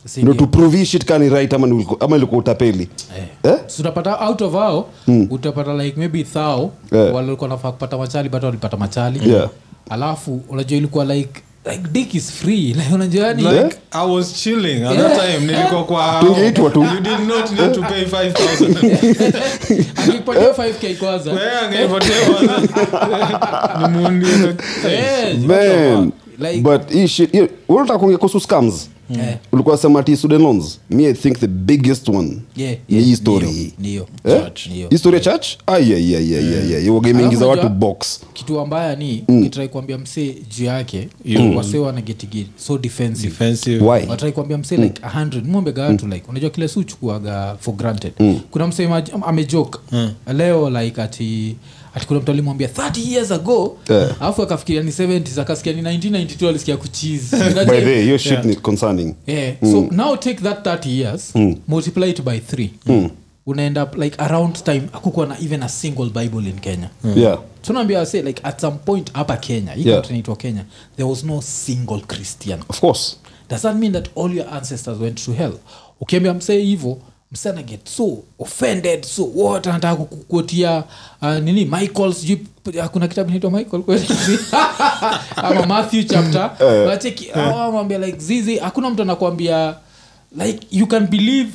Speaker 1: Si
Speaker 3: ndo
Speaker 1: ndio.
Speaker 3: tuprove hii shit kani right ama ni uliko- ama ilikuwa utapeli eh? Hmm.
Speaker 1: So utapata out of ao utapata like maybe thao
Speaker 3: Yeah.
Speaker 1: walikuwa nafaa kupata machali but walipata machali
Speaker 3: Eh. Yeah.
Speaker 1: alafu unajua ilikuwa like like dick is free like unajua yani
Speaker 2: Like, I was chilling at that time nilikuwa kwa
Speaker 3: Eh? Tungeitwa tu.
Speaker 2: you did not need to pay 5000
Speaker 3: Eh?
Speaker 1: akipatia 5k kwanza
Speaker 2: wewe angeipotea bwana. Nimuulize.
Speaker 1: Eh,
Speaker 3: Man,
Speaker 1: like-
Speaker 3: but hii shit hiyo- wewe unataka kuongea kuhusu scams
Speaker 1: Eh,
Speaker 3: ulikuwa sema ati student loans me i think the biggest one
Speaker 1: yeah,
Speaker 3: ni
Speaker 1: yeah,
Speaker 3: hii story
Speaker 1: niyo,
Speaker 3: hii
Speaker 1: niyo,
Speaker 3: Eh?
Speaker 1: church, niyo.
Speaker 3: Hii story ya church Ah, aiwagamiingiza
Speaker 1: Alafu
Speaker 3: watu
Speaker 1: unajua-
Speaker 3: box
Speaker 1: kitu ambaya ni
Speaker 3: Hmm.
Speaker 1: ukitrai kuambia msee juu yake wasee wanagetigit so defensive
Speaker 2: Defensive.
Speaker 3: why
Speaker 1: watrai kuambia msee like
Speaker 3: Mm.
Speaker 1: 100 mwambega watu like unajua kile si uchukuaga for granted
Speaker 3: Mm.
Speaker 1: kuna msee imaj- amejoke leo like ati ati kuna mtu alimwambia 30 years ago
Speaker 3: Yeah.
Speaker 1: alafu akafikiria ni 70s akasikia ni 1992 alisikia kuchizi
Speaker 3: by the way Mm. hiyo shit ni concerning
Speaker 1: yeah. so now take that 30 years
Speaker 3: Mm.
Speaker 1: multiply it by 3 unaenda up like around time akukuwa na even a single bible in kenya
Speaker 3: yeah
Speaker 1: tunaambia say like at some point hapa kenya hii
Speaker 3: Yeah.
Speaker 1: yeah. inaitwa kenya there was no single christian
Speaker 3: of course
Speaker 1: does that mean that all your ancestors went to hell ukiambia msee hivo msee ana get so offended so what anataka kukukotia uh, nini michael sijui p- ah, kuna kitabu naitwa michael kweli? ama matthew chapter
Speaker 3: Eh.
Speaker 1: nacheki awamwambia like zizi hakuna mtu anakuambia like you can believe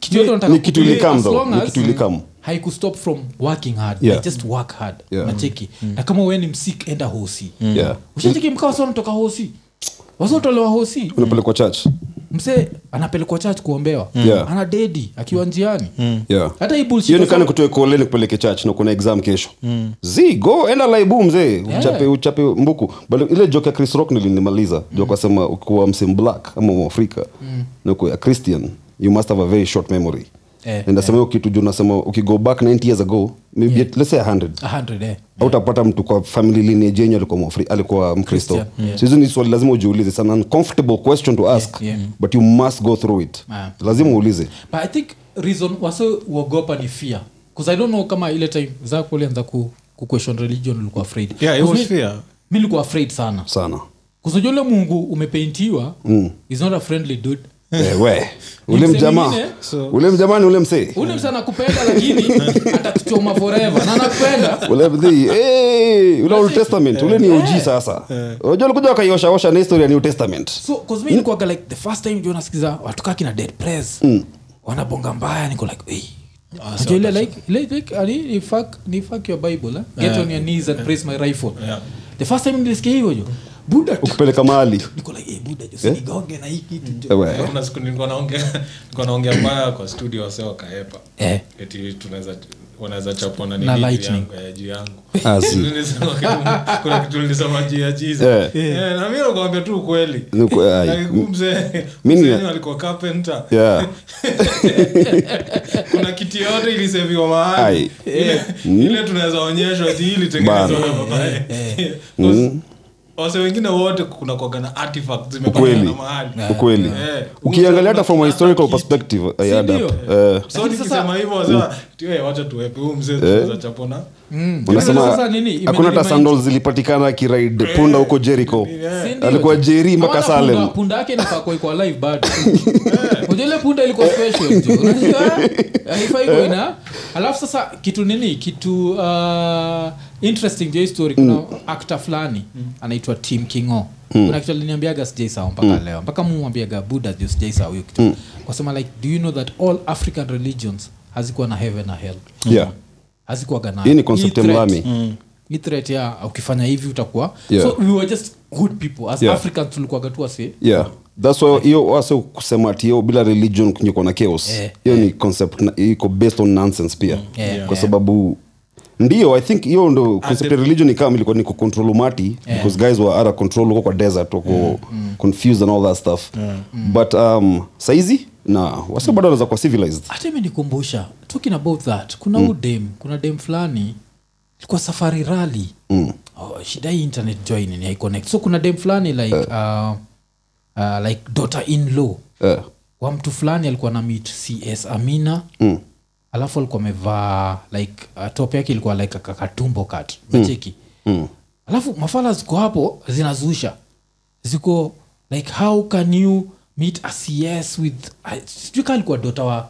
Speaker 1: kitu yote unataka
Speaker 3: ni kitu
Speaker 1: kubelieve
Speaker 3: ilikam
Speaker 1: as
Speaker 3: though,
Speaker 1: long
Speaker 3: ni
Speaker 1: as-
Speaker 3: kitu ilikam.
Speaker 1: haikustop from working hard
Speaker 3: Yeah.
Speaker 1: like just work hard
Speaker 3: Yeah.
Speaker 1: nacheki na kama wewe ni msik enda hosi
Speaker 3: yeah
Speaker 1: ushacheki mkaa wasi wanatoka hosi wasi wanatolewa hosi
Speaker 3: unapelekwa church
Speaker 1: msee anapelekwa church kuombewa
Speaker 3: Yeah. Mm.
Speaker 1: ana dedi akiwa njiani
Speaker 3: yeah
Speaker 1: hata hii bullshit Mm.
Speaker 3: hiyo nikana
Speaker 1: wasema-
Speaker 3: kutoe koleni kupeleke church na kuna exam kesho zi go enda laibu mzee uchape uchape mbuku but ile joke ya chris rock nilinimaliza mm. joka sema ukiwa msim black ama mwafrika mm. na ukiwa christian you must have a very short memory
Speaker 1: Eh,
Speaker 3: and nasema hiyo kitu juu nasema ukigo back 90 years ago maybe at- let's say 100
Speaker 1: A hundred, eh.
Speaker 3: hautapata mtu kwa family lineage yenye alikuwa mwafri alikuwa mkristo
Speaker 1: Christian, yeah.
Speaker 3: so hizo ni swali lazima ujiulize it's an uncomfortable question to ask
Speaker 1: yeah.
Speaker 3: but you must go through it
Speaker 1: Ah.
Speaker 3: lazima uulize
Speaker 1: but i think reason waso uogopa ni fear bcause i don't know kama ile time zako ulianza ku, ku question religion ulikuwa afraid
Speaker 2: Yeah, it
Speaker 1: 'Cause
Speaker 2: was
Speaker 1: mi-
Speaker 2: fear.
Speaker 1: mi nilikuwa afraid sana
Speaker 3: sana
Speaker 1: kusujua ule mungu umepaintiwa mm. is not a friendly dude
Speaker 3: Eh, we
Speaker 1: Ni
Speaker 3: ule
Speaker 1: msee
Speaker 3: mjamaa
Speaker 1: mwingine,
Speaker 2: so-
Speaker 3: ule mjamaa ni ule msee
Speaker 1: ule msa anakupenda lakini atakuchoma forever na anakupenda
Speaker 3: ule mzee, eh, ule old testament ule
Speaker 1: Eh,
Speaker 3: ni uji sasa unajua alikuja wakaioshaosha na historia ya new testament
Speaker 1: so cause mi nilikuwaga like the first time juu nasikiza watukaa kina dead press mm. wanabonga mbaya niko like "Ei." Unajua ile like ile like ali ni fuck ni fuck your bible eh? get on your knees and praise my rifle the first time nilisikia hivyo jo buda tu
Speaker 3: kupeleka mahali
Speaker 1: niko like eh buda jo sinigonge na hii kitu jo
Speaker 3: Eh, we.
Speaker 2: kuna siku nilikuwa naongea nilikuwa naongea mbaya kwa studio wase wakaepa
Speaker 1: Eh.
Speaker 2: eti tunaweza wanaweza chapana
Speaker 1: Na
Speaker 2: ni vitu
Speaker 1: lightning.
Speaker 2: yangu ya juu yangu
Speaker 3: Ah, si.
Speaker 2: Nilisema kitu- kuna kitu nilisema juu ya chizi
Speaker 3: Eh.
Speaker 2: na mi nakwambia tu ukweli
Speaker 3: Ni ukweli, ai.
Speaker 2: Like, huyu mzee
Speaker 3: Mi ni-
Speaker 2: mzee wenyewe alikuwa carpenter
Speaker 3: Yeah.
Speaker 2: kuna kiti yote iliseviwa mahali
Speaker 3: Ai.
Speaker 2: ile, ile tunaweza onyeshwa ti ilitengenezwa na babaye eh.
Speaker 3: Mm.
Speaker 2: Because wase wengine wote kuna kwagana artifacts zimepangana
Speaker 3: ukweli
Speaker 2: mahali
Speaker 3: ukweli
Speaker 2: Eh.
Speaker 3: ukiangalia hata from a
Speaker 2: Unataka
Speaker 3: historical
Speaker 2: kitu.
Speaker 3: perspective Mm. I
Speaker 1: Si
Speaker 3: add
Speaker 1: ndio?
Speaker 3: up. Eh,
Speaker 2: so
Speaker 1: Lakini sasa-
Speaker 2: nikisema hivyo wasema "Tiwe, wacha tuwepe huu mzee tunaweza chapona
Speaker 1: Unajua
Speaker 3: unasema
Speaker 1: Hmm. sasa nini?
Speaker 3: hakuna hata
Speaker 1: Imeniremind-
Speaker 3: sandals zilipatikana akiraid punda huko jericho
Speaker 1: Si ndio?
Speaker 3: alikuwa jeri mpaka
Speaker 1: Naona
Speaker 3: salem
Speaker 1: punda- punda yake inafaa kuwa iko alive bado Eh, unajua ile punda ilikuwa special jo. Unajua? haifai kuwa ina alafu sasa kitu nini kitu uh, interesting jo hii story kuna
Speaker 3: Mm.
Speaker 1: actor fulani anaitwa tim kingo kuna kitu aliniambiaga sijaisahau mpaka
Speaker 3: Mm.
Speaker 1: leo mpaka mumwambiaga buda jo sijaisahau hiyo kitu kwasema like do you know that all african religions hazikuwa na heaven na hell
Speaker 3: Yeah.
Speaker 1: hazikuwaga nayo.
Speaker 3: Hii ni concept
Speaker 1: Hii threat- Mm.
Speaker 3: mlami.
Speaker 1: hii threat ya ukifanya hivi utakuwa
Speaker 3: Yeah.
Speaker 1: so we were just good people as
Speaker 3: Yeah.
Speaker 1: africans tulikuwaga tu wasi
Speaker 3: yeah thats why hiyo wase kusema ati hiyo bila religion kunyikwa na chaos
Speaker 1: Eh,
Speaker 3: hiyo ni concept na- iko based on nonsense pia
Speaker 1: Yeah, Mm, yeah. Ah,
Speaker 3: kwa sababu ndio i think hiyo ndo concept ya religion ikam ilikuwa ni kucontrol umati because guys were out of control huko kwa desert wako Mm. confused and all that stuff
Speaker 1: Mm.
Speaker 3: but um, saizi na wase bado wanaweza kuwa civilized
Speaker 1: hata imenikumbusha talking about that kuna mm. udem kuna dem fulani ilikuwa safari rali mm. oh, shida hii internet join ni haiconnect so kuna dem fulani like uh. Uh, like daughter in law
Speaker 3: Eh,
Speaker 1: wa mtu fulani alikuwa na meet cs amina mm. alafu alikuwa amevaa like uh, top yake ilikuwa like kakatumbo kat nacheki mm. alafu mafala ziko hapo zinazusha ziko like how can you meet a cs with I- sijui kaa alikuwa dota wa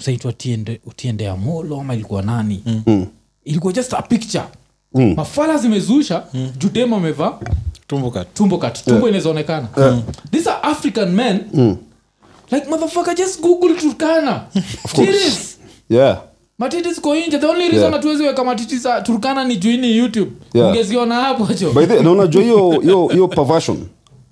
Speaker 1: msaitwa tiende Tiende amolo ama ilikuwa nani mm. ilikuwa just a picture mm. mafala zimezusha mm. judema amevaa
Speaker 2: tumbuka
Speaker 1: tumbo kat tumbo inawezaonekana these are african men
Speaker 3: Mm.
Speaker 1: like motherfucker just google turkana Serious.
Speaker 3: yeah
Speaker 1: matiti ziko inje the only reason
Speaker 3: Yeah.
Speaker 1: hatuwezi weka matiti za turkana ni juini youtube
Speaker 3: Yeah.
Speaker 1: ungeziona hapo cho
Speaker 3: by the naunajua hiyo hiyo hiyo perversion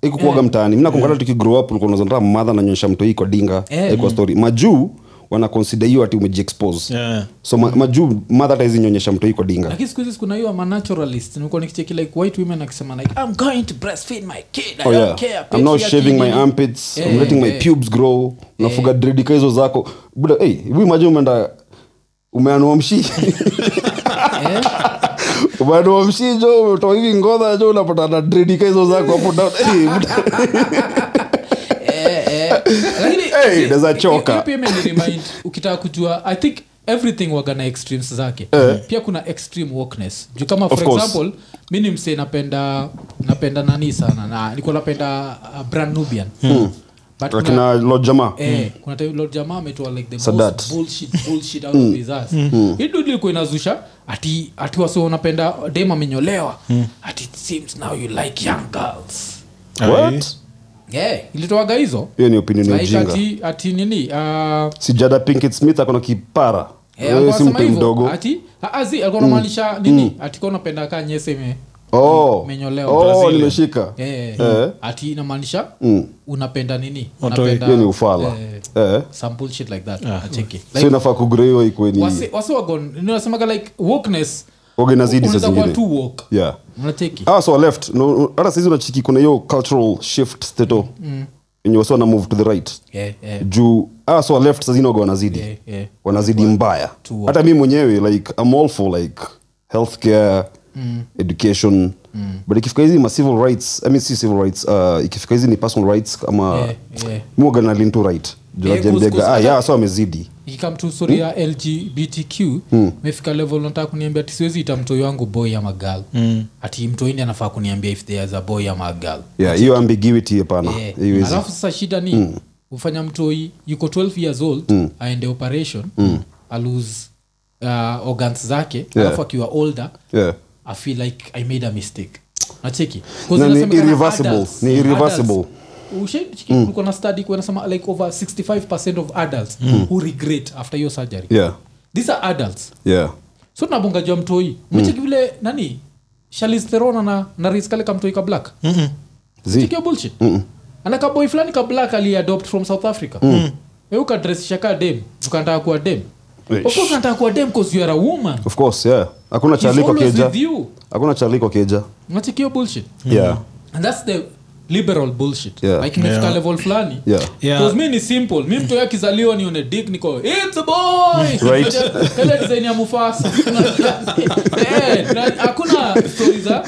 Speaker 3: ikukuaga
Speaker 1: Eh.
Speaker 3: mtaani minakumkata tukigrow up ulikuwa unazandaa madha nanyonyesha mtoi kwa dinga
Speaker 1: Eh.
Speaker 3: eh, kwa story majuu wanakonsida hiyo ati umejiexpose
Speaker 2: Yeah.
Speaker 3: so ma, majuu madha hata hizi nyonyesha mtoi kwa dinga
Speaker 1: lakini siku hizi kuna hiyo manaturalist nilikuwa nikicheki like white women akisema like i'm going to breastfeed my kid i
Speaker 3: Oh
Speaker 1: don't
Speaker 3: yeah.
Speaker 1: care
Speaker 3: I'm not
Speaker 1: patriarchy
Speaker 3: shaving my
Speaker 1: nini."
Speaker 3: armpits.
Speaker 1: Eh,
Speaker 3: I'm letting my
Speaker 1: eh.
Speaker 3: pubes grow. Unafuga dredika hizo zako. Buda, hey, hebu imagine umeenda umeanua mshi.
Speaker 1: Eh.
Speaker 3: Umeanua mshi jo, umetoa hivi ngodha jo unapata na dredika hizo zako hapo down. Hey, buda.
Speaker 1: Eh, Lakini,
Speaker 3: Hey,
Speaker 1: see,
Speaker 3: naweza
Speaker 1: hi- hi-
Speaker 3: choka.
Speaker 1: hi- pia imeniremind, ukitaka kujua i think everything waga na extremes zake pia kuna extreme wokeness juu kama for
Speaker 3: Eh. Of course.
Speaker 1: example mi ni msee napenda napenda nani sana na nilikuwa napenda uh, brand nubian
Speaker 3: Hmm.
Speaker 1: But kuna-
Speaker 3: Akina Lord Jamaa.
Speaker 1: Eh, kuna time Lord jamaa ametoa like the
Speaker 3: Sadat.
Speaker 1: most
Speaker 3: Hmm.
Speaker 1: bullshit bullshit out of his ass. Hii dude ilikuwa inazusha ati ati wasio unapenda dem amenyolewa
Speaker 3: Hmm.
Speaker 1: ati it seems now you like young girls eh?
Speaker 3: What?
Speaker 1: yeah ilitoaga hizo
Speaker 3: Hiyo ni opinion ya
Speaker 1: like
Speaker 3: ujinga.
Speaker 1: ati, ati nini uh,
Speaker 3: Si Jada Pinkett Smith ako na kipara.
Speaker 1: Eh,
Speaker 3: Wewe si
Speaker 1: alikuwa anasema
Speaker 3: mtu
Speaker 1: hivyo,
Speaker 3: mdogo. Hmm.
Speaker 1: ati ah, ah, zi, alikuwa anamaanisha nini ati kwa unapenda kaa nyese ime-
Speaker 3: Oh.
Speaker 1: menyolewa.
Speaker 3: Oh,
Speaker 2: Brazilian.
Speaker 3: nimeshika.
Speaker 1: eh,
Speaker 3: Eh.
Speaker 1: ati inamaanisha unapenda nini
Speaker 2: Watoi.
Speaker 1: Unapenda,
Speaker 3: Hiyo ni ufala.
Speaker 1: eh,
Speaker 3: Eh.
Speaker 1: some bullshit like that acheki
Speaker 3: So inafaa kugrow hiyo ikuwe ni
Speaker 1: wasiwagonasemaga like wokeness
Speaker 3: oge na zidi saa
Speaker 1: unaweza kuwa
Speaker 3: zingine.
Speaker 1: tu wok
Speaker 3: Yeah.
Speaker 1: unacheki
Speaker 3: ah, so I left No, hata saizi unachiki kuna hiyo cultural shift steto
Speaker 1: Mm.
Speaker 3: yenye wasi wana move to the right
Speaker 1: Eh, eh,
Speaker 3: juu ah, so I left sazini waga wanazidi
Speaker 1: Eh, eh.
Speaker 3: wanazidi mbaya
Speaker 1: Too
Speaker 3: hata mi mwenyewe like I'm all for like healthcare
Speaker 1: Mm.
Speaker 3: education but ikifika hizi ma civil rights I mean, si civil rights uh, ikifika hizi ni personal rights ama
Speaker 1: Eh, eh.
Speaker 3: mi waga nalin to right juu
Speaker 1: Eh,
Speaker 3: najambiaga,
Speaker 1: kus- kus-
Speaker 3: ah, yeah, so amezidi
Speaker 1: ikikam tu stori ya lgbtq
Speaker 3: Hmm.
Speaker 1: mefika level nataka kuniambia ati siwezi ita mtoi wangu boy ama girl ati mtoini anafaa kuniambia if there is a boy ama a girl
Speaker 3: yeah hiyo ambiguity hapana
Speaker 1: Eh,
Speaker 3: Haiwezi. Hmm.
Speaker 1: alafu sasa shida ni ufanya mtoi yuko 12 years old aende operation alose uh, organs zake
Speaker 3: Hmm. Yeah.
Speaker 1: alafu akiwa older
Speaker 3: Yeah.
Speaker 1: i feel like i made a mistake nacheki
Speaker 3: Na ni irreversible. Ni irreversible.
Speaker 1: Oh,
Speaker 3: Mm.
Speaker 1: ushaikulikuwa na study kwa inasema like over 65 of adults who regret after hiyo surgery
Speaker 3: Mm. yeah
Speaker 1: these are adults
Speaker 3: yeah
Speaker 1: so tunabonga jua mtoi
Speaker 3: Mm.
Speaker 1: mecheki vile nani shalisterona na, na riskaleka mtoi ka black
Speaker 3: Mm. Zi.
Speaker 1: Cheki hiyo bullshit anaka boy
Speaker 3: Mm.
Speaker 1: Eh, fulani ka black aliadopt from south africa mm. e ukadresisha ka dem ukantaka kuwa dem
Speaker 3: Eish.
Speaker 1: Of course nataka kuwa dem 'cause you are a woman.
Speaker 3: of course yeah hakuna
Speaker 1: He's
Speaker 3: chaliko
Speaker 1: always Mm-hmm.
Speaker 3: keja
Speaker 1: with you.
Speaker 3: hakuna chaliko keja
Speaker 1: Unacheki hiyo bullshit?
Speaker 3: yeah
Speaker 1: And that's the liberal bullshit.
Speaker 3: Yeah.
Speaker 1: Like imefika
Speaker 2: Yeah.
Speaker 1: level fulani.
Speaker 3: yeah
Speaker 2: Yeah.
Speaker 1: Because mi ni simple mi mtu yakizaliwa nione dik niko "It's a boy!"
Speaker 3: Right.
Speaker 1: Kale design ya mufasa Eh, na hakuna stori za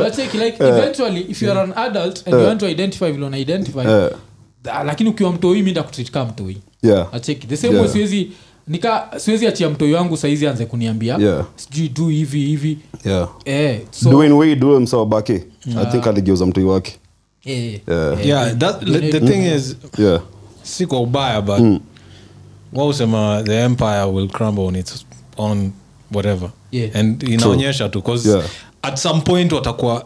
Speaker 1: Unacheki, like eventually if you are an adult and you want to identify vile una identify
Speaker 3: Yeah.
Speaker 1: ah, lakini ukiwa mtoi mi ndakutreat kama mtoi
Speaker 3: yeah
Speaker 1: acheki the same
Speaker 3: Yeah.
Speaker 1: way siwezi nika siwezi achia mtoi wangu saizi anze kuniambia
Speaker 3: Yeah.
Speaker 1: sijui du hivi hivi
Speaker 3: yeah
Speaker 1: eh, so,
Speaker 3: Dwayne Wade ule msawa bake i think aligeuza mtoi wake
Speaker 1: eh,
Speaker 3: yeah
Speaker 2: yeah that, the thing is
Speaker 3: yeah
Speaker 2: si kwa ubaya but mm. wausema the empire will crumble on its on whatever
Speaker 1: Yeah.
Speaker 2: and inaonyesha tu bcause
Speaker 3: Yeah.
Speaker 2: at some point watakuwa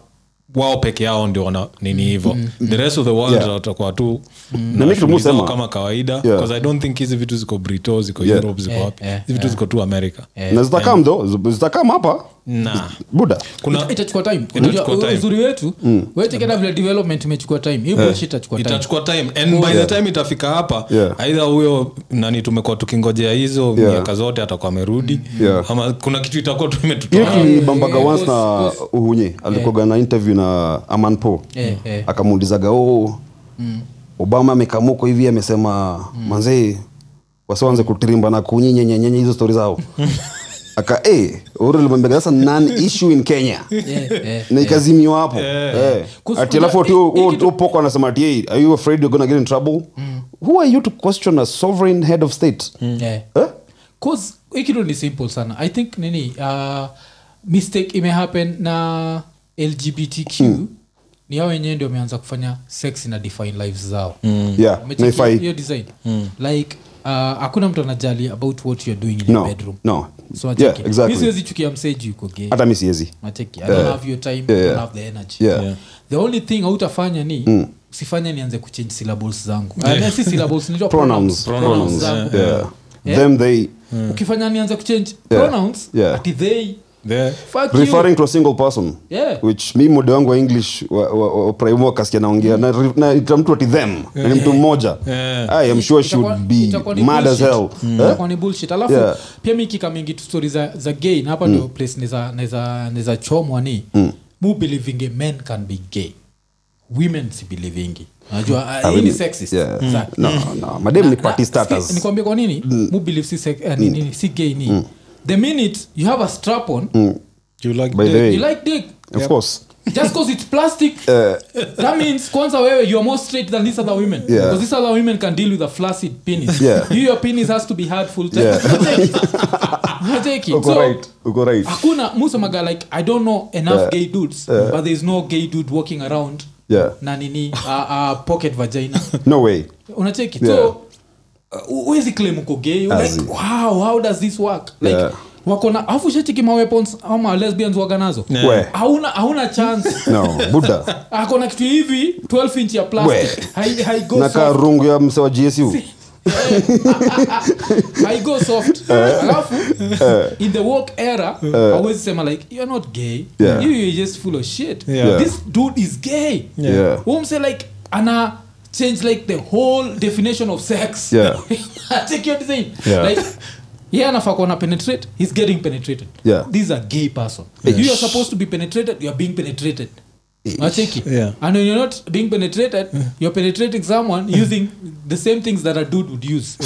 Speaker 2: wao peke yao ndio wana nini hivo
Speaker 1: Mm.
Speaker 2: the rest of the world
Speaker 3: Mm. Yeah.
Speaker 2: watakuwa tu na
Speaker 3: Na mi kitu
Speaker 2: shughuli zao
Speaker 3: musema-
Speaker 2: kama kawaida
Speaker 3: Yeah.
Speaker 2: bcause i don't think hizi vitu ziko brito ziko
Speaker 3: Yeah.
Speaker 2: europe ziko
Speaker 1: Eh,
Speaker 2: wapi
Speaker 1: eh,
Speaker 2: hizi vitu ziko tu america
Speaker 3: na zitakam tho zitakam hapa
Speaker 2: Nah.
Speaker 3: buda
Speaker 2: kuna
Speaker 1: itachukua time
Speaker 2: Itachukua
Speaker 1: Unajua,
Speaker 2: time.
Speaker 1: uzuri wetu
Speaker 3: Mm.
Speaker 1: wetekena vile development imechukua time
Speaker 3: Eh.
Speaker 1: hii bullshit itachukua time
Speaker 2: itachukua time and by the time itafika hapa
Speaker 3: Yeah.
Speaker 2: aidha huyo nani tumekuwa tukingojea hizo
Speaker 3: Yeah.
Speaker 2: miaka zote atakuwa amerudi
Speaker 3: Yeah.
Speaker 2: ama kuna kitu itakuwa
Speaker 3: hiyo
Speaker 2: tumetutoa
Speaker 1: Eh,
Speaker 3: tulibambaga
Speaker 1: yeah,
Speaker 3: once na uh,
Speaker 1: course,
Speaker 3: uhunye alikoga na interview na aman po
Speaker 1: Eh, eh. Mm.
Speaker 3: akamuulizaga oo obama amekamuko hivi amesema manzee wasiwanze kutrimba na kunyinyinyenyenye hizo stori zao aka eh, Uhuru alimwambiaga sasa nan issue in kenya
Speaker 1: Eh, eh.
Speaker 3: na ikazimiwa hapo Eh.
Speaker 1: Kus-
Speaker 3: ati alafu
Speaker 1: unajua, hii- hii kitu- Mm.
Speaker 3: upoko anasema ati "Hey, are you afraid you're gonna get in trouble who are you to question a sovereign head of state
Speaker 1: Eh.
Speaker 3: Eh?
Speaker 1: Cause, hii kitu ni simple sana i think nini uh, mistake imehappen na lgbtq
Speaker 3: Mm.
Speaker 1: ni hao wenyewe ndio wameanza kufanya sex na define lives zao
Speaker 2: Mm.
Speaker 3: yeah
Speaker 1: Umecheki hiyo
Speaker 3: naifai
Speaker 1: design like uh, hakuna mtu anajali about what you're doing in your
Speaker 3: no
Speaker 1: bedroom
Speaker 3: no
Speaker 1: so
Speaker 3: yeah
Speaker 1: nacheki mi
Speaker 3: exactly
Speaker 1: siwezi chukia mseji yuko gay
Speaker 3: hata mi siezi
Speaker 1: Nacheki, I don't have your time, I don't have the energy.
Speaker 3: Yeah. Mm. Yeah.
Speaker 1: the only thing hautafanya ni usifanye nianze kuchange syllables zangu Ah, na si syllables, najua
Speaker 3: pronouns
Speaker 1: pronouns
Speaker 3: pronouns
Speaker 1: zangu.
Speaker 3: yeah Mm.
Speaker 1: Yeah.
Speaker 3: them they
Speaker 1: ukifanya nianze kuchange
Speaker 3: Yeah.
Speaker 1: pronouns
Speaker 3: Yeah.
Speaker 1: ati they
Speaker 2: The-
Speaker 1: fuck you.
Speaker 3: referring to a single person
Speaker 1: Yeah.
Speaker 3: which mi mode wangu wa english wa- wa- wa- prime work asikia naongea na re- na ita mtu ati them na ni mtu mmoja i am sure she
Speaker 1: Itakuwa-
Speaker 3: would be
Speaker 1: itakuwa ni
Speaker 3: mad as
Speaker 1: bullshit.
Speaker 3: hell Eh?
Speaker 1: Mm. Itakuwa ni bullshit alafu
Speaker 3: Yeah. Mm.
Speaker 1: pia mikika mingi tu stori za, za gay na hapa ndio place neza, neza, neza chomwa ni mu believinge men can be gay women si believingi najua ah, hii ni
Speaker 3: mean,
Speaker 1: sexist Mm.
Speaker 3: yeah.
Speaker 1: Exactly.
Speaker 3: no no madem ni party
Speaker 1: Sikia,
Speaker 3: starters Mm.
Speaker 1: nikwambie kwa nini mu believe si, sec- eh, ni- ni- si gay ni the minute you have a strap on
Speaker 3: Mm,
Speaker 2: you like
Speaker 3: by the
Speaker 2: that?
Speaker 3: way
Speaker 1: you like dick
Speaker 3: of course
Speaker 1: just because it's plastic
Speaker 3: Eh.
Speaker 1: that means kwanza wewe you are more straight than these other women
Speaker 3: Yeah.
Speaker 1: because these other women can deal with a flaccid penis
Speaker 3: Yeah.
Speaker 1: you your penis has to be hard full time
Speaker 3: Yeah.
Speaker 1: Unacheki?
Speaker 3: uko
Speaker 1: So,
Speaker 3: right uko right
Speaker 1: hakuna musamaga like i don't know enough gay dudes but there is no gay dude walking around
Speaker 3: Yeah.
Speaker 1: na nini uh, uh, pocket vagina
Speaker 3: no way
Speaker 1: unacheki
Speaker 3: Yeah.
Speaker 1: so uh, uwezi claim uko gay You're like
Speaker 3: Azi.
Speaker 1: wow how does this work like
Speaker 3: Yeah.
Speaker 1: wako na afu shetiki ma weapons au ma lesbians waga nazo
Speaker 2: Yeah.
Speaker 3: we
Speaker 1: hauna hauna chance
Speaker 3: no buda
Speaker 1: akona kitu hivi 12 inch ya
Speaker 3: We.
Speaker 1: plastic hai, hai go
Speaker 3: nakaa
Speaker 1: soft,
Speaker 3: rungu ya mse wa gsu
Speaker 1: hai go soft
Speaker 3: Eh.
Speaker 1: alafu in the work era hauwezi sema like you're not gay
Speaker 3: Yeah.
Speaker 1: you you're just full of shit
Speaker 2: Yeah.
Speaker 1: this dude is gay
Speaker 2: Yeah.
Speaker 3: yeah
Speaker 1: umse like ana change like the whole definition of sex
Speaker 3: Yeah.
Speaker 1: take your design
Speaker 3: Yeah.
Speaker 1: like yeah anafaa kuona penetrate he's getting penetrated
Speaker 3: Yeah.
Speaker 1: this is a gay person you are supposed to be penetrated you are being penetrated Unacheki?
Speaker 2: Yeah.
Speaker 1: and when you're not being penetrated you're penetrating someone using the same things that a dude would use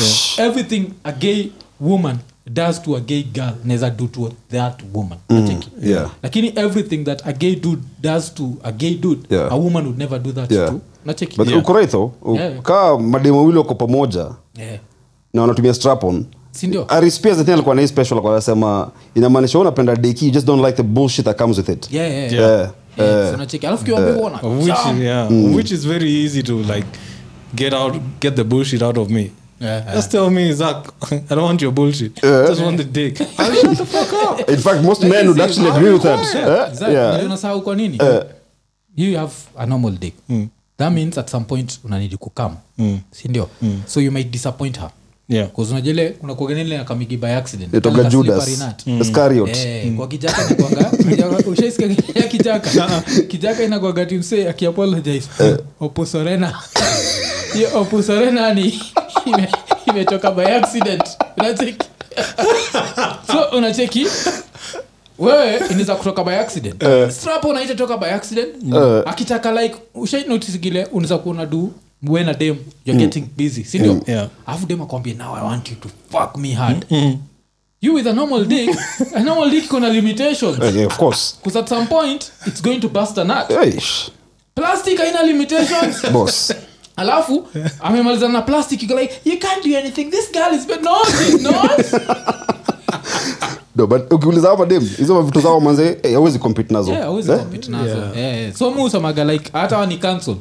Speaker 1: everything a gay woman does to a gay girl naeza do to that woman Unacheki?
Speaker 3: Mm. yeah
Speaker 1: lakini everything that a gay dude does to a gay dude
Speaker 3: Yeah.
Speaker 1: a woman would never do that
Speaker 3: Yeah.
Speaker 1: to nacheki
Speaker 3: but uko right though U-
Speaker 1: Yeah.
Speaker 3: kaa mademu wawili wako pamoja
Speaker 1: yeah.
Speaker 3: na wanatumia strap on
Speaker 1: sindio
Speaker 3: arispiazatini alikuwa na hii special alikuwa anasema inamaanisha wewe unapenda deki you just don't like the bullshit that comes with it
Speaker 1: yeah, yeah, yeah.
Speaker 2: Yeah.
Speaker 3: Eh,
Speaker 1: Yeah, so nacheki alafu kiwambiona
Speaker 2: Of which yeah
Speaker 3: Mm.
Speaker 2: which is very easy to like get out get the bullshit out of me
Speaker 1: Yeah.
Speaker 2: just tell me Zach I don't want your bullshit just want the dick
Speaker 3: in fact most men would actually agree with that Eh, yeah. Eh.
Speaker 1: unasahau kwa nini you have a normal dick
Speaker 3: Hmm.
Speaker 1: that means at some point unanidi kukam sindio
Speaker 3: Hmm.
Speaker 1: so you might disappoint her
Speaker 2: yeah
Speaker 1: kuzunajele unakuaganile nakamigi by accident
Speaker 3: itoka
Speaker 1: Kama
Speaker 3: judas Mm.
Speaker 1: slippery nut.
Speaker 3: iscariot
Speaker 1: Eh, kwa kijaka nakwanga ushaisikia kijaka kijaka inakwanga timse akiapologize
Speaker 3: Eh.
Speaker 1: oposorena Hiyo oposorena ni ime- imetoka by accident Unacheki? so unacheki wewe inaweza kutoka by accident
Speaker 3: Eh.
Speaker 1: strapo unaita toka by accident akitaka like ushai notice gile unaweza kuona du we na dem you're
Speaker 3: Mm.
Speaker 1: getting busy si ndio
Speaker 2: Yeah.
Speaker 1: alafu dem akwambia now i want you to fuck me hard you with a normal dick a normal dick kuna limitations
Speaker 3: Eh, yeah, of course.
Speaker 1: because at some point it's going to bust a nut
Speaker 3: Hey, sh-
Speaker 1: plastic haina limitations
Speaker 3: boss.
Speaker 1: alafu amemalizana na plastic you're like you can't do anything this girl is but no she's not
Speaker 3: No, but ukiuliza hapa dem hizo vitu zao manze eh, hawezi compete nazo
Speaker 1: Yeah, hawezi
Speaker 3: Eh?
Speaker 1: compete nazo. Yeah, yeah. so musamaga like hata wani cancel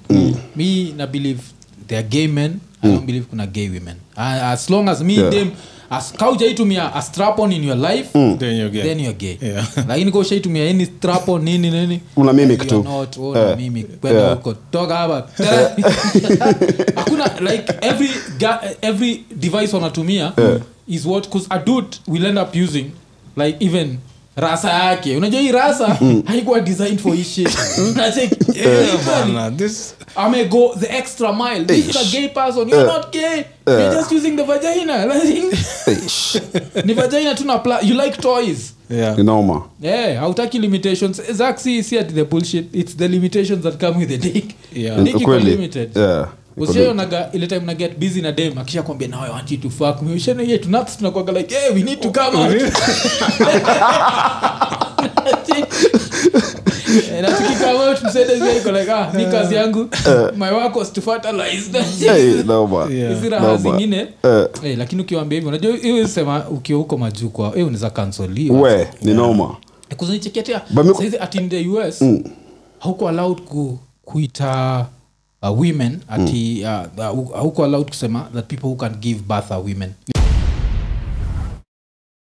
Speaker 1: mi na believe they are gay men i don't believe kuna gay women A- as long as me
Speaker 3: Yeah.
Speaker 1: them as kaujaitumia a strap on in your life
Speaker 2: Then you're gay.
Speaker 1: then you're gay
Speaker 2: Yeah.
Speaker 1: lakini ka ushaitumia any strap on nini nini
Speaker 3: Una mimic
Speaker 1: you are
Speaker 3: tu.
Speaker 1: not, oh, una
Speaker 3: Eh.
Speaker 1: mimic. Kwenda
Speaker 3: Yeah.
Speaker 1: huko toka hapa hakuna like every ga, every device wanatumia
Speaker 3: Eh.
Speaker 1: is what cause a dude will end up using like even rasa yake unajua hii rasa
Speaker 3: Mm.
Speaker 1: haikuwa designed for hii shit
Speaker 3: Eh,
Speaker 1: Unacheki? Literally,
Speaker 2: Bana, this-
Speaker 1: amego the extra mile this is a
Speaker 3: Eish.
Speaker 1: gay person you're not gay you're just using the vagina
Speaker 3: Eh, sh-
Speaker 1: ni vagina tuna pla- you like toys
Speaker 2: yeah.
Speaker 3: ni noma
Speaker 1: yeah hautaki limitations zaxi si at the bullshit it's the limitations that come with the dick
Speaker 2: Yeah.
Speaker 1: dick iko
Speaker 3: Kweli.
Speaker 1: limited
Speaker 3: Yeah, iko limited.
Speaker 1: ushaonaga ile time na get busy na dem akisha kwambia nawe wanti to fuck me ushana yeye tunats tunakwaga like hey we need to come out Eh, na tukikama out msaidizi yako like ah ni kazi yangu my work was to fertilize
Speaker 3: Eh, noma
Speaker 2: Yeah.
Speaker 1: hizi raha
Speaker 3: Naomba.
Speaker 1: zingine
Speaker 3: Eh.
Speaker 1: eh, lakini ukiwambia hivyo unajua hiyo sema ukiwa huko majuu kwa hiyo unaweza kansoliwa
Speaker 3: we ni noma
Speaker 1: kuzonicheketea
Speaker 3: But mi-
Speaker 1: saizi ati in the us hauko allowed ku, kuita uh, women ati uh, uh, hauko allowed kusema that people who can give birth are women